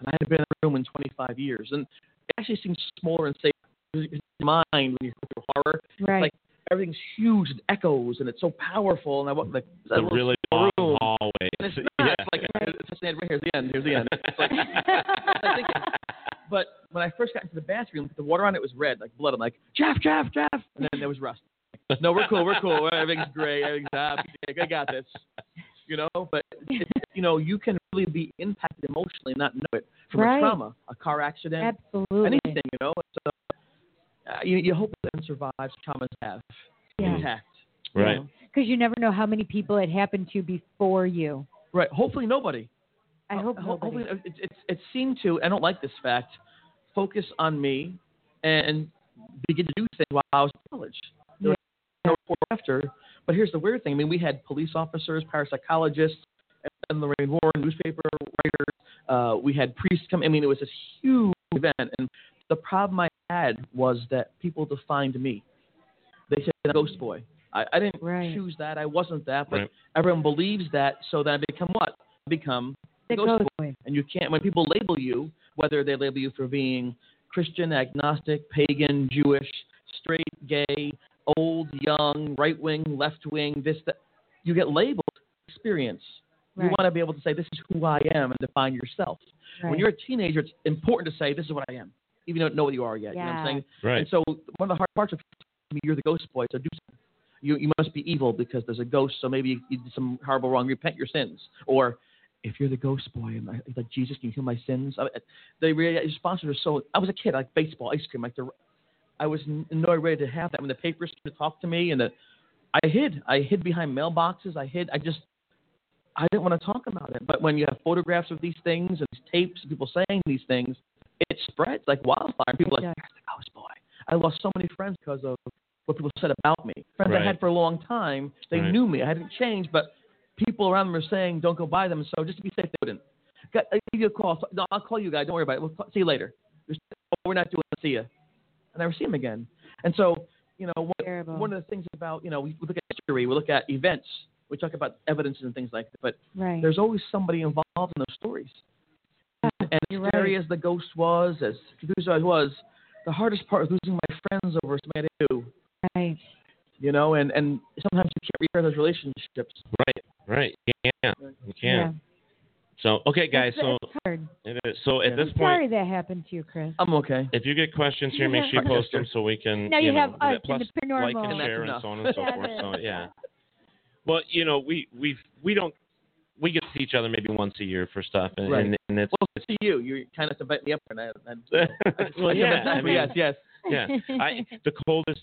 and I hadn't been in the room in 25 years. And it actually seems smaller and safer in your mind when you go through horror.
Right.
It's like everything's huge and echoes, and it's so powerful. And I walked like "Is that
The
a little
really
small
long
room.
hallway.
And it's
Yeah.
not. It's like it's just- right here's the end. Here's the end. It's like, it's like thinking. But when I first got into the bathroom, the water on it was red, like blood. I'm like, Jeff, Jeff, Jeff, and then there was rust. No, we're cool. We're cool. Everything's great. Everything's happy. I got this. You know, but it, you know, you can really be impacted emotionally, and not know it from
Right.
a trauma, a car accident,
Absolutely.
anything. You know, so uh, you, you hope that survives traumas have
Yeah.
Mm.
intact.
Right.
Because you never know how many people it happened to before you.
Right. Hopefully, nobody. Uh,
I hope
Ho- hopefully,
nobody.
it, it, it seemed to. I don't like this fact. Focus on me, and begin to do things while I was in college. There was no report after. But here's the weird thing. I mean, we had police officers, parapsychologists, and Lorraine Warren, newspaper writers. Uh, we had priests come. I mean, it was this huge event. And the problem I had was that people defined me. They said "That ghost boy. I, I didn't choose that. I wasn't that. But
Right.
everyone believes that. So then I become what? I become the ghost, boy. And you can't. When people label you, whether they label you for being Christian, agnostic, pagan, Jewish, straight, gay, old, young, right wing, left wing, this, that, you get labeled experience. You
Right.
want to be able to say, this is who I am and define yourself. When
Right.
you're a teenager, it's important to say, this is what I am, even though you don't know what you are yet. You know what I'm
Yeah.
saying?
Right.
And so one of the hard parts of I mean, you're the ghost boy, so do something. You, you must be evil because there's a ghost, so maybe you, you did some horrible wrong. Repent your sins. Or if you're the ghost boy, am I, like Jesus, can you heal my sins? I, they really, your sponsors are so. I was a kid, I like baseball, ice cream, like the. I was n- nowhere ready to have that when the papers started to talk to me, and the, I hid. I hid behind mailboxes. I hid. I just. I didn't want to talk about it. But when you have photographs of these things and these tapes, and people saying these things, it spreads like wildfire. People are like, "There's the ghost boy. I lost so many friends because of what people said about me. Friends I
Right.
had for a long time, they
Right.
knew me. I hadn't changed, but people around them were saying, don't go buy them. So just to be safe, they wouldn't. Got- I give you a call. No, I'll call you guys. Don't worry about it. We'll call, see you later. Just, "Oh, we're not doing it. See ya. I never see him again. And so, you know, one, one of the things about, you know, we look at history, we look at events, we talk about evidence and things like that, but
Right.
there's always somebody involved in those stories. and as
you're right.
scary as the ghost was, as confused as I was, the hardest part was losing my friends over somebody I knew.
Right.
You know, and, and sometimes you can't repair those relationships.
Right, right. You can't. You can't. So okay, guys.
That's-
So
that's hard.
it is- so at this
I'm
point,
sorry that happened to you, Chris.
I'm okay.
if you get questions here, make sure you post them so we can.
Now you
know,
have
do
us
that.
and
Plus,
the paranormal.
like and share and so on and so forth. So yeah. But you know, we we we don't we get to see each other maybe once a year for stuff, and
Right.
and, and it's
Well, it's to you. You kind of invite me up, and I. I'm,
well, yeah, I mean,
yes, yes,
yeah. I, the coldest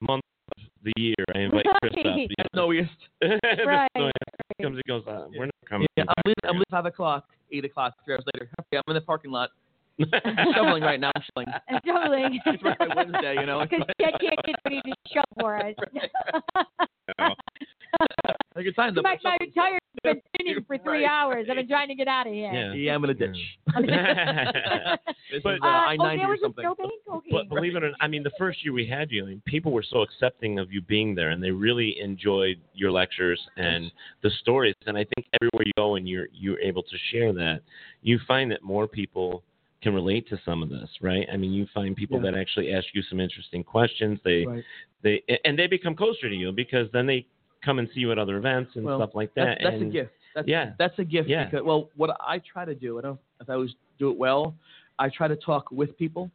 month of the year, I invite Chris up.
Right.
you know.
Snowiest.
The
Right.
snowiest comes and goes. Uh, we're not coming.
Yeah, I'm
back
leaving,
here.
I'm leaving five o'clock, eight o'clock, three hours later. Okay, I'm in the parking lot. shoveling right now. I'm shoveling.
I'm shoveling.
It's right by Wednesday, you know. It's
Because Chad can't get ready to shovel for us.
I could sign them.
my, my retirement's been spinning for three hours. I've been trying to get out of here.
Yeah. yeah, I'm in a ditch. this
But-
is uh,
Uh,
I
oh,
90
there
or
was a
something.
snowbank? Okay.
But believe it or not, I mean, the first year we had you, I mean, people were so accepting of you being there, and they really enjoyed your lectures and the stories. And I think everywhere you go, and you're you're able to share that, you find that more people can relate to some of this, right? I mean, you find people
Yeah.
that actually ask you some interesting questions. They
Right.
they and they become closer to you because then they come and see you at other events and
Well,
stuff like that.
That's, that's a
and-
gift. That's,
yeah.
That's a gift.
Yeah.
Because, well, what I try to do, I don't know if I always do it well, I try to talk with people,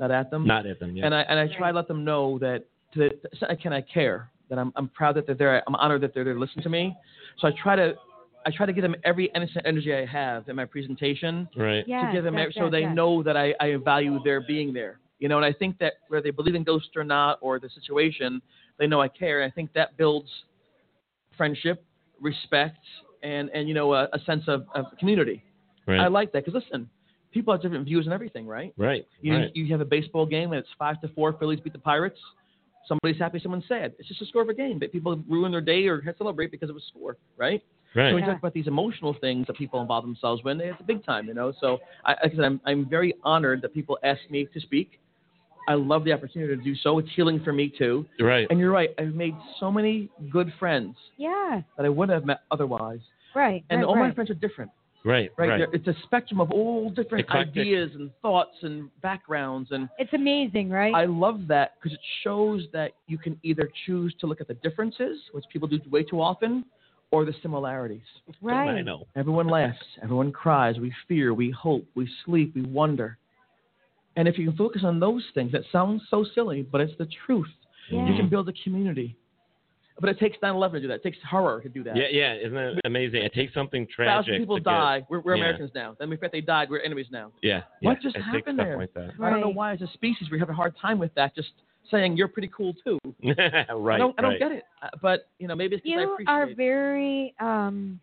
not at them.
Not at them, yeah.
And I, and I try to let them know that to, to, can I care, that I'm, I'm proud that they're there. I'm honored that they're there to listen to me. So I try to. I try to give them every innocent energy I have in my presentation
Right.
to
Yes,
give them
yes,
so
yes,
they
yes.
know that I, I value their being there. You know, and I think that whether they believe in ghosts or not or the situation, they know I care. And I think that builds friendship, respect, and and you know a, a sense of, of community.
Right.
I like that because listen, people have different views and everything, right?
Right.
You
right.
you have a baseball game and it's five to four. Phillies beat the Pirates. Somebody's happy, someone's sad. It's just a score of a game, but people ruin their day or celebrate because of a score, right?
Right.
So we
Yeah.
talk about these emotional things that people involve themselves in. It's a big time, you know. So I, like I said, I'm, I'm very honored that people ask me to speak. I love the opportunity to do so. It's healing for me too.
Right.
And you're right. I've made so many good friends
Yeah.
that I wouldn't have met otherwise.
Right.
And
right,
all my
right.
friends are different,
Right.
right?
Right.
They're- It's a spectrum of all different
Eclectic.
ideas and thoughts and backgrounds and
It's amazing, right?
I love that because it shows that you can either choose to look at the differences, which people do way too often, or the similarities.
Right. I know.
Everyone laughs, everyone cries, we fear, we hope, we sleep, we wonder. And if you can focus on those things, that sounds so silly, but it's the truth. You can build a community. But it takes 9 11 to do that. It takes horror to do that.
Yeah, yeah, isn't that amazing? It takes something tragic.
Thousands of people
to get-
die. We're, we're
yeah,
Americans now. Then we forget they died. We're enemies now.
Yeah.
What
yeah,
just
it takes
happened
stuff
there?
Like that.
I don't know why, as a species, we have a hard time with that. Just saying you're pretty cool too.
right.
I don't, I don't
right.
get it. Uh, But you know, maybe it's because I
you
appreciate.
are very um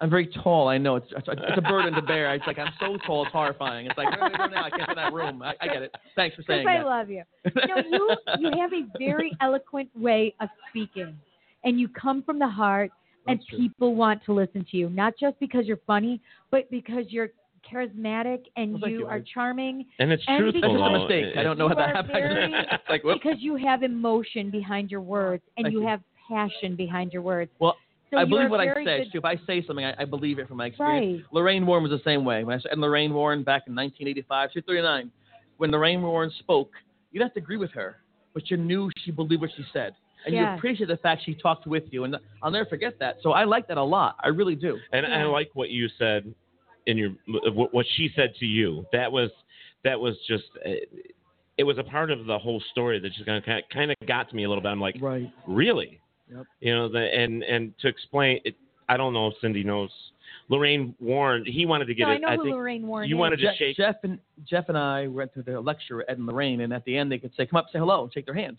I'm very tall. I know it's it's, it's a burden to bear. It's like I'm so tall, it's horrifying. It's like no, no, no, no, I can't fit in that room. I, I get it. Thanks for
Chris,
saying
I
that.
love you. No, you you have a very eloquent way of speaking, and you come from the heart, and
That's true.
people want to listen to you, not just because you're funny, but because you're charismatic and
Well, thank
you,
you,
are
Ed.
charming.
And it's
and
truthful.
because-
That's just a mistake. I don't know how
You
that
are
happened.
very-
It's like, whoops.
Because you have emotion behind your words, and
Thank
you,
you.
have passion behind your words.
Well,
so
I
you are
believe what I
very
said.
good-
too. If I say something, I, I believe it from my experience. Lorraine Warren was the same way. When I said, and Lorraine Warren back in 1985, she was 39. When Lorraine Warren spoke, you didn't have to agree with her, but you knew she believed what she said. And you
Yes.
appreciate the fact she talked with you. And I'll never forget that. So I like that a lot. I really do.
And I like what you said in your what what she said to you. That was that was just uh, it was a part of the whole story that just kind of kind of got to me a little bit. I'm like,
Right.
really?
Yep.
You know, the, and and to explain, it, I don't know if Cindy knows. Lorraine Warren, he wanted to get
No,
it.
I know who
think
Lorraine Warren
you
is.
wanted to
Jeff,
shake.
Jeff and Jeff and I went to the lecture, Ed and Lorraine, and at the end they could say, "Come up, say hello, and shake their hand."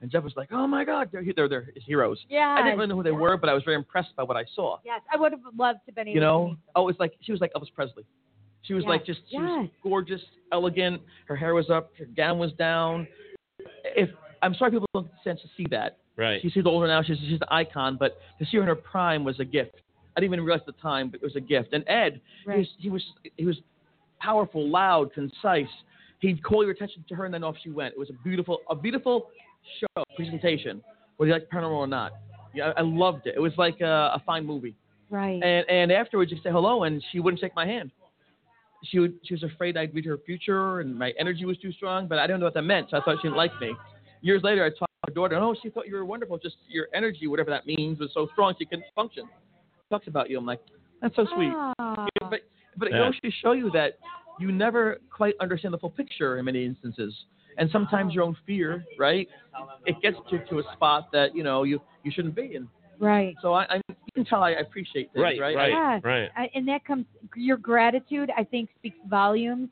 And Jeff was like, "Oh my God, they're they're, they're heroes." I
Yes.
didn't really know who they were, but I was very impressed by what I saw.
Yes, I would have loved to been able
You
to
know,
meet.
oh, it's like she was like Elvis Presley. She was
Yes,
like just she was
yes.
gorgeous, elegant. Her hair was up, her gown was down. If I'm sorry, people don't get a chance to see that.
Right.
She's she's older now. She's she's an icon, but to see her in her prime was a gift. I didn't even realize at the time, but it was a gift. And Ed, he was he was he was powerful, loud, concise. He'd call your attention to her, and then off she went. It was a beautiful a beautiful show presentation. Whether you like paranormal or not, yeah, I I loved it. It was like a, a fine movie.
Right.
And and afterwards, you say hello, and she wouldn't shake my hand. She would she was afraid I'd read her future, and my energy was too strong. But I didn't know what that meant, so I thought she didn't like me. Years later, I talked to my daughter, and oh, she thought you were wonderful. Just your energy, whatever that means, was so strong she couldn't function. Talks about you. I'm like, that's so sweet.
Ah.
Yeah, but but
Yeah.
it goes to show you that you never quite understand the full picture in many instances, and sometimes your own fear, right? It gets you to a spot that you know you you shouldn't be in.
Right.
So I, I you can tell I appreciate things, right?
yeah. I- and that comes your gratitude. I think speaks volumes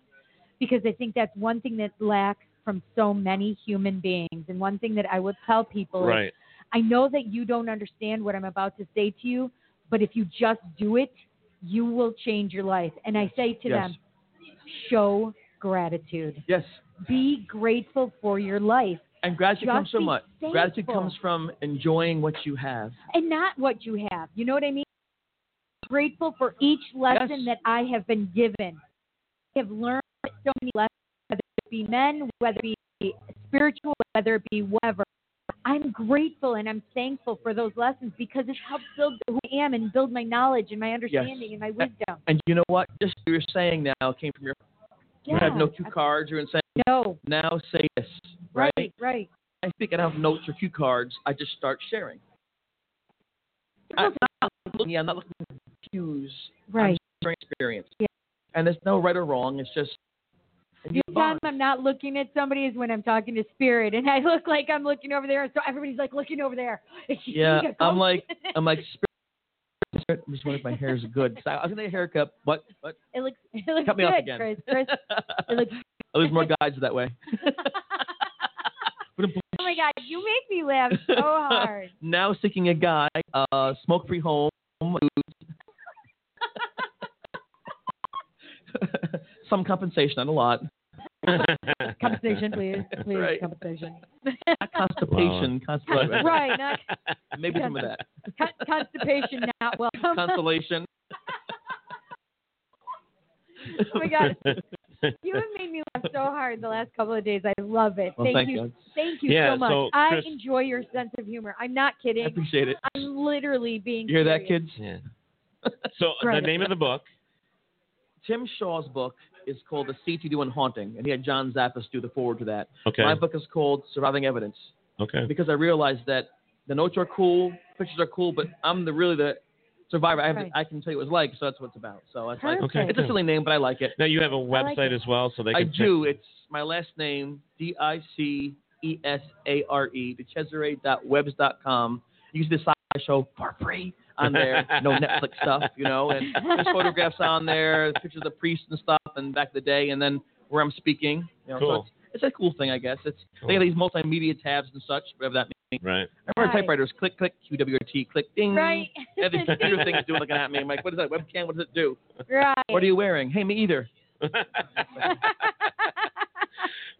because I think that's one thing that lacks from so many human beings. And one thing that I would tell
"Oh."
people is
Right.
I know that you don't understand what I'm about to say to you, but if you just do it, you will change your life. And I say to
Yes.
them, show gratitude.
Yes.
Be grateful for your life
And gratitude
Just
comes
be
from what? Gratitude
thankful.
comes from enjoying what you have.
and not what you have. You know what I mean? Grateful for each lesson that I have been given. I have learned so many lessons, whether it be men, whether it be spiritual, whether it be whatever. I'm grateful and I'm thankful for those lessons because it's helped build who I am and build my knowledge and my understanding and my wisdom.
And you know what? Just what you're saying now came from your. You have
Yeah.
no cue cards. You're saying.
No.
Now say this.
Right, right.
I think I don't have notes or cue cards. I just start sharing. I, am not looking, yeah, I'm not looking for cues. I'm
Right.
just sharing experience.
Yeah.
And there's no right or wrong. It's just. and
The
you
only
bond.
time I'm not looking at somebody is when I'm talking to spirit, and I look like I'm looking over there, so everybody's like looking over there.
Yeah,
You gotta
I'm
go.
like, I'm like. spirit- I'm just wondering if my hair is good. So I was gonna get a haircut, but but
It looks, it looks
Cut me
good,
off again.
Chris. Chris, it looks.
I lose Oh, more guides that way. But I'm-
Oh my God, you make me laugh so hard.
now seeking a guy, uh, smoke-free home, some compensation, not a lot.
Compensation, please, please,
Right.
compensation.
Constipation, constipation.
right, not
Maybe some of that.
con- constipation, not welcome.
Consolation.
Oh my God. You have made me laugh so hard the last couple of days. I love it.
Well, thank
you.
you.
Thank you
Yeah,
so much.
so,
I
Chris-
enjoy your sense of humor. I'm not kidding.
I appreciate it.
I'm literally being.
You hear that,
serious.
kids? Yeah.
So the Right. name of the book?
Tim Shaw's book is called The CTD and Haunting, and he had John Zappas do the forward to that.
Okay.
My book is called Surviving Evidence.
Okay.
Because I realized that the notes are cool, pictures are cool, but I'm the really the survivor. I have
Right.
I can tell you what it's like, so that's what it's about. So it's like
Perfect. Okay.
it's a silly name, but I like it.
Now you have a
like
website
it.
as well, so they
I
can. check-
do. It's my last name, D I C E S A R E, thechesare.webs.com. You can see the side show for free on there. No Netflix stuff, you know. And there's photographs on there, there's pictures of priests and stuff, and back in the day, and then where I'm speaking. You know, so
Cool.
it's, it's a cool thing, I guess. It's they have these multimedia tabs and such, whatever that means.
Right.
I
Right.
remember typewriters click click Q W R T click ding.
Right.
And these computer things doing looking at me. I'm like, what is that webcam? What does it do?
Right.
What are you wearing? Hey, me either.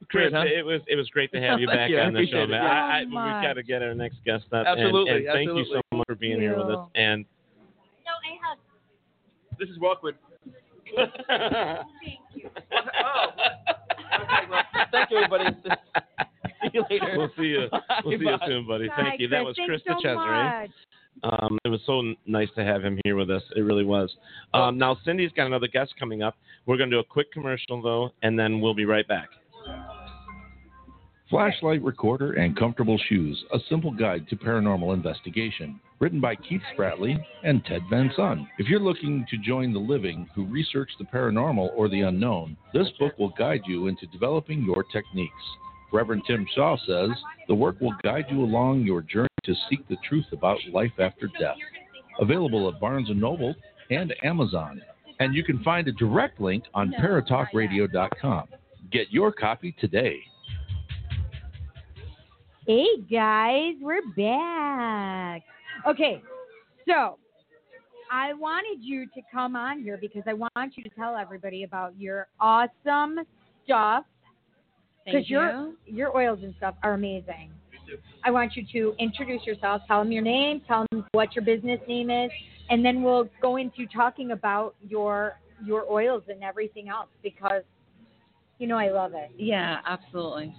Chris,
Great, huh?
it was it was great to have you
Thank
back
you. I
on the show,
appreciate it.
man.
Yeah.
I, I,
So
we've got to get our next guest up. and-
Absolutely,
And, thank you
absolutely.
so much for being here with us. And
No, I have.
This is awkward.
Thank you.
oh.
Oh.
Okay, well, thank you, everybody. See you later.
We'll see you. We'll see you
Bye.
soon, buddy.
Bye,
Thank you. That
Chris.
was eh?
Thanks
Chris
so
DeCesare.
much.
Um, it was so n- nice to have him here with us. It really was. Um, now Cindy's got another guest coming up. We're going to do a quick commercial though, and then we'll be right back.
Flashlight Recorder and Comfortable Shoes, a simple guide to paranormal investigation. Written by Keith Spratley and Ted Van Son. If you're looking to join the living who research the paranormal or the unknown, this book will guide you into developing your techniques. Reverend Tim Shaw says the work will guide you along your journey to seek the truth about life after death. Available at Barnes & Noble and Amazon. And you can find a direct link on paratalkradio.com. Get your copy today.
Hey guys, we're back. Okay, so I wanted you to come on here because I want you to tell everybody about your awesome stuff. Because
Thank
your your oils and stuff are amazing. I want you to introduce yourself, tell them your name, tell them what your business name is, and then we'll go into talking about your your oils and everything else because you know I love it.
Yeah, absolutely.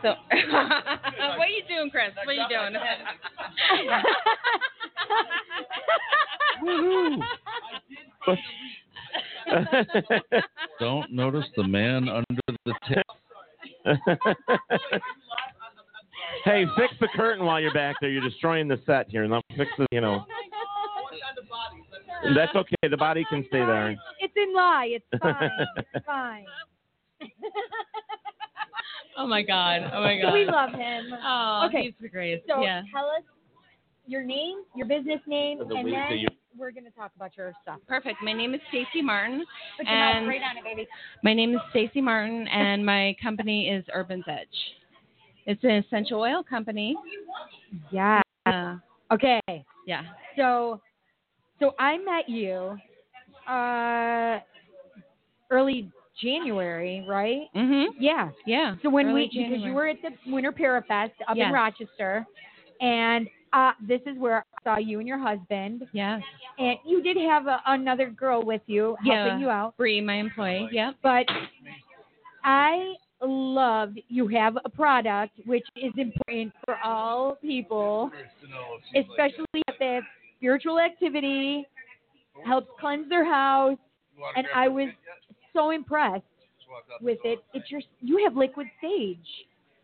So, what are you doing, Chris? What are you doing?
Woohoo! Don't notice the man under the
tent. hey, fix the curtain while you're back there. You're destroying the set here. Now fix the, you know. That's okay. The body can stay there.
It's in lie. It's fine. It's fine.
oh my God. Oh my God.
We love him.
Oh,
okay.
he's the greatest.
So
yeah.
tell us your name, your business name,
For the
and
week that
then
you-
we're going to talk about your stuff.
Perfect. My name is Stacy Martin,
Put your mouth
and
right on it, baby.
my name is Stacy Martin, and my company is Urban's Edge. It's an essential oil company.
Yeah. okay.
Yeah.
So, so I met you uh, early January, right?
Mm-hmm.
Yeah.
Yeah.
So when
early
we because
January.
you were at the Winter Para Fest up
Yes.
in Rochester, and uh, this is where I saw you and your husband.
Yes.
And you did have a, another girl with you
yeah,
helping you out.
Bree, my employee. Yep.
But I loved you have a product which is important for all people, especially if they have spiritual activity, helps cleanse their house, and I was so impressed with it. It's your you have liquid sage.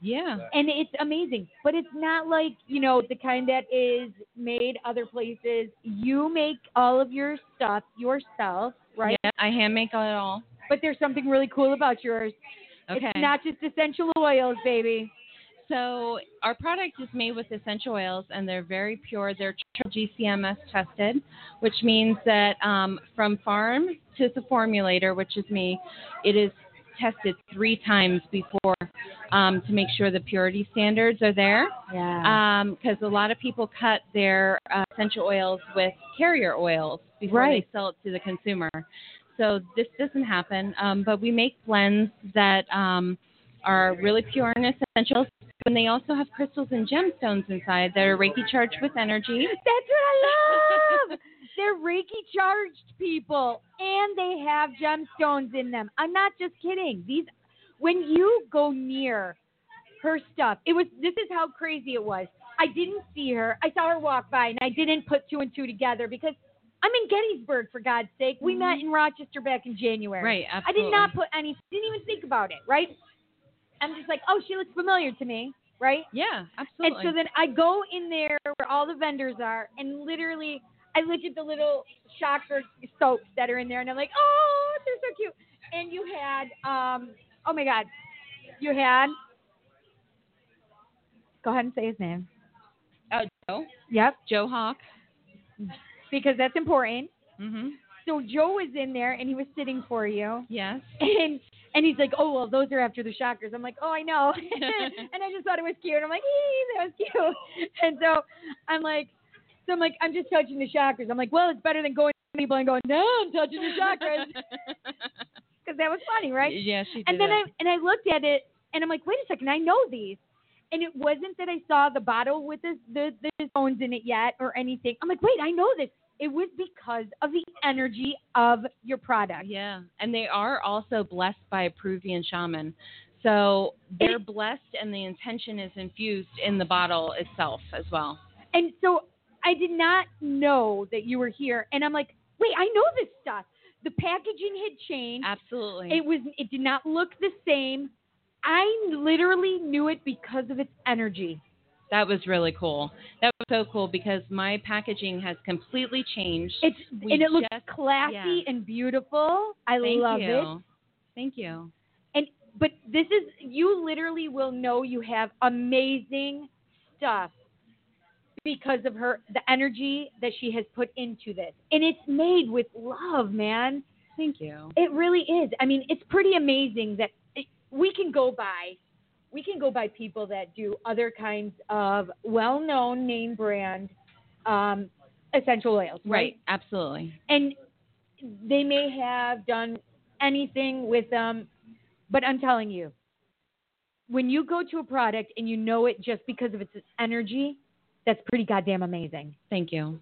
Yeah.
And it's amazing, but it's not like, you know, the kind that is made other places. You make all of your stuff yourself, right?
Yeah, I hand make it all.
But there's something really cool about yours.
Okay.
It's not just essential oils, baby.
So our product is made with essential oils, and they're very pure. They're triple GCMS tested, which means that um, from farm to the formulator, which is me, it is tested three times before um, to make sure the purity standards are there.
Yeah.
Because Um, a lot of people cut their uh, essential oils with carrier oils before
Right.
they sell it to the consumer. So this doesn't happen. Um, but we make blends that um, are really pure and essentials. And they also have crystals and gemstones inside that are Reiki charged with energy.
That's what I love. They're Reiki charged people and they have gemstones in them. I'm not just kidding. These when you go near her stuff, it was this is how crazy it was. I didn't see her. I saw her walk by and I didn't put two and two together because I'm in Gettysburg for God's sake. We met in Rochester back in January.
Right,
I did not put any didn't even think about it, right? I'm just like, "Oh, she looks familiar to me." Right?
Yeah,
And so
absolutely.
then I go in there where all the vendors are, and literally, I look at the little shocker soaps that are in there, and I'm like, oh, they're so cute. And you had, um, oh my God, you had. Go ahead and say his name.
Uh, Joe.
Yep.
Joe Hawk.
Because that's important.
Mm-hmm.
So Joe was in there, and he was sitting for you.
Yes.
And and he's like, oh well, those are after the shockers. I'm like, oh I know. and I just thought it was cute. I'm like, ee, that was cute. And so I'm like, so I'm like, I'm just touching the shockers. I'm like, well, it's better than going to people and going, no, I'm touching the shockers because that was funny, right?
Yeah, she did
And then I
that.
and I looked at it and I'm like, wait a second, I know these. And it wasn't that I saw the bottle with the the, the stones in it yet or anything. I'm like, wait, I know this. It was because of the energy of your product.
Yeah. And they are also blessed by a Peruvian shaman. So they're blessed, and the intention is infused in the bottle itself as well.
And so I did not know that you were here. And I'm like, wait, I know this stuff. The packaging had changed.
Absolutely.
It was it did not look the same. I literally knew it because of its energy.
That was really cool. That was so cool because my packaging has completely changed.
It's
We
and it looks
just-
classy
yeah.
and beautiful. I
Thank
love
you.
it.
Thank you.
And but this is you literally will know you have amazing stuff because of her the energy that she has put into this. And it's made with love, man.
Thank you.
It really is. I mean, it's pretty amazing that it, we can go by we can go by people that do other kinds of well-known name brand um, essential oils,
Right. Absolutely.
and they may have done anything with them, but I'm telling you, when you go to a product and you know it just because of its energy, that's pretty goddamn amazing.
Thank you.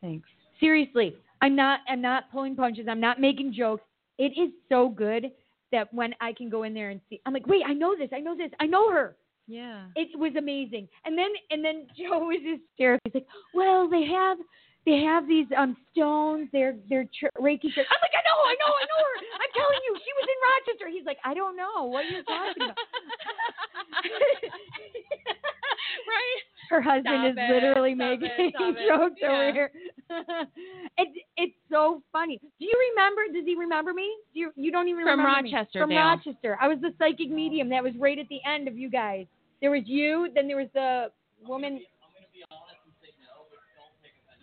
Thanks.
Seriously, I'm not I'm not pulling punches. I'm not making jokes. It is so good that when I can go in there and see, I'm like, wait, I know this, I know this, I know her.
Yeah.
It was amazing. And then and then Joe was hysterical. He's like, well, they have they have these um stones. They're they're ch- Reiki. Ch- I'm like, I know, I know, I know her. I'm telling you, she was in Rochester. He's like, I don't know what you're talking about.
right?
Her husband
Stop
is
it,
literally
stop it,
making
stop it.
jokes
Yeah.
over here. it's it's so funny. Do you remember? Does he remember me? Do you you don't even
From
remember me.
Rochester,
From
Dale.
Rochester. I was the psychic medium that was right at the end of you guys. There was you, then there was the woman.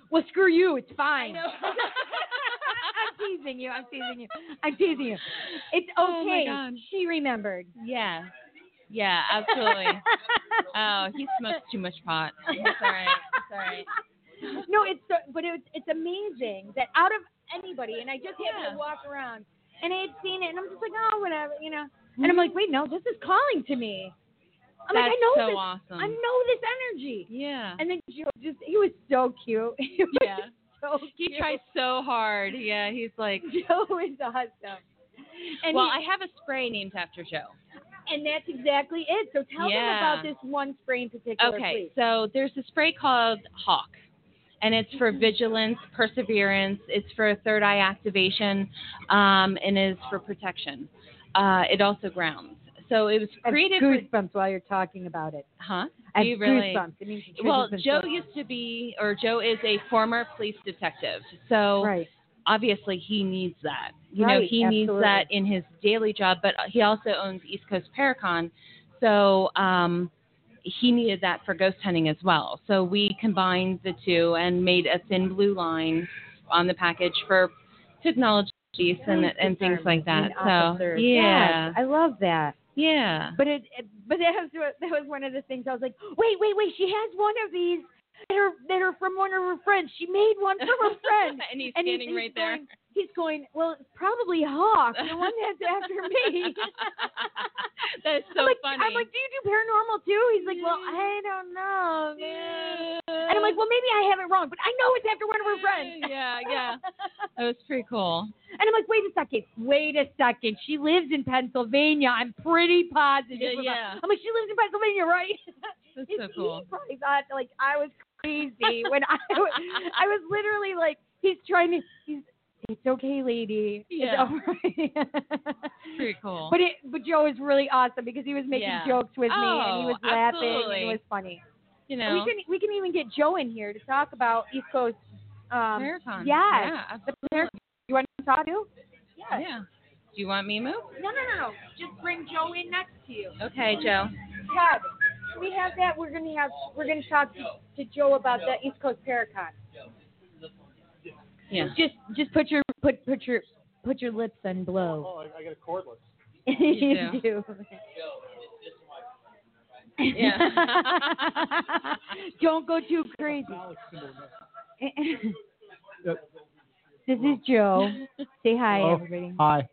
Well, screw you. It's fine.
know.
I'm teasing you. I'm teasing you. I'm teasing you. It's okay.
Oh, my God.
She remembered.
Yeah. Yeah, absolutely. oh, he smokes too much pot. It's all right. It's all right.
no, it's so, but it's it's amazing that out of anybody, and I just happened
Yeah.
to walk around, and I had seen it, and I'm just like, oh, whatever, you know. And I'm like, wait, no, this is calling to me. I'm like, I
That's
know
so
this.
awesome.
I know this energy.
Yeah.
And then Joe just, he was so cute. He was
Yeah.
so
He
cute.
tries so hard. Yeah, he's like.
Joe is awesome. And
well,
he-
I have a spray named after Joe.
And that's exactly it. So tell them
Yeah.
about this one spray in particular,
Okay,
please.
so there's a spray called Hawk, and it's for vigilance, perseverance. It's for third eye activation, um, and is for protection. Uh, it also grounds. So it was
I have
created for
goosebumps while you're talking about it.
Huh?
I
Do you
have
really?
goosebumps. It means the
Well,
triggers
Joe
have
used to be, or Joe is a former police detective. So obviously he needs that. You know,
Right,
he needs
absolutely.
that in his daily job, but he also owns East Coast Paracon. So um, he needed that for ghost hunting as well. So we combined the two and made a thin blue line on the package for technology and, and things like that.
and
So,
officers.
yeah.
Yes, I love that.
Yeah.
But it, it- but that was what- that was one of the things I was like, wait, wait, wait. She has one of these that are that are from one of her friends. She made one from her friend.
And he's
he's-
standing
he's
right there.
going- He's going. Well, it's probably Hawk, the one that's after me.
That's so
I'm like,
funny.
I'm like, do you do paranormal too? He's like, well, I don't know, man. And I'm like, well, maybe I have it wrong, but I know it's after one of her friends.
Yeah, yeah. That was pretty cool.
And I'm like, wait a second, wait a second. She lives in Pennsylvania. I'm pretty positive.
Yeah,
about-
yeah.
I'm like, she lives in Pennsylvania, right?
That's
He-
so cool.
He probably thought like I was crazy when I was, I was literally like, he's trying to. He's, it's okay, lady.
Yeah.
It's all right.
Pretty cool.
But it, but Joe is really awesome because he was making
Yeah.
jokes with me and he
Oh,
was laughing and
absolutely.
it was funny.
you
And
know,
we can we can even get Joe in here to talk about East Coast. Um,
Marathon.
Yes.
Yeah,
The Marathon. You want to talk to?
yeah. Do you want me to move?
No, no, no, no. Just bring Joe in next to you.
Okay, Joe.
Todd, we have that. We're gonna have. We're gonna talk to, to Joe about the East Coast Paracon.
Yeah.
Just, just put your put put your put your lips on blow.
I, I got a cordless.
You do.
Yeah.
Don't go too crazy. this is Joe. Say hi,
Hello.
everybody.
Hi.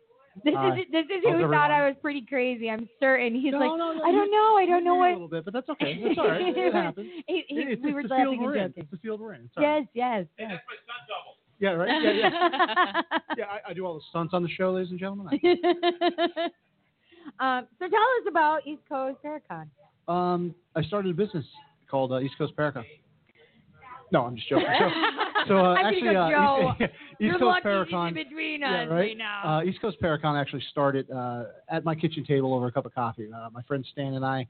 This
Hi.
is this is
How's
who thought
everyone?
I was pretty crazy. I'm certain he's
oh, No,
like,
no, no,
I don't
you-
know, I
you
don't know
were
what.
A little bit, but that's okay. That's all right. It happens.
He- he-
It- it's
we
just
were
the
laughing
field we're
and
in.
joking.
It's the field we're in. It's all right.
Yes, yes. yes.
Yeah, right. Yeah, yeah. yeah I, I do all the stunts on the show, ladies and gentlemen.
um, so tell us about East Coast Paracon.
Um, I started a business called uh, East Coast Paracon. No, I'm just joking. So, so, uh,
I
actually,
think of
uh,
Joe.
East, East
You're
Coast
lucky
Paracon.
he's in between
yeah,
us
right.
right now.
Uh, East Coast Paracon actually started uh, at my kitchen table over a cup of coffee. Uh, my friend Stan and I,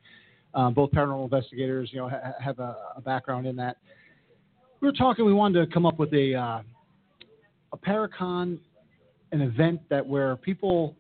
um, both paranormal investigators, you know, ha- have a, a background in that. We were talking. We wanted to come up with a uh, a Paracon, an event that where people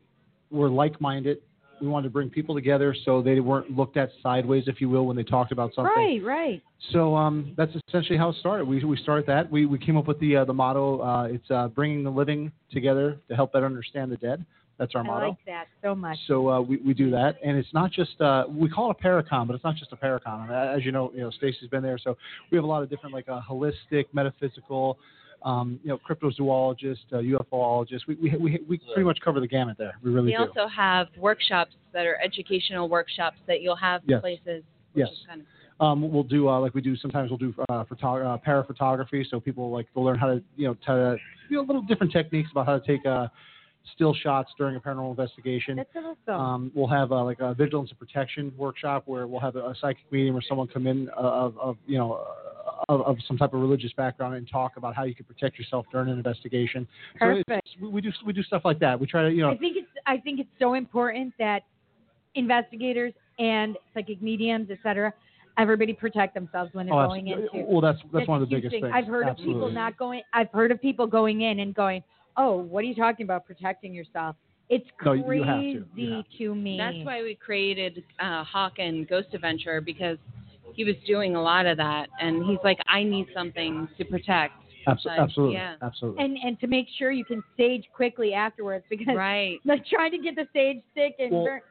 were like-minded. We wanted to bring people together so they weren't looked at sideways, if you will, when they talked about something.
Right, right.
So um, that's essentially how it started. We, we started that. We, we came up with the uh, the motto. Uh, it's uh, bringing the living together to help better understand the dead. That's our
I
motto.
like that so much.
So uh, we, we do that, and it's not just uh, we call it a paracon, but it's not just a paracon. And a- As you know, you know Stacy's been there, so we have a lot of different like uh, holistic, metaphysical, um, you know, cryptozoologist, uh, UFOologist. We, we we we pretty much cover the gamut there. We really
we
do.
also have workshops that are educational workshops that you'll have
Yes.
places.
yes.
Which is kind of
um, we'll do uh, like we do sometimes we'll do uh, photog- uh, paraphotography so people like will learn how to you know how to you know little different techniques about how to take uh, still shots during a paranormal investigation
That's awesome.
um, we'll have uh, like a vigilance and protection workshop where we'll have a, a psychic medium or someone come in uh, of, of you know uh, of, of some type of religious background and talk about how you can protect yourself during an investigation. So
Perfect.
it's, we- we do we do stuff like that. We try to you know
I think it's I think it's so important that investigators and psychic mediums, et cetera, everybody protect themselves when they're
Oh,
going
absolutely.
into.
Well, that's- that's one
a
of the
huge
biggest
thing.
things.
I've heard of people
Absolutely.
not going. I've heard of people going in and going, "Oh, what are you talking about protecting yourself?" It's
No,
crazy
you have to. You
to. me.
That's why we created uh, Hawk and Ghost Adventure because he was doing a lot of that, and he's like, I need something to protect
Abso-
side.
absolutely,
Yeah.
absolutely.
and and to make sure you can sage quickly afterwards because
right.
like trying to get the sage stick and
Well,
burn,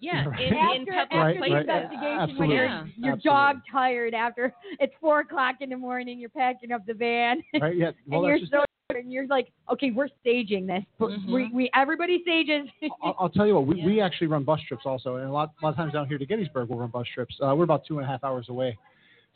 Yeah,
Right.
in, in
after,
public
after the
places.
investigation when
Absolutely.
you're,
Yeah.
you're
Absolutely.
dog tired after it's four o'clock in the morning you're packing up the van
Right, yeah. Well,
and
that's
you're
just-
so and you're like okay we're staging this
Mm-hmm.
we, we everybody stages
I'll, I'll tell you what, we, we actually run bus trips also, and a lot, a lot of times down here to Gettysburg, we'll run bus trips. Uh, we're about two and a half hours away.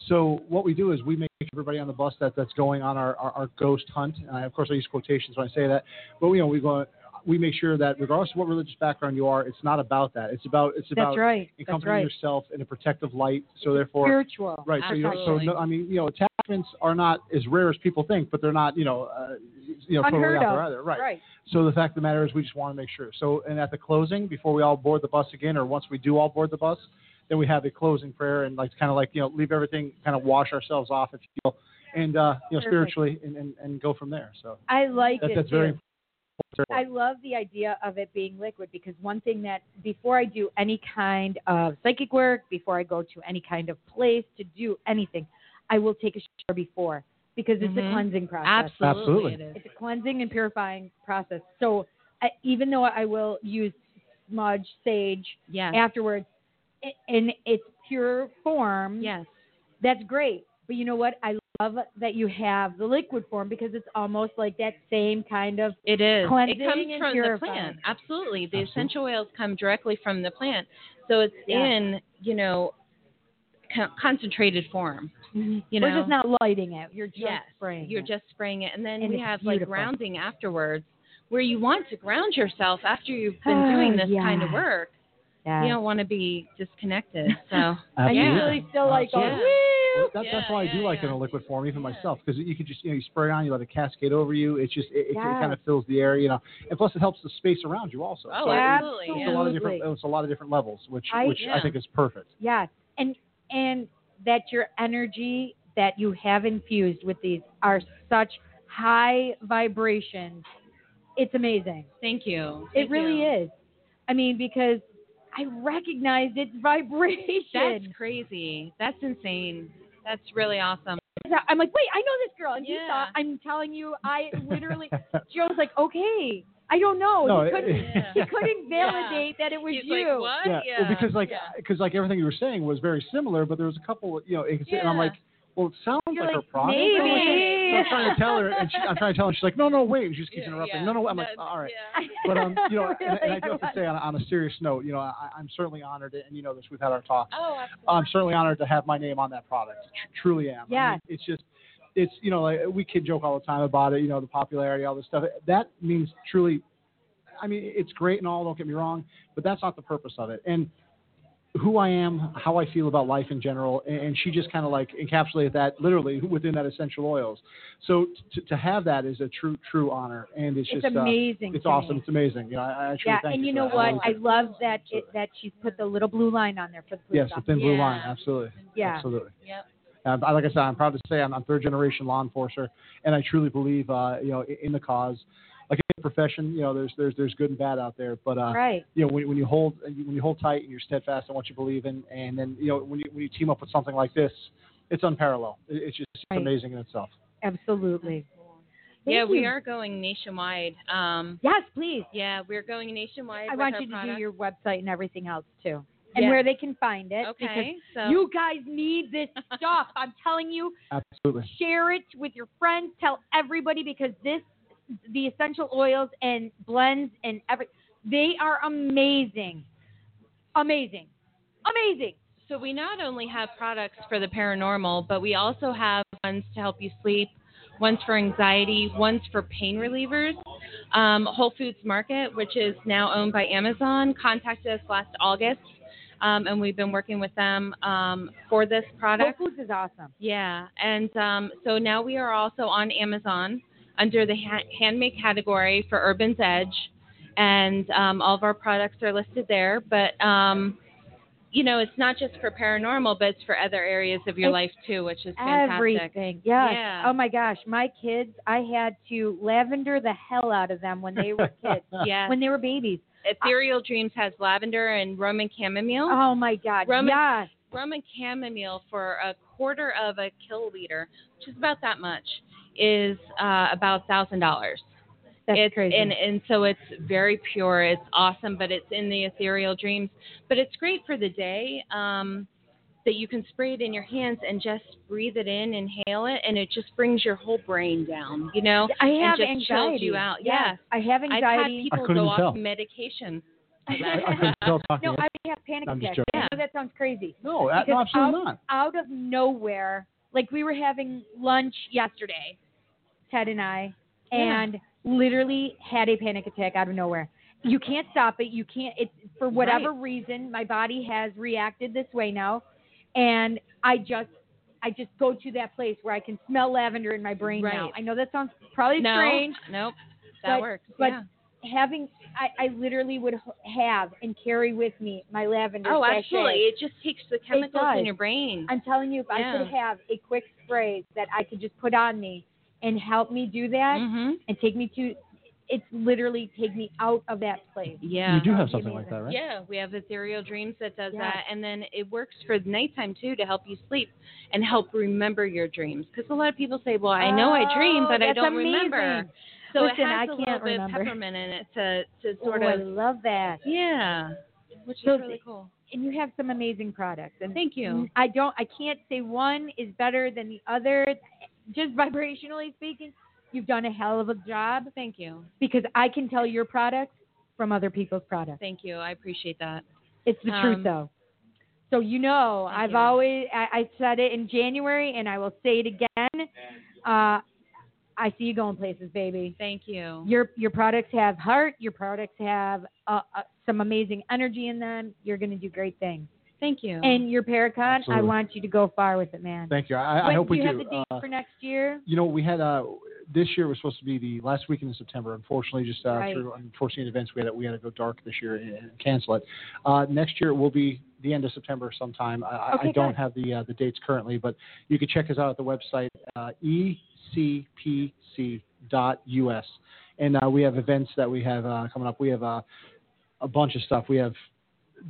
So what we do is we make everybody on the bus that, that's going on our, our, our ghost hunt. Uh, of course, I use quotations when I say that, but you know we go. We make sure that regardless of what religious background you are, it's not about that. It's about it's
That's
about
right. That's
encompassing
right.
yourself in a protective light. So therefore,
spiritual.
Right. So you don't, so
Absolutely.
no, I mean, you know, attachments are not as rare as people think, but they're not you know uh, you know totally
unheard
out
of
there either. Right.
right
So the fact of the matter is, we just want to make sure. So, and at the closing, before we all board the bus again, or once we do all board the bus, then we have a closing prayer and like kind of like you know leave everything, kind of wash ourselves off, if you will, and uh, you
Perfect.
know spiritually and, and, and go from there. So
I like
that,
it
that's
too.
very important.
I love the idea of it being liquid because one thing that before I do any kind of psychic work, before I go to any kind of place to do anything, I will take a shower before because it's
Mhm.
a cleansing process.
Absolutely, it Absolutely.
It's a cleansing and purifying process. So I, even though I will use smudge, sage
Yes.
afterwards i- in its pure form,
Yes.
that's great. But you know what? I love that you have the liquid form because it's almost like that same kind of
It is.
cleansing
it comes
and
from the
purifying.
plant. Absolutely. The essential oils come directly from the plant. So it's
Yeah.
in, you know, con- concentrated form. You
We're
know?
just not lighting it. You're just
Yes.
spraying.
You're
it.
just spraying it. And then
And
we
it's
have like
beautiful.
grounding afterwards where you want to ground yourself after you've been doing
Oh,
this kind of
yeah.
work.
Yeah.
You don't want to be disconnected. So
Absolutely.
yeah.
Usually
still like
Absolutely.
going,
Well, that, that's why I do like it in a liquid form, even myself, because you can just you know you spray it on, you let it cascade over you. It's just it, it,
Yes.
kind of fills the air, you know, and plus it helps the space around you also.
Oh,
so it-
absolutely,
It's a lot of different.
absolutely.
It's a lot of different levels, which
I-
which
Yeah.
I think is perfect.
Yes, and and that your energy that you have infused with these are such high vibrations. It's amazing.
Thank you.
It really is. I mean, because I recognize its vibration.
That's crazy. That's insane. That's really awesome.
I'm like, wait, I know this girl, and
Yeah.
you saw. I'm telling you, I literally. Joe's like, okay, I don't know.
No,
he,
it-
couldn't,
Yeah.
he couldn't validate that it was
He's like,
you.
what?
Yeah, well, because like because like everything you were saying was very similar, but there was a couple, you know, it's- and I'm
Yeah.
like, well, it sounds
You're
like,
like,
her product. I'm like,
maybe.
so I'm trying to tell her, and she, I'm trying to tell her, she's like, no, no, wait, and she just keeps interrupting. No, no, I'm like, all right. But um, you know, and, and I do have to say on, on a serious note, you know, I, I'm certainly honored, and you know this, we've had our talks.
Oh,
I'm certainly honored to have my name on that product. Tr- truly am. I mean,
Yes.
it's just, it's you know, like, we kid joke all the time about it. You know, the popularity, all this stuff. That means truly. I mean, it's great and all. Don't get me wrong, but that's not the purpose of it. And who I am, how I feel about life in general, and, and she just kind of like encapsulated that literally within that essential oils. So t- to have that is a true, true honor, and it's,
It's
just uh,
amazing
it's
to
awesome.
me.
It's amazing. You know, I, I truly
yeah,
thank
and
you.
you
for
know
that.
what?
really
I
do.
love that it, that she's put the little blue line on there for the blue
Yes, the
stuff.
thin blue line, absolutely.
Yeah.
Absolutely.
Yep.
Um, I- like I said, I'm proud to say I'm, I'm third generation law enforcer, and I truly believe, uh, you know, i- in the cause. Like any profession, you know, there's there's there's good and bad out there, but uh,
Right.
you know, when, when you hold when you hold tight and you're steadfast in what you believe in, and then you know when you when you team up with something like this, it's unparalleled. It, it's just
Right.
amazing in itself.
Absolutely. Thank
yeah, we
you.
are going nationwide. Um,
Yes, please.
Yeah, we're going nationwide.
I
with
want
our
you to
product.
do your website and everything else too, and
Yeah.
where they can find it.
Okay,
because
so-
you guys need this stuff. I'm telling you,
Absolutely.
share it with your friends. Tell everybody because this, the essential oils and blends and every, they are amazing, amazing, amazing.
So we not only have products for the paranormal, but we also have ones to help you sleep, ones for anxiety, ones for pain relievers. Um, Whole Foods Market, which is now owned by Amazon, contacted us last August, um, and we've been working with them um, for this product.
Whole Foods is awesome.
Yeah, and um, so now we are also on Amazon under the ha- handmade category for Urban's Edge, and um, all of our products are listed there. But um, you know, it's not just for paranormal, but it's for other areas of your
It's
life too, which is fantastic.
Everything. Yes.
Yeah.
Oh my gosh, my kids, I had to lavender the hell out of them when they were kids.
Yes.
When they were babies.
Ethereal Dreams has lavender and Roman chamomile.
Oh my god.
Roman,
yes.
Roman chamomile for a quarter of a kiloliter, which is about that much. is uh, about thousand dollars.
That's
it's,
crazy.
And, and so it's very pure. It's awesome, but it's in the ethereal dreams. But it's great for the day um, that you can spray it in your hands and just breathe it in, inhale it, and it just brings your whole brain down. You know,
I have
and just chills
anxiety.
you out.
Yes, I have anxiety.
I've
I
had people
couldn't
go
even
off
tell.
medication.
I couldn't tell talking.
No, I would have panic
I'm just
attacks. I
joking.
know that sounds crazy.
No, a- no,
Because
absolutely
out,
not.
Out of nowhere, like we were having lunch yesterday, Ted and I,
Yeah.
and literally had a panic attack out of nowhere. You can't stop it. You can't. It's for whatever reason, my body has reacted this way now, and I just. I just go to that place where I can smell lavender in my brain now.
Right.
I know that sounds probably
no,
strange,
Nope, that
but,
works.
But
yeah.
having, I, I literally would h- have and carry with me my lavender.
Oh,
sachet.
absolutely. It just takes the chemicals
does.
in your brain.
I'm telling you, if I could
Yeah.
have a quick spray that I could just put on me and help me do that
Mm-hmm.
and take me to, it's literally take me out of that place.
Yeah.
You do have something like that, right?
Yeah, we have Ethereal Dreams that does
Yeah.
that, and then it works for nighttime too to help you sleep and help remember your dreams. Because a lot of people say, "Well, I know I dream,
Oh,
but I
that's
don't
amazing.
remember." So
Listen,
it has
I
a little
can't
bit
remember.
of peppermint in it to to
Ooh,
sort
I
of
love that.
yeah, which
So
is really cool.
And you have some amazing products. And
Thank you.
I don't, I can't say one is better than the other. Just vibrationally speaking, you've done a hell of a job.
Thank you.
Because I can tell your products from other people's products.
Thank you. I appreciate that.
It's the
Um,
truth, though. So you know, I've
you.
always I, I said it in January, and I will say it again. Uh, I see you going places, baby.
Thank you.
Your your products have heart. Your products have uh, uh, some amazing energy in them. You're going to do great things.
Thank you.
And your Paracon, I
Absolutely.
want you to go far with it, man.
Thank you. I, I
When-
hope we
do. You have
do.
the date
Uh,
for next year?
you know, we had uh, this year was supposed to be the last weekend in September. Unfortunately, just uh,
Right.
through unforeseen events, we had to, we had to go dark this year and, and cancel it. Uh, next year will be the end of September sometime. I, I
Okay,
don't
good.
have the uh, the dates currently, but you can check us out at the website uh, ecpc.us, and uh, we have events that we have uh, coming up. We have uh, a bunch of stuff. We have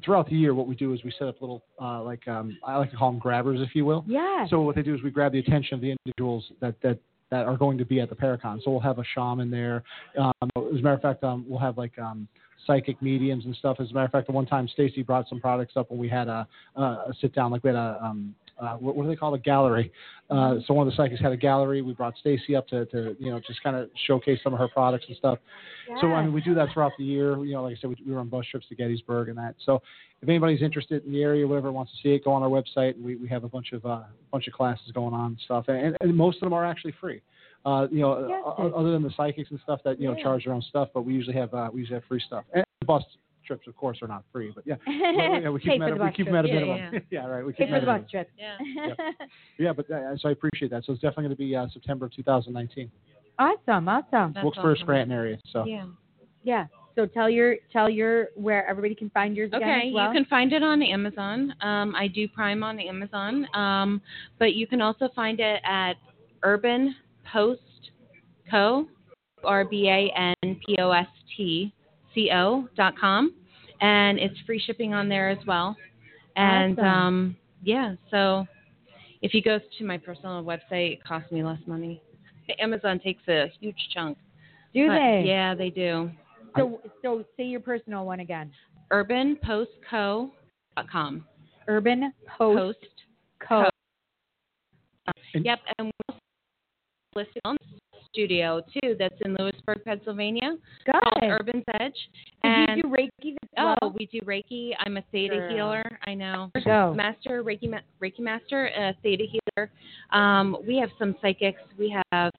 throughout the year, what we do is we set up little, uh, like um, I like to call them grabbers, if you will.
Yeah.
So what they do is we grab the attention of the individuals that that that are going to be at the Paracon. So we'll have a shaman there. Um, as a matter of fact, um, we'll have like um, psychic mediums and stuff. As a matter of fact, the one time Stacy brought some products up when we had a, a, a sit down, like we had a um, uh, what, what do they call it? a gallery? Uh, so one of the psychics had a gallery. We brought Stacy up to, to you know just kind of showcase some of her products and stuff. So I mean, we do that throughout the year. You know, like I said, we, we run bus trips to Gettysburg and that. So if anybody's interested in the area, whatever wants to see it, go on our website. We, we have a bunch of uh, bunch of classes going on and stuff, and, and most of them are actually free. Uh, you know, o- o- other than the psychics and stuff that you know
Yeah.
charge their own stuff, but we usually have uh, we usually have free stuff. And bus trips, of course, are not free, but yeah, yeah, yeah, we keep
Pay
them
for
at,
the
a- we
bus
keep them at a
trip. Yeah,
minimum.
yeah.
right. We
Pay
keep
for
them
the
at a
bus
minimum.
trip.
Yeah, but uh, so I appreciate that. So it's definitely going to be uh, September 2019,
awesome, awesome.
Wilkes-Barre, Scranton area. So
Yeah.
Yeah. So tell your tell your where everybody can find yours. again
Okay,
as well.
you can find it on Amazon. Um, I do Prime on Amazon, um, but you can also find it at Urban Post Co. R B A N P O S T C O dot com, and it's free shipping on there as well. And
Awesome.
um, yeah, so if you go to my personal website, it costs me less money. Amazon takes a huge chunk.
Do
But,
they?
Yeah, they do.
So so say your personal one again.
urbanpostco.com.
Urban Post, Co.
Um, Yep, and we also have a listed on studio too. That's in Lewisburg, Pennsylvania.
Good.
Called Urban's Edge.
Do you
And
do Reiki as
Oh,
well?
we do Reiki. I'm a Theta
Girl.
healer. I know.
Go.
Master Reiki, ma- Reiki master, uh, Theta healer. Um, we have some psychics. We have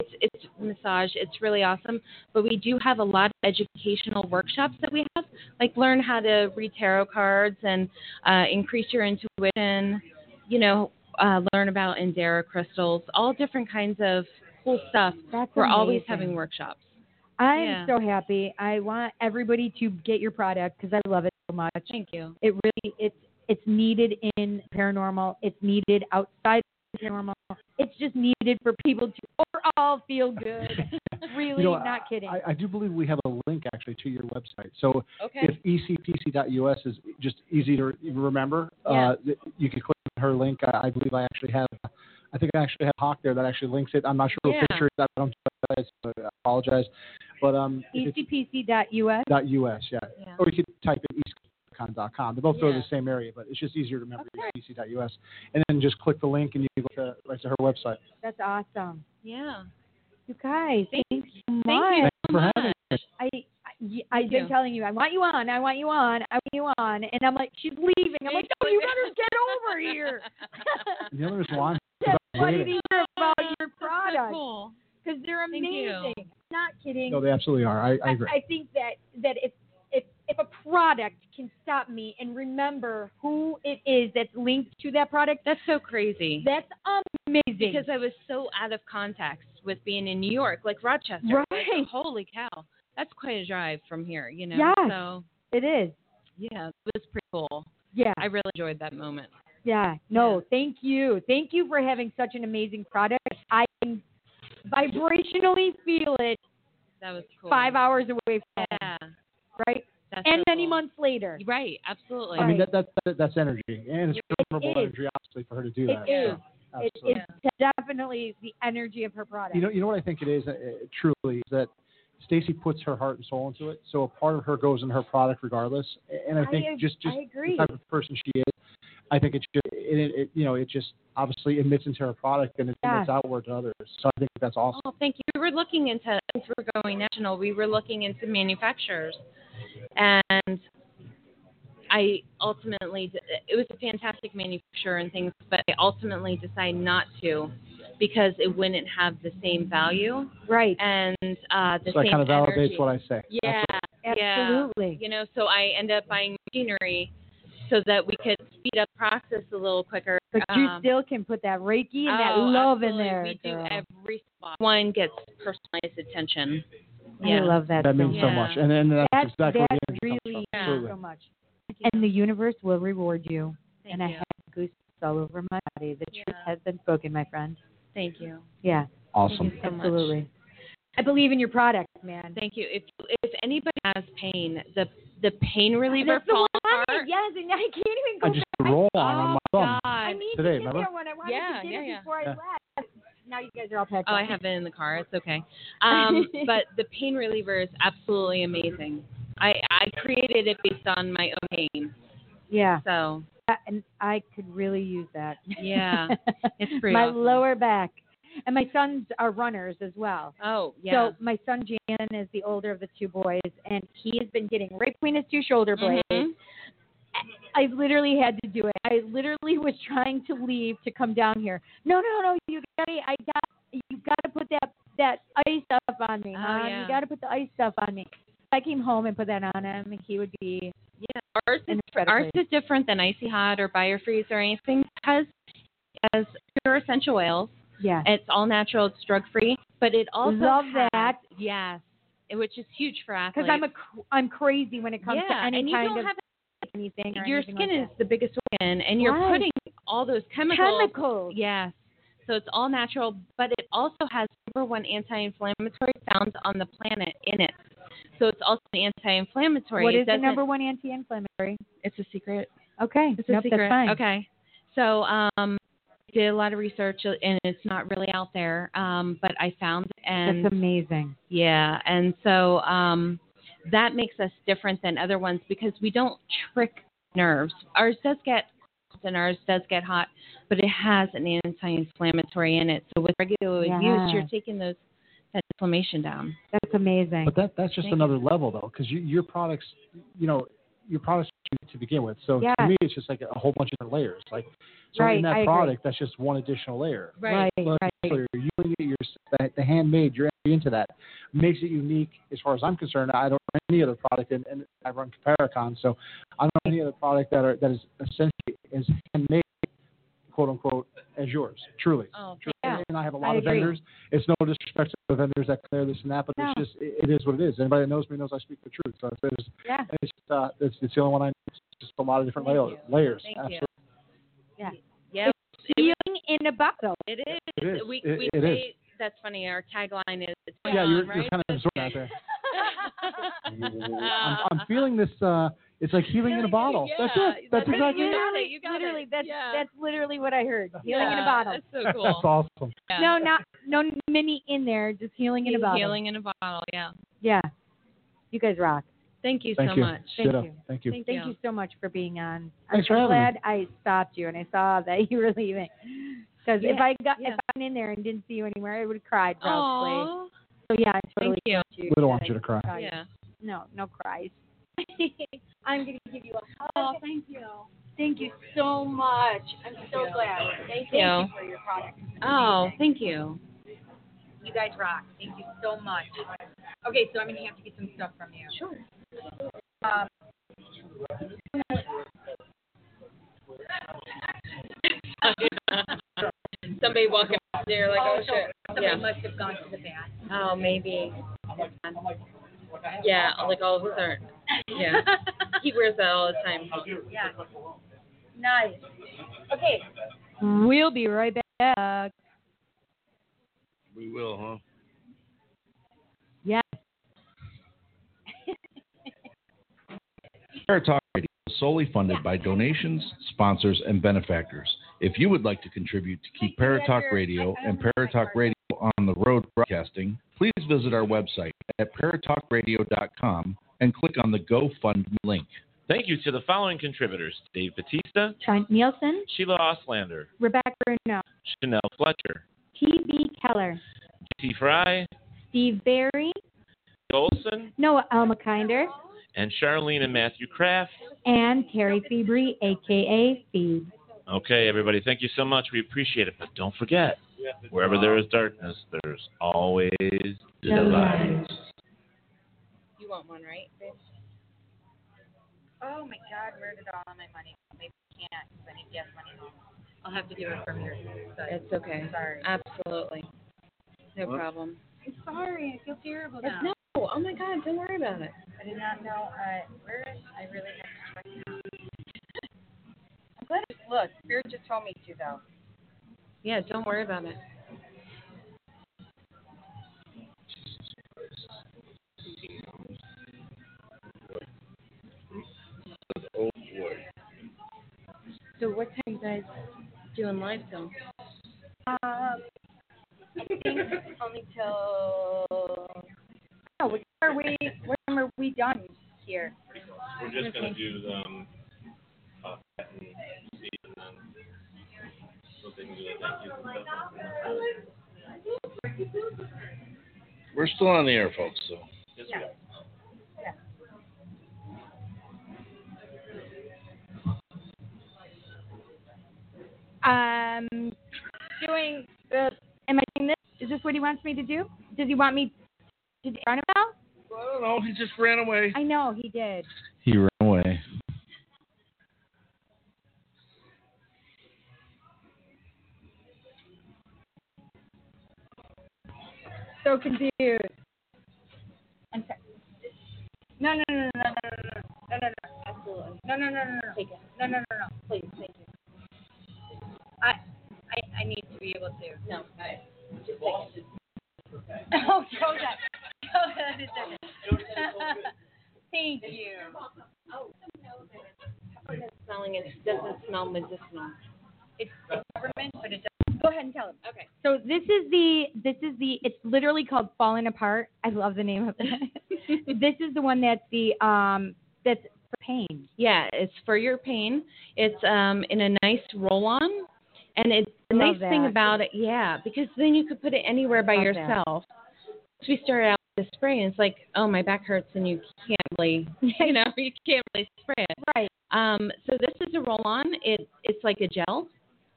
it's, it's massage. It's really awesome. But we do have a lot of educational workshops that we have, like learn how to read tarot cards and uh, increase your intuition. You know, uh, learn about Indera crystals, all different kinds of cool stuff.
That's
We're always
amazing.
having workshops.
I'm
Yeah.
so happy. I want everybody to get your product because I love it so much.
Thank you.
It really it's it's needed in paranormal. It's needed outside of paranormal. It's just needed for people to overall feel good. really,
You know,
not kidding.
I, I do believe we have a link actually to your website. So
Okay.
if E ecpc.us is just easy to re- remember,
Yeah.
uh, th- you can click on her link. I, I believe I actually have. I I think I actually have Hawk there that actually links it. I'm not sure
Yeah.
what picture it is. I don't I apologize. But um,
E
if it's
ecpc.us.
dot .us, yeah.
Yeah.
Or you could type in E eastcon.com. They both go to
Yeah.
the same area, but it's just easier to remember E ecpc.us. And then just click the link and you go to, right to her website.
That's awesome.
Yeah.
You guys, thanks so much.
you Thanks so for much. having us.
I, I, I've been telling you, I want you on, I want you on, I want you on, and I'm like, she's leaving. I'm like, no, you better get over here.
And the other is Lon.
That's what it
Waiting.
is about your product.
cool.
Because they're
Thank you.
amazing. I'm Not kidding.
No, they absolutely are. I, I agree.
I think that that if if if a product can stop me and remember who it is that's linked to that product,
that's so crazy.
That's amazing.
Because I was so out of context with being in New York, like Rochester. Like,
Right.
holy cow. That's quite a drive from here, you know?
Yes.
So,
it is.
yeah, it was pretty cool.
Yeah.
I really enjoyed that moment.
Yeah. No, thank you. Thank you for having such an amazing product. I can vibrationally feel it
That was cool.
five hours away from
Yeah.
right?
That's
and
so
many
cool.
months later.
Right, absolutely.
I mean, that, that, that, that's energy. And it's
It
memorable
is.
energy, obviously, for her to do
It
that.
is.
So,
It,
absolutely.
it's definitely the energy of her product.
You know, you know what I think it is. uh, uh truly, is that Stacy puts her heart and soul into it. So a part of her goes in her product, regardless. A- And I
I
think
ag-
just just
I agree.
the type of person she is, I think it just it, it, it you know it just obviously emits into her product and it
Yeah.
emits outward to others. So I think that's awesome.
Oh, thank you. We were looking into, since we were going national, we were looking into manufacturers. And I ultimately, d- it was a fantastic manufacturer and things, but I ultimately decided not to because it wouldn't have the same value.
Right.
And uh, the
so that
same
kind of validates
energy.
what I say.
Yeah,
absolutely.
You know, so I end up buying machinery so that we could speed up process a little quicker.
But you
Um,
still can put that Reiki and that
oh,
love
absolutely.
in there.
We do
girl.
every spot. One gets personalized attention.
I
Yeah.
love that.
That means so much, and then that's,
That-
exactly
that
what the energy
really
comes from.
means
Absolutely.
so much. And the universe will reward you. and I
you.
have goosebumps all over my body. The truth has been spoken, my friend.
Thank you.
Yeah.
Awesome.
so much.
Absolutely. I believe in your product, man.
Thank you. If if anybody has pain, the the pain reliever
That's the
falls
one I need. Yes, and I can't even go
I just
back.
roll on on my thumb
I need
today.
to get
remember?
that one. I wanted
Oh, Yeah,
to get
yeah,
it
yeah.
before
Yeah.
I left. Now you guys are all packed
Oh,
up.
I have it in the car. It's okay. Um, but the pain reliever is absolutely amazing. I I created it based on my own pain.
Yeah.
So
Yeah, and I could really use that.
Yeah, it's pretty
my
awesome.
lower back, and my sons are runners as well.
Oh, yeah.
So my son Jan is the older of the two boys, and he has been getting right between his two shoulder blades.
Mhm.
I I literally had to do it. I literally was trying to leave to come down here. No, no, no, you got I got you've got to put that that ice stuff on me,
Oh,
Mom.
yeah.
You got to put the ice stuff on me. I came home and put that on him, and he would be
yeah. Ours is,
incredibly
ours is different than icy hot or biofreeze or anything because as pure essential oils,
yeah.
it's all natural, it's drug free, but it also
Love
has-
that.
Yes, which is huge for athletes.
because I'm a cr- I'm crazy when it comes
Yeah,
to any
and you
kind
don't
of
have
anything. Or
your
anything
skin
like
is the biggest organ, and you're
Right.
putting all those chemicals.
Chemicals.
Yes. So it's all natural, but it also has number one anti-inflammatory found on the planet in it. So it's also an
that.
anti-inflammatory.
What
It
is the
doesn't-
number one anti-inflammatory?
It's a secret.
Okay,
It's a
nope,
secret.
that's fine.
Okay. So um, I did a lot of research, and it's not really out there, um, but I found it, and
That's amazing.
yeah, and so um, that makes us different than other ones because we don't trick nerves. Ours does get cold and ours does get hot, but it has an anti-inflammatory in it. So with regular use, you're
Yes.
taking those that inflammation down.
Oh, That's amazing.
But that that's just
Thank you.
another level though, because you, your products, you know, your products to begin with. So
Yeah.
to me, it's just like a whole bunch of different layers. Like so
Right,
in
I
that
agree.
product, that's just one additional layer.
Right,
But
right.
you're using it yourself, that- the handmade, you're actually into that makes it unique. As far as I'm concerned, I don't run any other product, and, and I run Comparicon, so I don't know any other product that are that is essentially as handmade, quote unquote, as yours. Truly.
Oh,
Truly. And I have a lot
Uh, I
of
agree.
vendors. It's no disrespect to the vendors that clear this and that, but
No.
it's just it, it is what it is. Anybody that knows me knows I speak the truth. So it's it's,
Yeah.
it's, uh, it's, it's the only one I. It's just a lot of different layer, layers.
Thank
Absolutely.
you.
Yeah.
Yeah.
Healing in a bottle.
It is.
It is.
We,
It-
we
it
say,
is.
That's funny. Our tagline is. It's
Yeah,
on,
you're,
right?
you're kind of absorbed out there.
I'm,
I'm, I'm feeling this, uh, It's like healing in a bottle.
Yeah,
that's it. That's,
that's
exactly
it. You got
it.
it. You got literally, it. That's, that's literally what I heard. Healing in a
Yeah,
bottle.
That's awesome.
No, not no mini in there, just healing in a bottle.
Healing in a bottle, yeah.
Yeah.
You guys rock.
Thank you
Thank
so
you.
much.
Shut up. Thank you.
Thank
Thank
you.
you so much for being on. I'm
Thanks for
glad
having
I stopped you and I saw that you were leaving. Because if
Yeah,
I got
yeah.
if I went in there and didn't see you anywhere, I would have cried probably.
Aw.
So yeah, I totally
Thank you.
get
We don't want you to
I
cry.
saw you.
Yeah.
No, no cries. I'm gonna give you a hug. Oh, thank you. Thank you so much. I'm so glad. Thank,
you.
thank you for your product.
Oh, thank you.
You guys rock. Thank you so much. Okay, so I'm gonna have to get some stuff from you. Sure. Um,
Somebody walking up there like, oh,
so
shit.
Somebody
Yeah.
must have gone to the bathroom.
Oh, maybe. Yeah, like all of us are. Yeah. he wears that all the time.
Yeah. Nice. Okay. We'll be right back.
We will, huh?
Yes.
Paratalk Radio is solely funded by donations, sponsors, and benefactors. If you would like to contribute to keep Paratalk Radio and Paratalk Radio on the road broadcasting, please visit our website at paratalkradio.com and click on the GoFundMe link.
Thank you to the following contributors Dave Batista,
Trent Nielsen,
Sheila Oslander,
Rebecca Bruno,
Chanel Fletcher,
T.B. Keller,
T. Fry,
Steve Barry,
Olson,
Noah Elmakinder,
and Charlene and Matthew Kraft.
and Terry Fabry, a.k.a. Phoebe.
Okay, everybody, thank you so much. We appreciate it. But don't forget, wherever there is darkness, there's always
No
delight.
You want one, right?
Oh my God, where did all my money go? Maybe I can't because I need gas money. I'll have to do it from here.
It's okay.
Sorry.
Absolutely. No
What?
problem.
I'm sorry. I feel terrible
It's no. Oh my God, don't worry about it.
I did not know uh, where is. I really have to check now. I'm glad it looked. Spirit just told me to though.
Yeah, don't worry about it.
Oh boy.
So what time you guys doing live till?
Um, I think only till. No, Oh, what time are we? What time are we done here?
We're just going to do um, uh, and see, and then so they can do the thank yous and stuff.
Oh
We're still on the air, folks, so.
Yes, we are.
Um, doing the. Am I doing this? Is this what he wants me to do? Does he want me to do run about?
I don't know. He just ran away.
I know he did.
He ran away.
So confused. I'm sorry. No, no, no, no, no, no, no, no, no, no, absolutely. No, no, no, no, no. Take it. No, no, no, no. Please, thank you. I, I, I need to be able to. No, I. Just take it. Oh, Joda. Joda is it. Thank you. Oh.
Smelling it doesn't smell medicinal.
It's government, but it doesn't. Go ahead and tell him.
Okay.
So this is the this is the it's literally called Fallen Apart. I love the name of it. this is the one that's the um that's for pain.
Yeah, it's for your pain. It's um in a nice roll on. And it's the
Love
nice thing
that.
about it, yeah, because then you could put it anywhere by
Love that.
yourself. So we started out with the spray and it's like, oh my back hurts and you can't really you know, you can't really spray it.
Right.
Um so this is a roll on. It it's like a gel.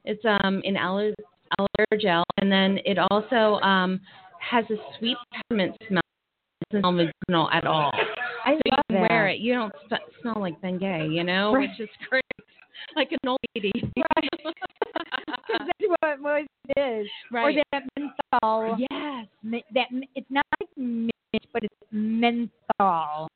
It's um in aloe aloe vera gel and then it also um has a sweet peppermint smell. It doesn't smell medicinal at all. so
I love
you can
that.
wear it. You don't sp- smell like Bengay, you know,
Right.
which is great. Like an old lady.
Right. That's what moist is.
Right.
Or that menthol.
Yes.
Me- That m- it's not like mint, but it's menthol.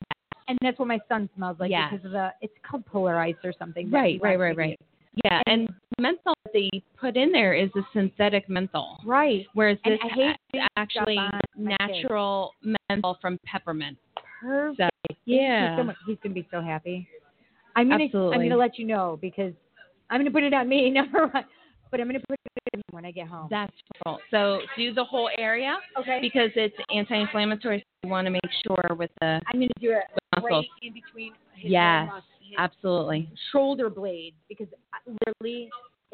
And that's what my son smells like
Yes.
because of the. It's called Polar Ice or something. that
right,
he
right,
wants
right,
me to
right. Yeah, and, menthol that they put in there is a synthetic menthol.
Right.
Whereas
And
this
I hate
is actually
on my face.
natural menthol from peppermint.
Perfect.
So,
Thank you
yeah.
so much. He's gonna be so happy. I'm gonna
Absolutely.
I'm gonna let you know because I'm gonna put it on me, never mind. But I'm gonna put it on me when I get home.
That's fault. So do the whole area.
Okay.
Because it's anti-inflammatory. So you want to make sure with the.
I'm gonna do it
Muscles.
right in between his
Yes,
muscles, his
absolutely.
shoulder blades because I- literally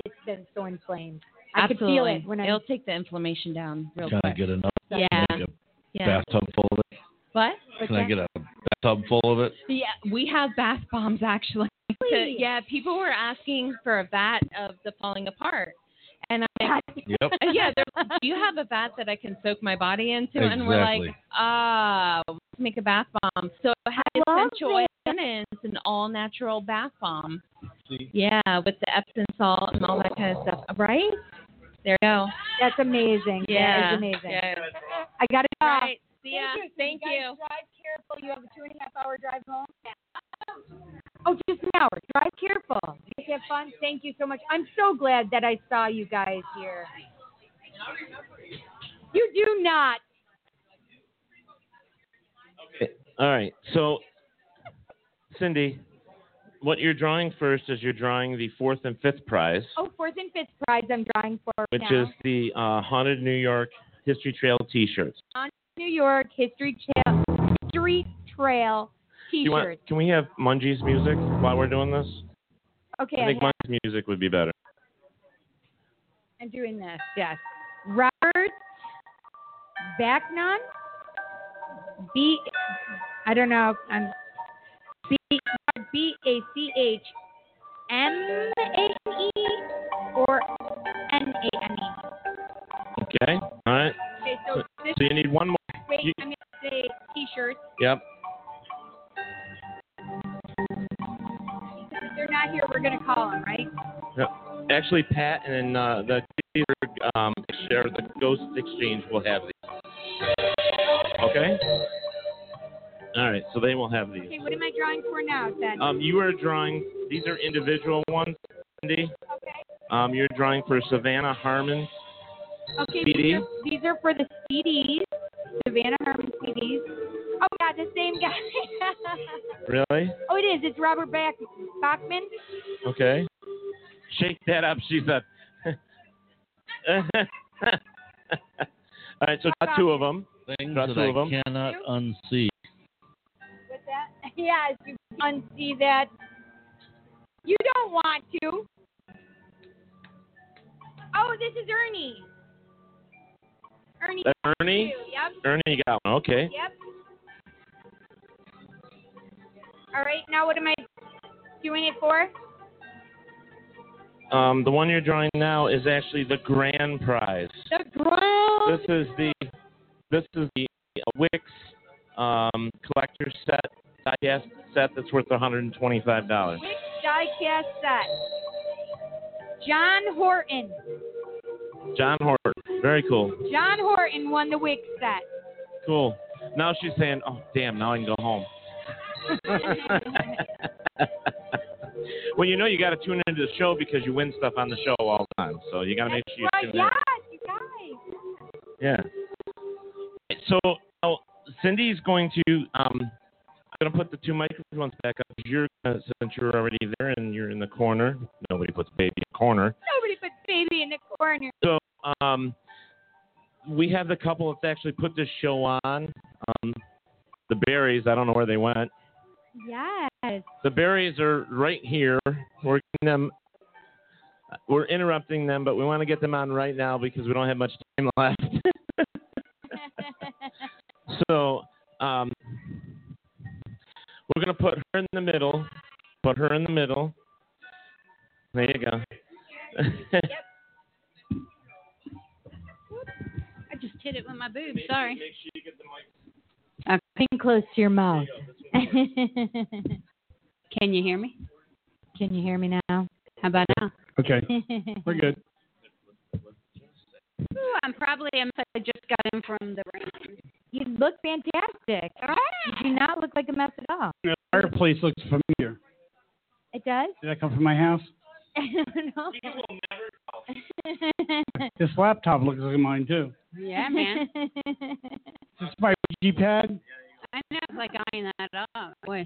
it's been so inflamed. I could
Absolutely.
feel it when I
It'll take the inflammation down real
Can I
quick.
get another?
Yeah.
can I get a
Yeah.
Bathtub full of it?
What?
Can I get a bathtub full of it?
Yeah, we have bath bombs actually.
Really?
yeah, people were asking for a bat of the falling apart. And I'm like,
Yep.
yeah, they're like, do you have a bat that I can soak my body into? And we're like,
Exactly.
ah, let's make a bath bomb. So it has
love
essential oil in it. It's an all natural bath bomb. Yeah, with the Epsom salt and all that kind of stuff. Right? There you go.
That's amazing.
Yeah.
That is amazing.
Yeah.
I gotta go.
Right. See ya. Thank you.
Drive careful. You have a two and a half hour drive home. Oh, just an hour. Drive careful. You guys have fun. Thank you so much. I'm so glad that I saw you guys here. You do not.
All right. So, Cindy, what you're drawing first is you're drawing the fourth and fifth prize,
Oh, fourth and fifth prize I'm drawing for
which
now.
is the uh, Haunted New York History Trail t shirts.
on New York History Trail History Trail
Do you
T-shirt.
want, can we have Mungee's music while we're doing this?
okay,
I
I
think
have-
Mungee's music would be better.
I'm doing this. Yes, Robert Backnon. B. I don't know. I'm B B A C H M A N E or N A N E.
Okay. All right.
Okay, so this
So you need one more.
Wait,
you-
I'm gonna say T-shirt.
Yep.
If they're not here, we're gonna call them, right?
yep. Actually, Pat and uh, the Pittsburgh, um, or the Ghost Exchange will have these. Okay. All right. So they will have these.
Okay, what am I drawing for now, then?
Um, you are drawing. These are individual ones, Cindy. Um, you're drawing for Savannah Harmon.
Okay,
CD?
These, are, these are for the CDs, Savannah Herman CDs. Oh yeah, the same guy.
Really?
oh, it is. It's Robert Bach- Bachman.
Okay. Shake that up, she said. All right, so got two of them.
Things
Got
that
two
I
of them.
cannot unsee.
With that, yes, you can unsee that. You don't want to. Oh, this is Ernie. Ernie.
That's Ernie?
too. Yep.
Ernie you got one. Okay.
Yep. All right, now what am I doing it for?
Um, the one you're drawing now is actually the grand prize.
The ground.
This is the this is the Wix um, collector set diecast set that's worth $125.
Quick diecast set. John Horton.
John Horton. Very cool.
John Horton won the Wix set.
Cool. Now she's saying, "Oh, damn! Now I can go home." well, you know you got to tune into the show because you win stuff on the show all the time. So you got to make sure you
Right,
tune
yes, you guys.
in. Yeah. Right, So now Cindy's going to. Um, I'm going to put the two microphones back up. You're gonna, since you're already there and you're in the corner. Nobody puts baby in the corner.
Nobody puts baby in the corner.
So um, we have the couple that's actually put this show on. Um, the berries. I don't know where they went.
Yes.
The berries are right here. We're getting them. We're interrupting them, but we want to get them on right now because we don't have much time left. so um, we're gonna put her in the middle. Put her in the middle. There you go.
I just hit it with my boob. Sorry.
I'm pin close to your mouth. Can you hear me? Can you hear me now? How about now?
Okay. We're good.
Ooh, I'm probably I'm, I just got in from the rain.
You look fantastic. You do not look like a mess at all.
The fireplace looks familiar.
It does?
Did that come from my house?
no.
This laptop looks like mine too.
Yeah, man.
Is this my G pad?
I know, it's like eyeing that up. Boy.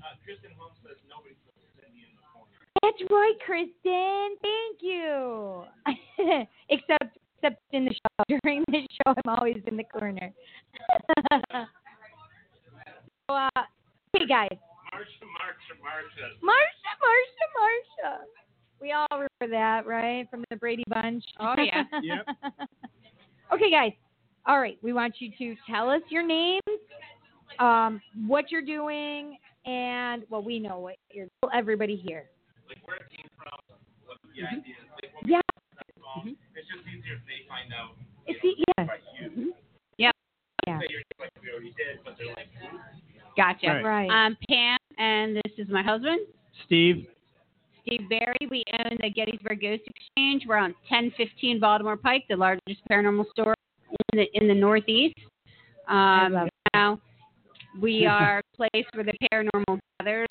That's right, Kristen. Thank you.
except except in the show. During the show, I'm always in the corner. so, uh, hey guys,
Marsha, Marsha, Marsha.
Marsha, Marsha, Marsha. We all remember that, right, from the Brady Bunch.
Oh, yeah.
Yep.
Okay, guys. All right, we want you to tell us your names, um, what you're doing, and well, we know what you're. well, Everybody here.
Like where it came from, what the idea is. Like, what
Mm-hmm. Yeah. Mm-hmm.
we- It's just easier if they find out.
It's the, yes.
Yeah.
Yeah.
You're just like we already did, but they're like,
Gotcha.
Right.
I'm Pam, and this is my husband,
Steve,
Steve Barry. We own the Gettysburg Ghost Exchange. We're on 1015 Baltimore Pike, the largest paranormal store in the in the Northeast. Um, now, we are a place where the paranormal gathers.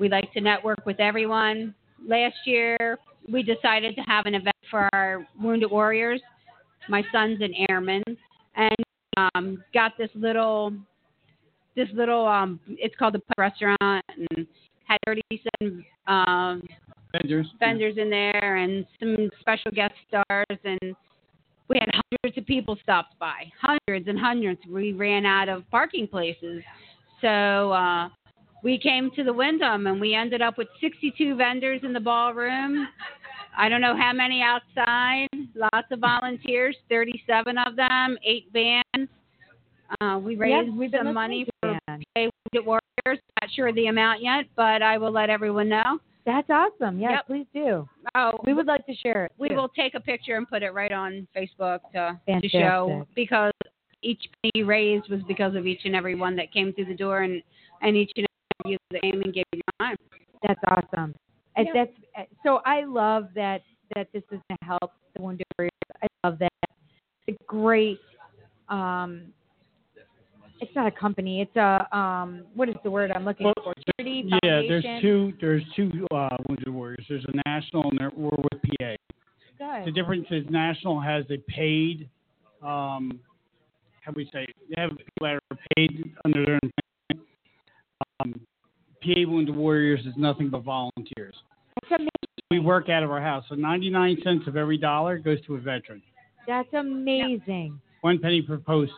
We like to network with everyone. Last year, we decided to have an event for our wounded warriors. My son's an airman, and um, got this little, this little. Um, it's called the Pub restaurant, and had 37 um,
Avengers.
vendors in there, and some special guest stars, and we had hundreds of people stopped by, hundreds and hundreds. We ran out of parking places, so uh, we came to the Wyndham, and we ended up with 62 vendors in the ballroom. I don't know how many outside. Lots of volunteers, 37 of them, eight bands. Uh, we raised
we've been
some money for
listening to
PA Wounded Warriors. Not sure the amount yet, but I will let everyone know.
That's awesome. Yes,
Yep.
please do.
Oh,
We would like to share it.
we
too.
will take a picture and put it right on Facebook to, to
Fantastic.
show because each penny raised was because of each and every one that came through the door and, and each and every one that came and gave your time.
That's awesome. And
Yeah.
That's eh, so. I love that that this is going to help the wounded warriors. I love that. It's a great. Um, it's not a company. It's a um. What is the word I'm looking for? Charity
yeah, there's
foundation.
two. There's two uh, wounded warriors. There's a national, and there- we're with PA. The
Good.
difference is national has a paid, um, how do we say, they have people that are paid under their employment. Um, PA Wounded Warriors is nothing but volunteers. We work out of our house, so 99 cents of every dollar goes to a veteran.
That's amazing.
One penny per postage.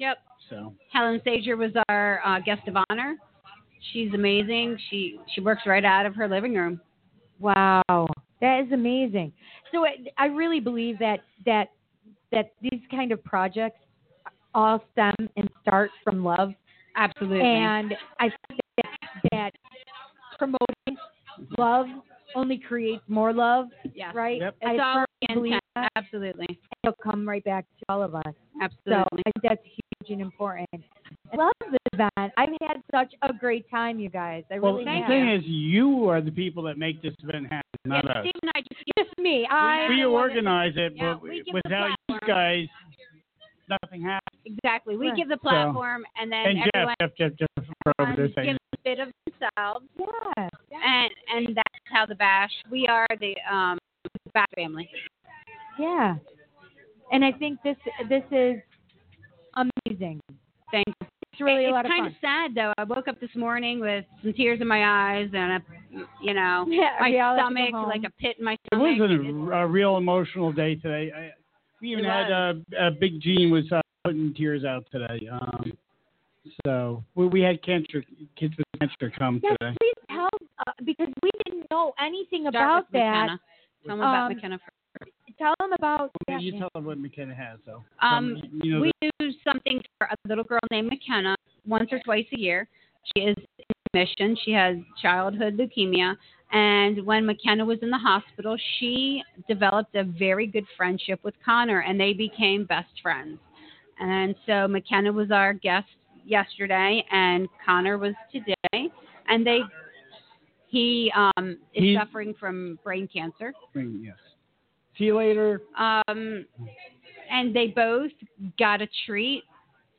Yep.
So
Helen Sager was our uh, guest of honor. She's amazing. She she works right out of her living room.
Wow, that is amazing. So I, I really believe that that that these kind of projects all stem and start from love.
Absolutely.
And I think that, that promoting love only creates more love,
Yeah.
right?
Yep.
I
It's all
firmly believe
intent.
that.
Absolutely.
It'll come right back to all of us.
Absolutely.
So I think that's huge and important. I love this event. I've had such a great time, you guys. I
well,
really
the
have.
thing is, you are the people that make this event happen, not us.
and I
just me. I
we organize it,
Yeah,
but
we give the
without you guys, nothing happens.
Exactly. We
Right.
give the
So-
platform and then
And Jeff,
everyone Um,
Jeff, Jeff, Jeff, for over there saying
give a bit of themselves.
Yeah.
And and that's how the bash. We are the um bash family.
Yeah. And I think this this is amazing.
Thanks.
It's really
it's
a lot of
kind of
fun.
sad though. I woke up this morning with some tears in my eyes and a, you know,
Yeah,
my
we all have to go
stomach
home.
like a pit in my
It
stomach.
was a, a real emotional day today. I, we even
It
had uh, uh, Big Gene was uh, putting tears out today. Um, so we, we had cancer kids with cancer come
Yes,
today.
please help uh, because we didn't know anything
Start
about
with
that.
McKenna. Tell 'em about
Um,
McKenna. first.
Tell them about
Well,
that.
Oh, you tell them what McKenna has, though.
Um,
you know,
we do something for a little girl named McKenna once or twice a year. She is in remission. She has childhood leukemia. And when McKenna was in the hospital, she developed a very good friendship with Connor, and they became best friends. And so McKenna was our guest yesterday, and Connor was today. And they, he um, is
He's-
suffering from brain cancer.
thing, yes. See you later.
Um, and they both got a treat.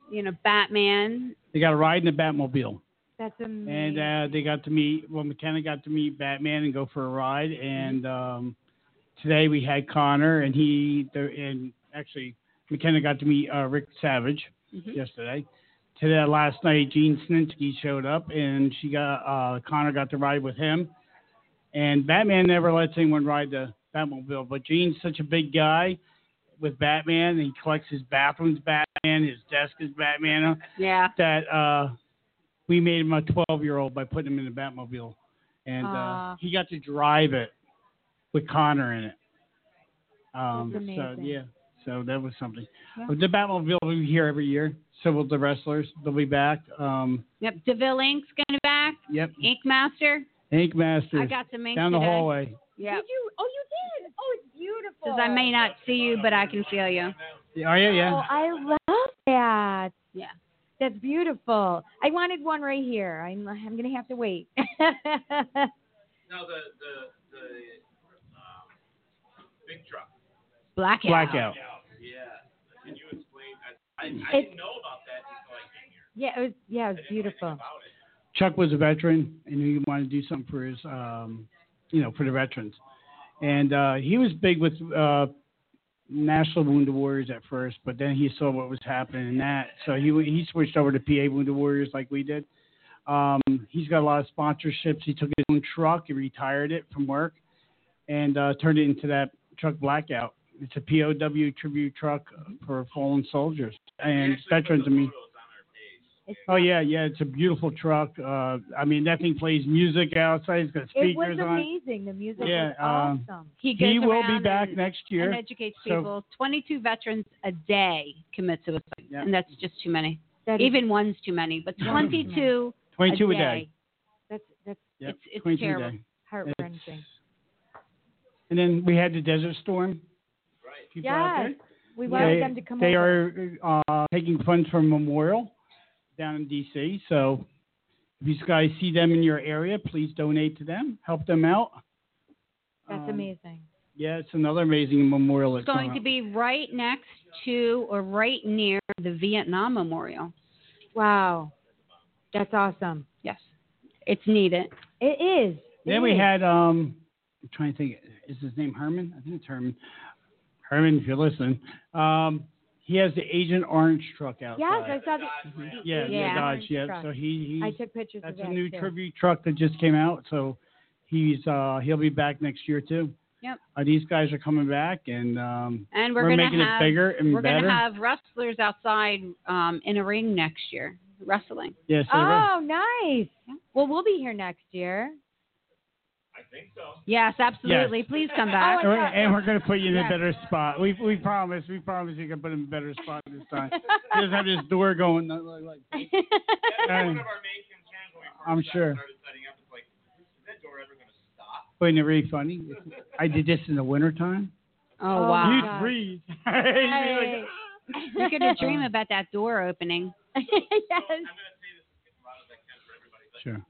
You know, Batman.
They got a ride in the Batmobile,
That's
and
amazing.
uh, they got to meet. Well, McKenna got to meet Batman and go for a ride. And um, today we had Connor, and he the, and actually McKenna got to meet uh, Rick Savage. yesterday. Today, last night, Gene Sninsky showed up, and she got uh, Connor got to ride with him, And Batman never lets anyone ride the Batmobile, but Gene's such a big guy with Batman, and he collects his bathrooms Batman, his desk is Batman,
Yeah.
that uh, we made him a 12 year old by putting him in the Batmobile. And uh,
Aw.
he got to drive it with Connor in it. Um,
That's
so,
amazing.
yeah, so that was something.
Yeah.
uh, oh, The Batmobile will be here every year. So will the wrestlers. They'll be back. Um,
Yep. Deville Inc.'s going to back.
yep.
Ink Master.
Ink Master.
I got some ink
Down the
today.
hallway.
Yeah.
Did you? Oh, you did. Oh, it's beautiful.
Says I may not see you, but I can feel you.
Yeah, Are you?
Oh,
Yeah.
I love that.
Yeah.
That's beautiful. I wanted one right here. I'm I'm gonna have to wait.
No, the the the um, big truck.
Blackout.
Blackout.
Yeah. Can you explain? I, I, I
It's-
didn't know about that until I came here.
yeah, it was yeah, it was beautiful.
Chuck was a veteran and he wanted to do something for his, um, you know, for the veterans. And uh, he was big with uh, National Wounded Warriors at first, but then he saw what was happening in that, so he he switched over to PA Wounded Warriors like we did. Um, he's got a lot of sponsorships. He took his own truck, he retired it from work, and uh, turned it into that truck blackout. It's a POW tribute truck for fallen soldiers and veterans. I mean. Oh yeah, yeah, it's a beautiful truck. Uh, I mean, that thing plays music outside. It's got
It was
speakers on.
amazing. The music
Yeah,
was
um,
awesome.
He goes
He will be
around
back
and-
next year.
And educates
So-
people. 22 veterans a day commit suicide, and that's just too many.
That is-
Even one's too many, but 22.
22 a day.
That's that's
Yep,
it's it's
22 a
terrible.
day.
heart wrenching.
And then we had the Desert Storm. People out
Yes.
there.
We wanted
they,
them to come
They
over.
are uh, taking funds from Memorial down in D.C. So if you guys see them in your area, please donate to them. Help them out.
That's
um,
amazing.
Yeah, it's another amazing memorial.
It's
that's
going to
up.
be right next to or right near the Vietnam Memorial.
Wow. That's awesome.
Yes. It's needed.
It is.
Then we had um, I'm trying to think, is his name Herman? I think it's Herman. Herman, if you're listening, um, he has the Agent Orange truck out.
Yes, I saw the Mm-hmm.
Yeah, yeah, Dodge. Yeah, so he, he
I took pictures
that's
of that
a new
too.
tribute truck that just came out. So he's uh, he'll be back next year too.
Yep.
Uh, these guys are coming back, and um,
And we're, gonna
making
have,
it bigger and
We're
better.
gonna have wrestlers outside um, in a ring next year wrestling.
yeah, so we're-
Oh, nice. Well, we'll be here next year.
I think so.
Yes, absolutely.
Yes.
Please come back.
Oh,
and Uh, we're- and we're going to put you in a
Yes.
better spot. We we promise. We promise you can put him in a better spot this time. You just have this door going uh, like, like
That's one
And
of our main concerns when we first
I'm
got
sure.
started setting up. It's like, is that door ever going to stop?
Wasn't it really funny? I did this in the wintertime.
Oh, wow.
You'd freeze. You'd be like,
Right. You're gonna dream about that door opening. yes.
Sure.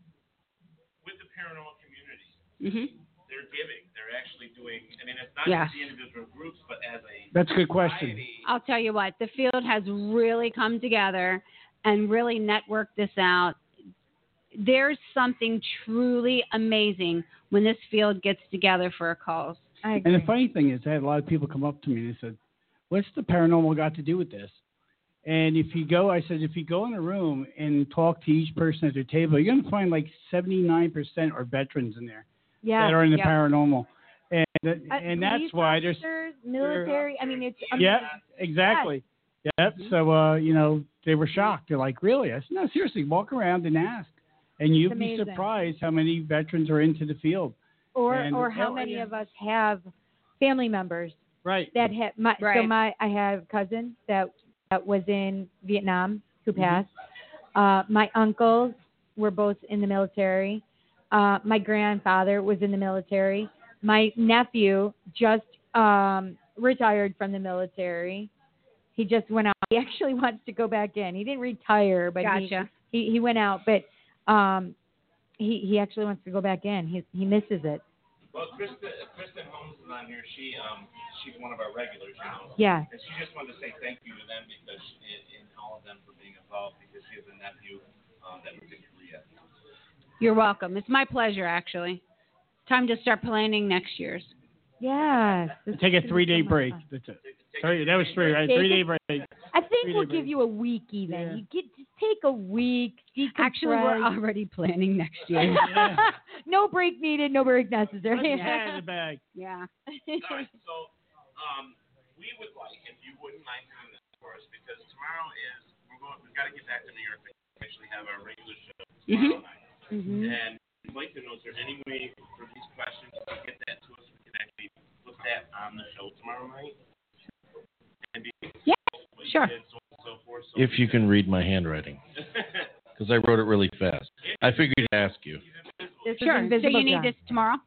With the paranormal community,
Mhm.
they're giving. They're actually doing. I mean, it's not
Yes.
just the individual groups, but as a
That's a good question.
society,
I'll tell you what, the field has really come together and really networked this out. There's something truly amazing when this field gets together for a cause.
And the funny thing is, I had a lot of people come up to me and they said, "What's the paranormal got to do with this?" And if you go, I said, if you go in a room and talk to each person at their table, you're going to find like 79% are veterans in there
Yeah.
that are in the
yeah.
paranormal, and that-
Uh,
and that's
police
why there's
officers, military. I mean, Mm-hmm. it's
yeah,
amazing.
exactly. Yep. So uh, you know, they were shocked. They're like, "Really?" I said, "No, seriously. Walk around and ask, and you'd be
amazing.
surprised how many veterans are into the field."
Or
And-
or how
Oh,
many
yeah.
of us have family members
Right.
that have my so
Right.
my I have a cousin that that was in Vietnam who
Mm-hmm.
Mhm.
passed. Uh, my uncles were both in the military. Uh, my grandfather was in the military. My nephew just um, retired from the military. He just went out. He actually wants to go back in. He didn't retire, but he-
Gotcha.
he, he went out. But um, he he actually wants to go back in. He he misses it.
Well, Kristen, Kristen Holmes is on here. She um she's one of our regulars now.
Yeah.
And she just wanted to say thank you to them because in, in all of them for being involved because she has a nephew um, that was in Korea.
You're welcome. It's my pleasure, actually. Time to start planning next year's.
Yes.
Take a three day break. That's it. Sorry, that was three, right? Three day break.
I think
Three-day
we'll
break.
give you a week even. You get just take a week. Decompress.
Actually, we're already planning next year.
no break needed. No break necessary.
Yeah, the bag.
Yeah.
All right, so um, we would like, if you wouldn't mind doing this for us, because tomorrow is we're going. We've got to get back to New York to actually have our regular show
Mm-hmm.
tomorrow night. And we'd like to know is there any way for these questions to get that to us? We can actually put that on the show tomorrow night. And be
yeah,
sure. So, on and so forth. So
If you can read my handwriting, because I wrote it really fast. I figured to ask you.
sure. So
Invisible
you need
John.
this tomorrow.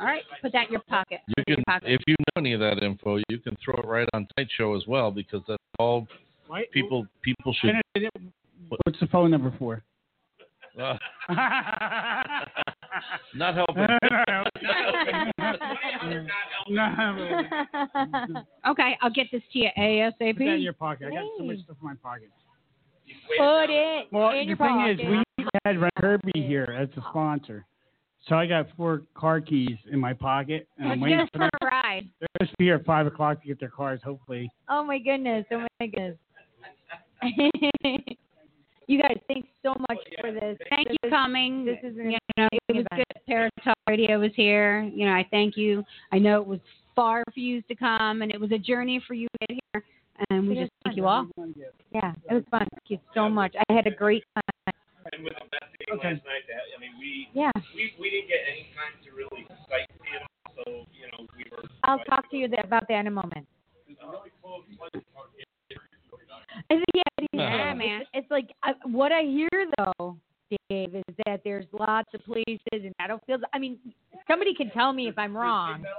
All right, put that in your pocket.
You can, if you know any of that info, you can throw it right on Tight Show as well, because that's all
Right?
people people should.
What's the phone number for?
Uh, not helping.
okay, I'll get this to you ASAP.
Put that in your pocket. I got so much stuff in my pocket.
Put it
Well,
in
the
your
thing
pocket.
is, we had Herbie here as a sponsor, so I got four car keys in my pocket, and I'm waiting
Just
for
for
them.
a ride.
They're supposed to be here at five o'clock to get their cars. Hopefully,
Oh my goodness. Oh my goodness. you guys, thanks so
Oh,
much for this.
Thank
This
you
is-
coming.
This is an
You know, it was
amazing
good. Parrot Talk Radio was here. You know, I thank you. I know it was far for you to come, and it was a journey for you to get here. And we
It
just
is
thank
fun.
you all.
Yeah, it was fun. Thank you so much. I had a great time.
And with the best thing last night, that, I mean, we,
Yeah.
we we didn't get any time to really sightsee at all, so you know we were.
I'll talk to you th- about that in a moment.
It's a really cool place.
I think, yeah, I think-
Uh-huh.
Yeah,
it's-
man.
It's, like I, what I hear though, Dave, is that there's lots of places in Meadowfields. I mean, somebody can tell me if I'm wrong.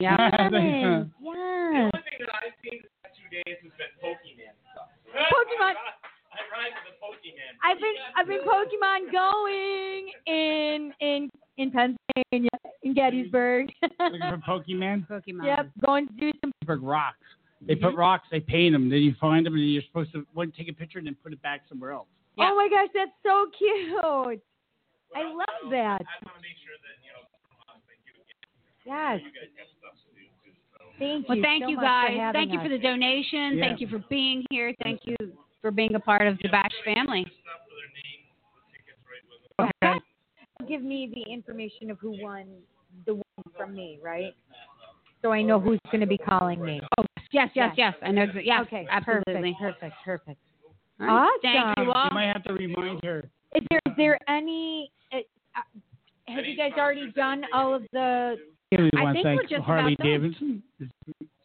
Yeah.
Cannon,
The
yes.
only thing that I've seen the last two days has been Pokemon stuff.
Pokemon.
I ride with a Pokemon.
I've been I've been Pokemon going in in in Pennsylvania in Gettysburg.
looking for Pokemon.
Pokemon.
yep, going to do some.
Pittsburgh rocks. They put
Mm-hmm.
rocks, they paint them, then you find them, and then you're supposed to one, take a picture and then put it back somewhere else.
Oh my gosh, that's so cute. I love that.
I want to make sure that you know. uh, Thank you again.
Yes.
You guys have stuff to do too. So.
Thank
Well,
you.
thank
so
you
much
guys.
For having
thank you
us.
for the donation.
Yeah.
Thank you for being here. Thank you for being a part of the Bash family.
Okay. Give me the information of who won the one from me, right? So I know who's going to be calling me.
Oh, yes, yes, yes. I know. exa- Yes,
Okay,
absolutely.
Perfect, perfect.
All right.
Awesome.
Thank you all.
You might have to remind her.
Is there is there any? Uh, uh, have you guys already done all of the?
Yeah, we
I
want to
think
thank
we're just about
Harley
done.
Davidson. Is-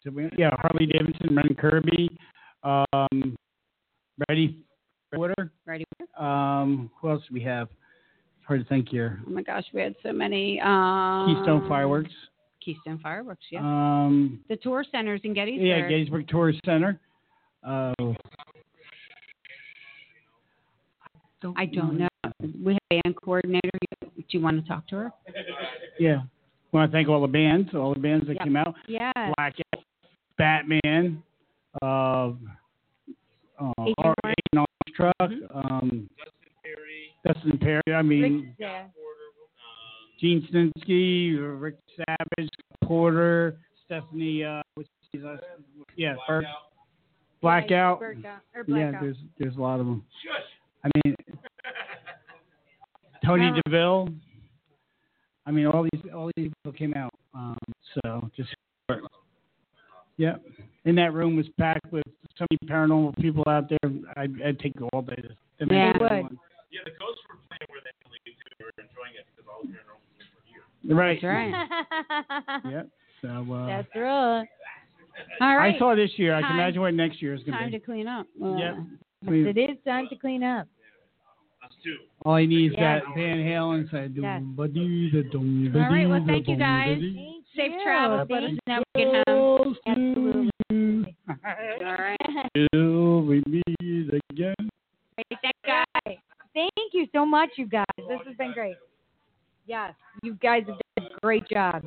so we- Yeah, Harley Davidson, Ren Kirby, um, Ready Water.
Ready.
Um, who else do we have? It's hard to think here.
Oh my gosh, we had so many. Um,
Keystone Fireworks.
Keystone Fireworks. Yeah.
Um,
the tour centers in Gettysburg.
yeah, Gettysburg Tourist Center. Uh,
I don't know. We have a band coordinator. Do you want to talk to her?
Yeah. want to thank all the bands, all the bands that
Yeah.
came out.
Yeah.
Black Elk, Batman, uh, uh,
Agent
R- Agent Orange Truck, um, Dustin Perry. I mean,
Yeah.
Gene Snitsky, Rick Savage, Porter, Stephanie. Uh, what's his last? Yeah, Burke. Blackout.
Or
Yeah,
blackout.
there's there's a lot of them. I mean, Tony DeVille. I mean, all these all these people came out. Um, so just yeah, and that room was packed with so many paranormal people out there. I'd, I'd take all day to, to make
Yeah.
it
Would.
one.
Yeah, the coast were playing where they believe too. We were enjoying it because all the general were here.
Right.
That's right.
Yep. So uh,
That's right.
All right.
I saw this year. I
Time-
can imagine what next year is
Time
going
to clean up. Uh,
Yep.
Yes,
be.
It is time to clean up.
Us too.
All he needs
Yes.
that Van Halen side.
Yes.
All
All right. Well, thank you guys. Safe
you.
travels. Let us
Thank
know when we get home.
Absolutely.
All right.
Till we meet again.
Thanks, guys.
Thank you so much, you guys. This has been great. Yes, you guys have done a great job.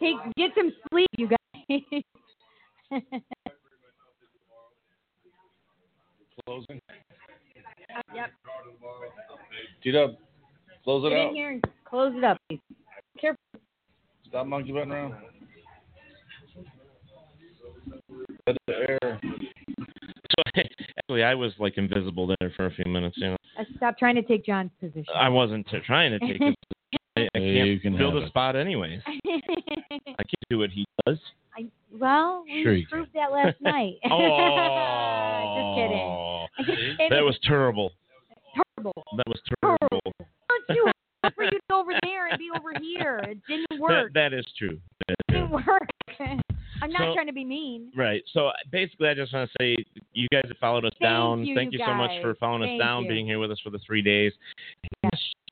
Take get some sleep, you guys.
Closing.
yep.
G-Dub, close
Get
it
in
out.
here and close it up. please. Careful.
Stop monkey butting around.
Dead air. So actually, I was like invisible there for a few minutes. You know,
Uh, Stop trying to take John's position.
I wasn't t- trying to take. It. I, I can't
You can
fill
have
the
it.
spot anyways. I can't do what he does.
I, well, we
Sure you
proved that last night.
Oh,
Just kidding. It
that was terrible.
terrible.
That was terrible.
Don't you for you to go over there and be over here? It didn't
That,
work.
that is true. That
It
is
didn't
true.
work. I'm not
So-
trying to be mean.
Right. So uh, basically, I just want to say you guys have followed us
Thank
down.
you,
Thank you so much
guys.
for following
Thank
us down,
you.
being here with us for the three days. You'll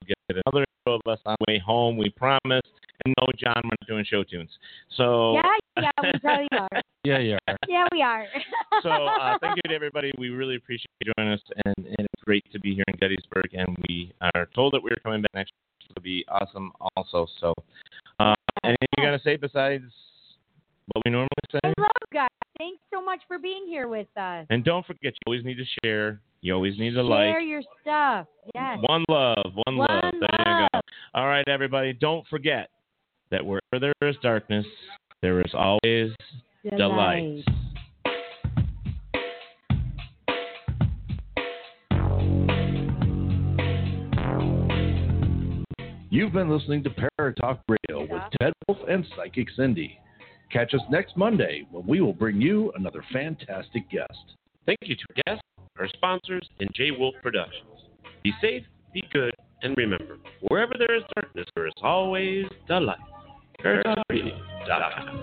Get another show of us on the way home. We promise. And no, John, we're not doing show tunes. So
Yeah, yeah, we probably are.
yeah, yeah.
Yeah, we are.
So uh, thank you to everybody. We really appreciate you joining us, and, and it's great to be here in Gettysburg. And we are told that we're coming back next week, so it'll be awesome also. So uh, anything you got to say besides what we normally say?
Hello, guys. Thanks so much for being here with us.
And don't forget, you always need to share. You always need to
Share
like.
your stuff. Yes.
One love, one,
One
love. There you go.
love.
All right, everybody. Don't forget that wherever there is darkness, there is always delight.
You've been listening to Paratalk Radio with Ted Wolf and Psychic Cindy. Catch us next Monday when we will bring you another fantastic guest.
Thank you to our guests, our sponsors, and J Wolf Productions. Be safe, be good, and remember, wherever there is darkness, there is always the light. Paratalkradio.com.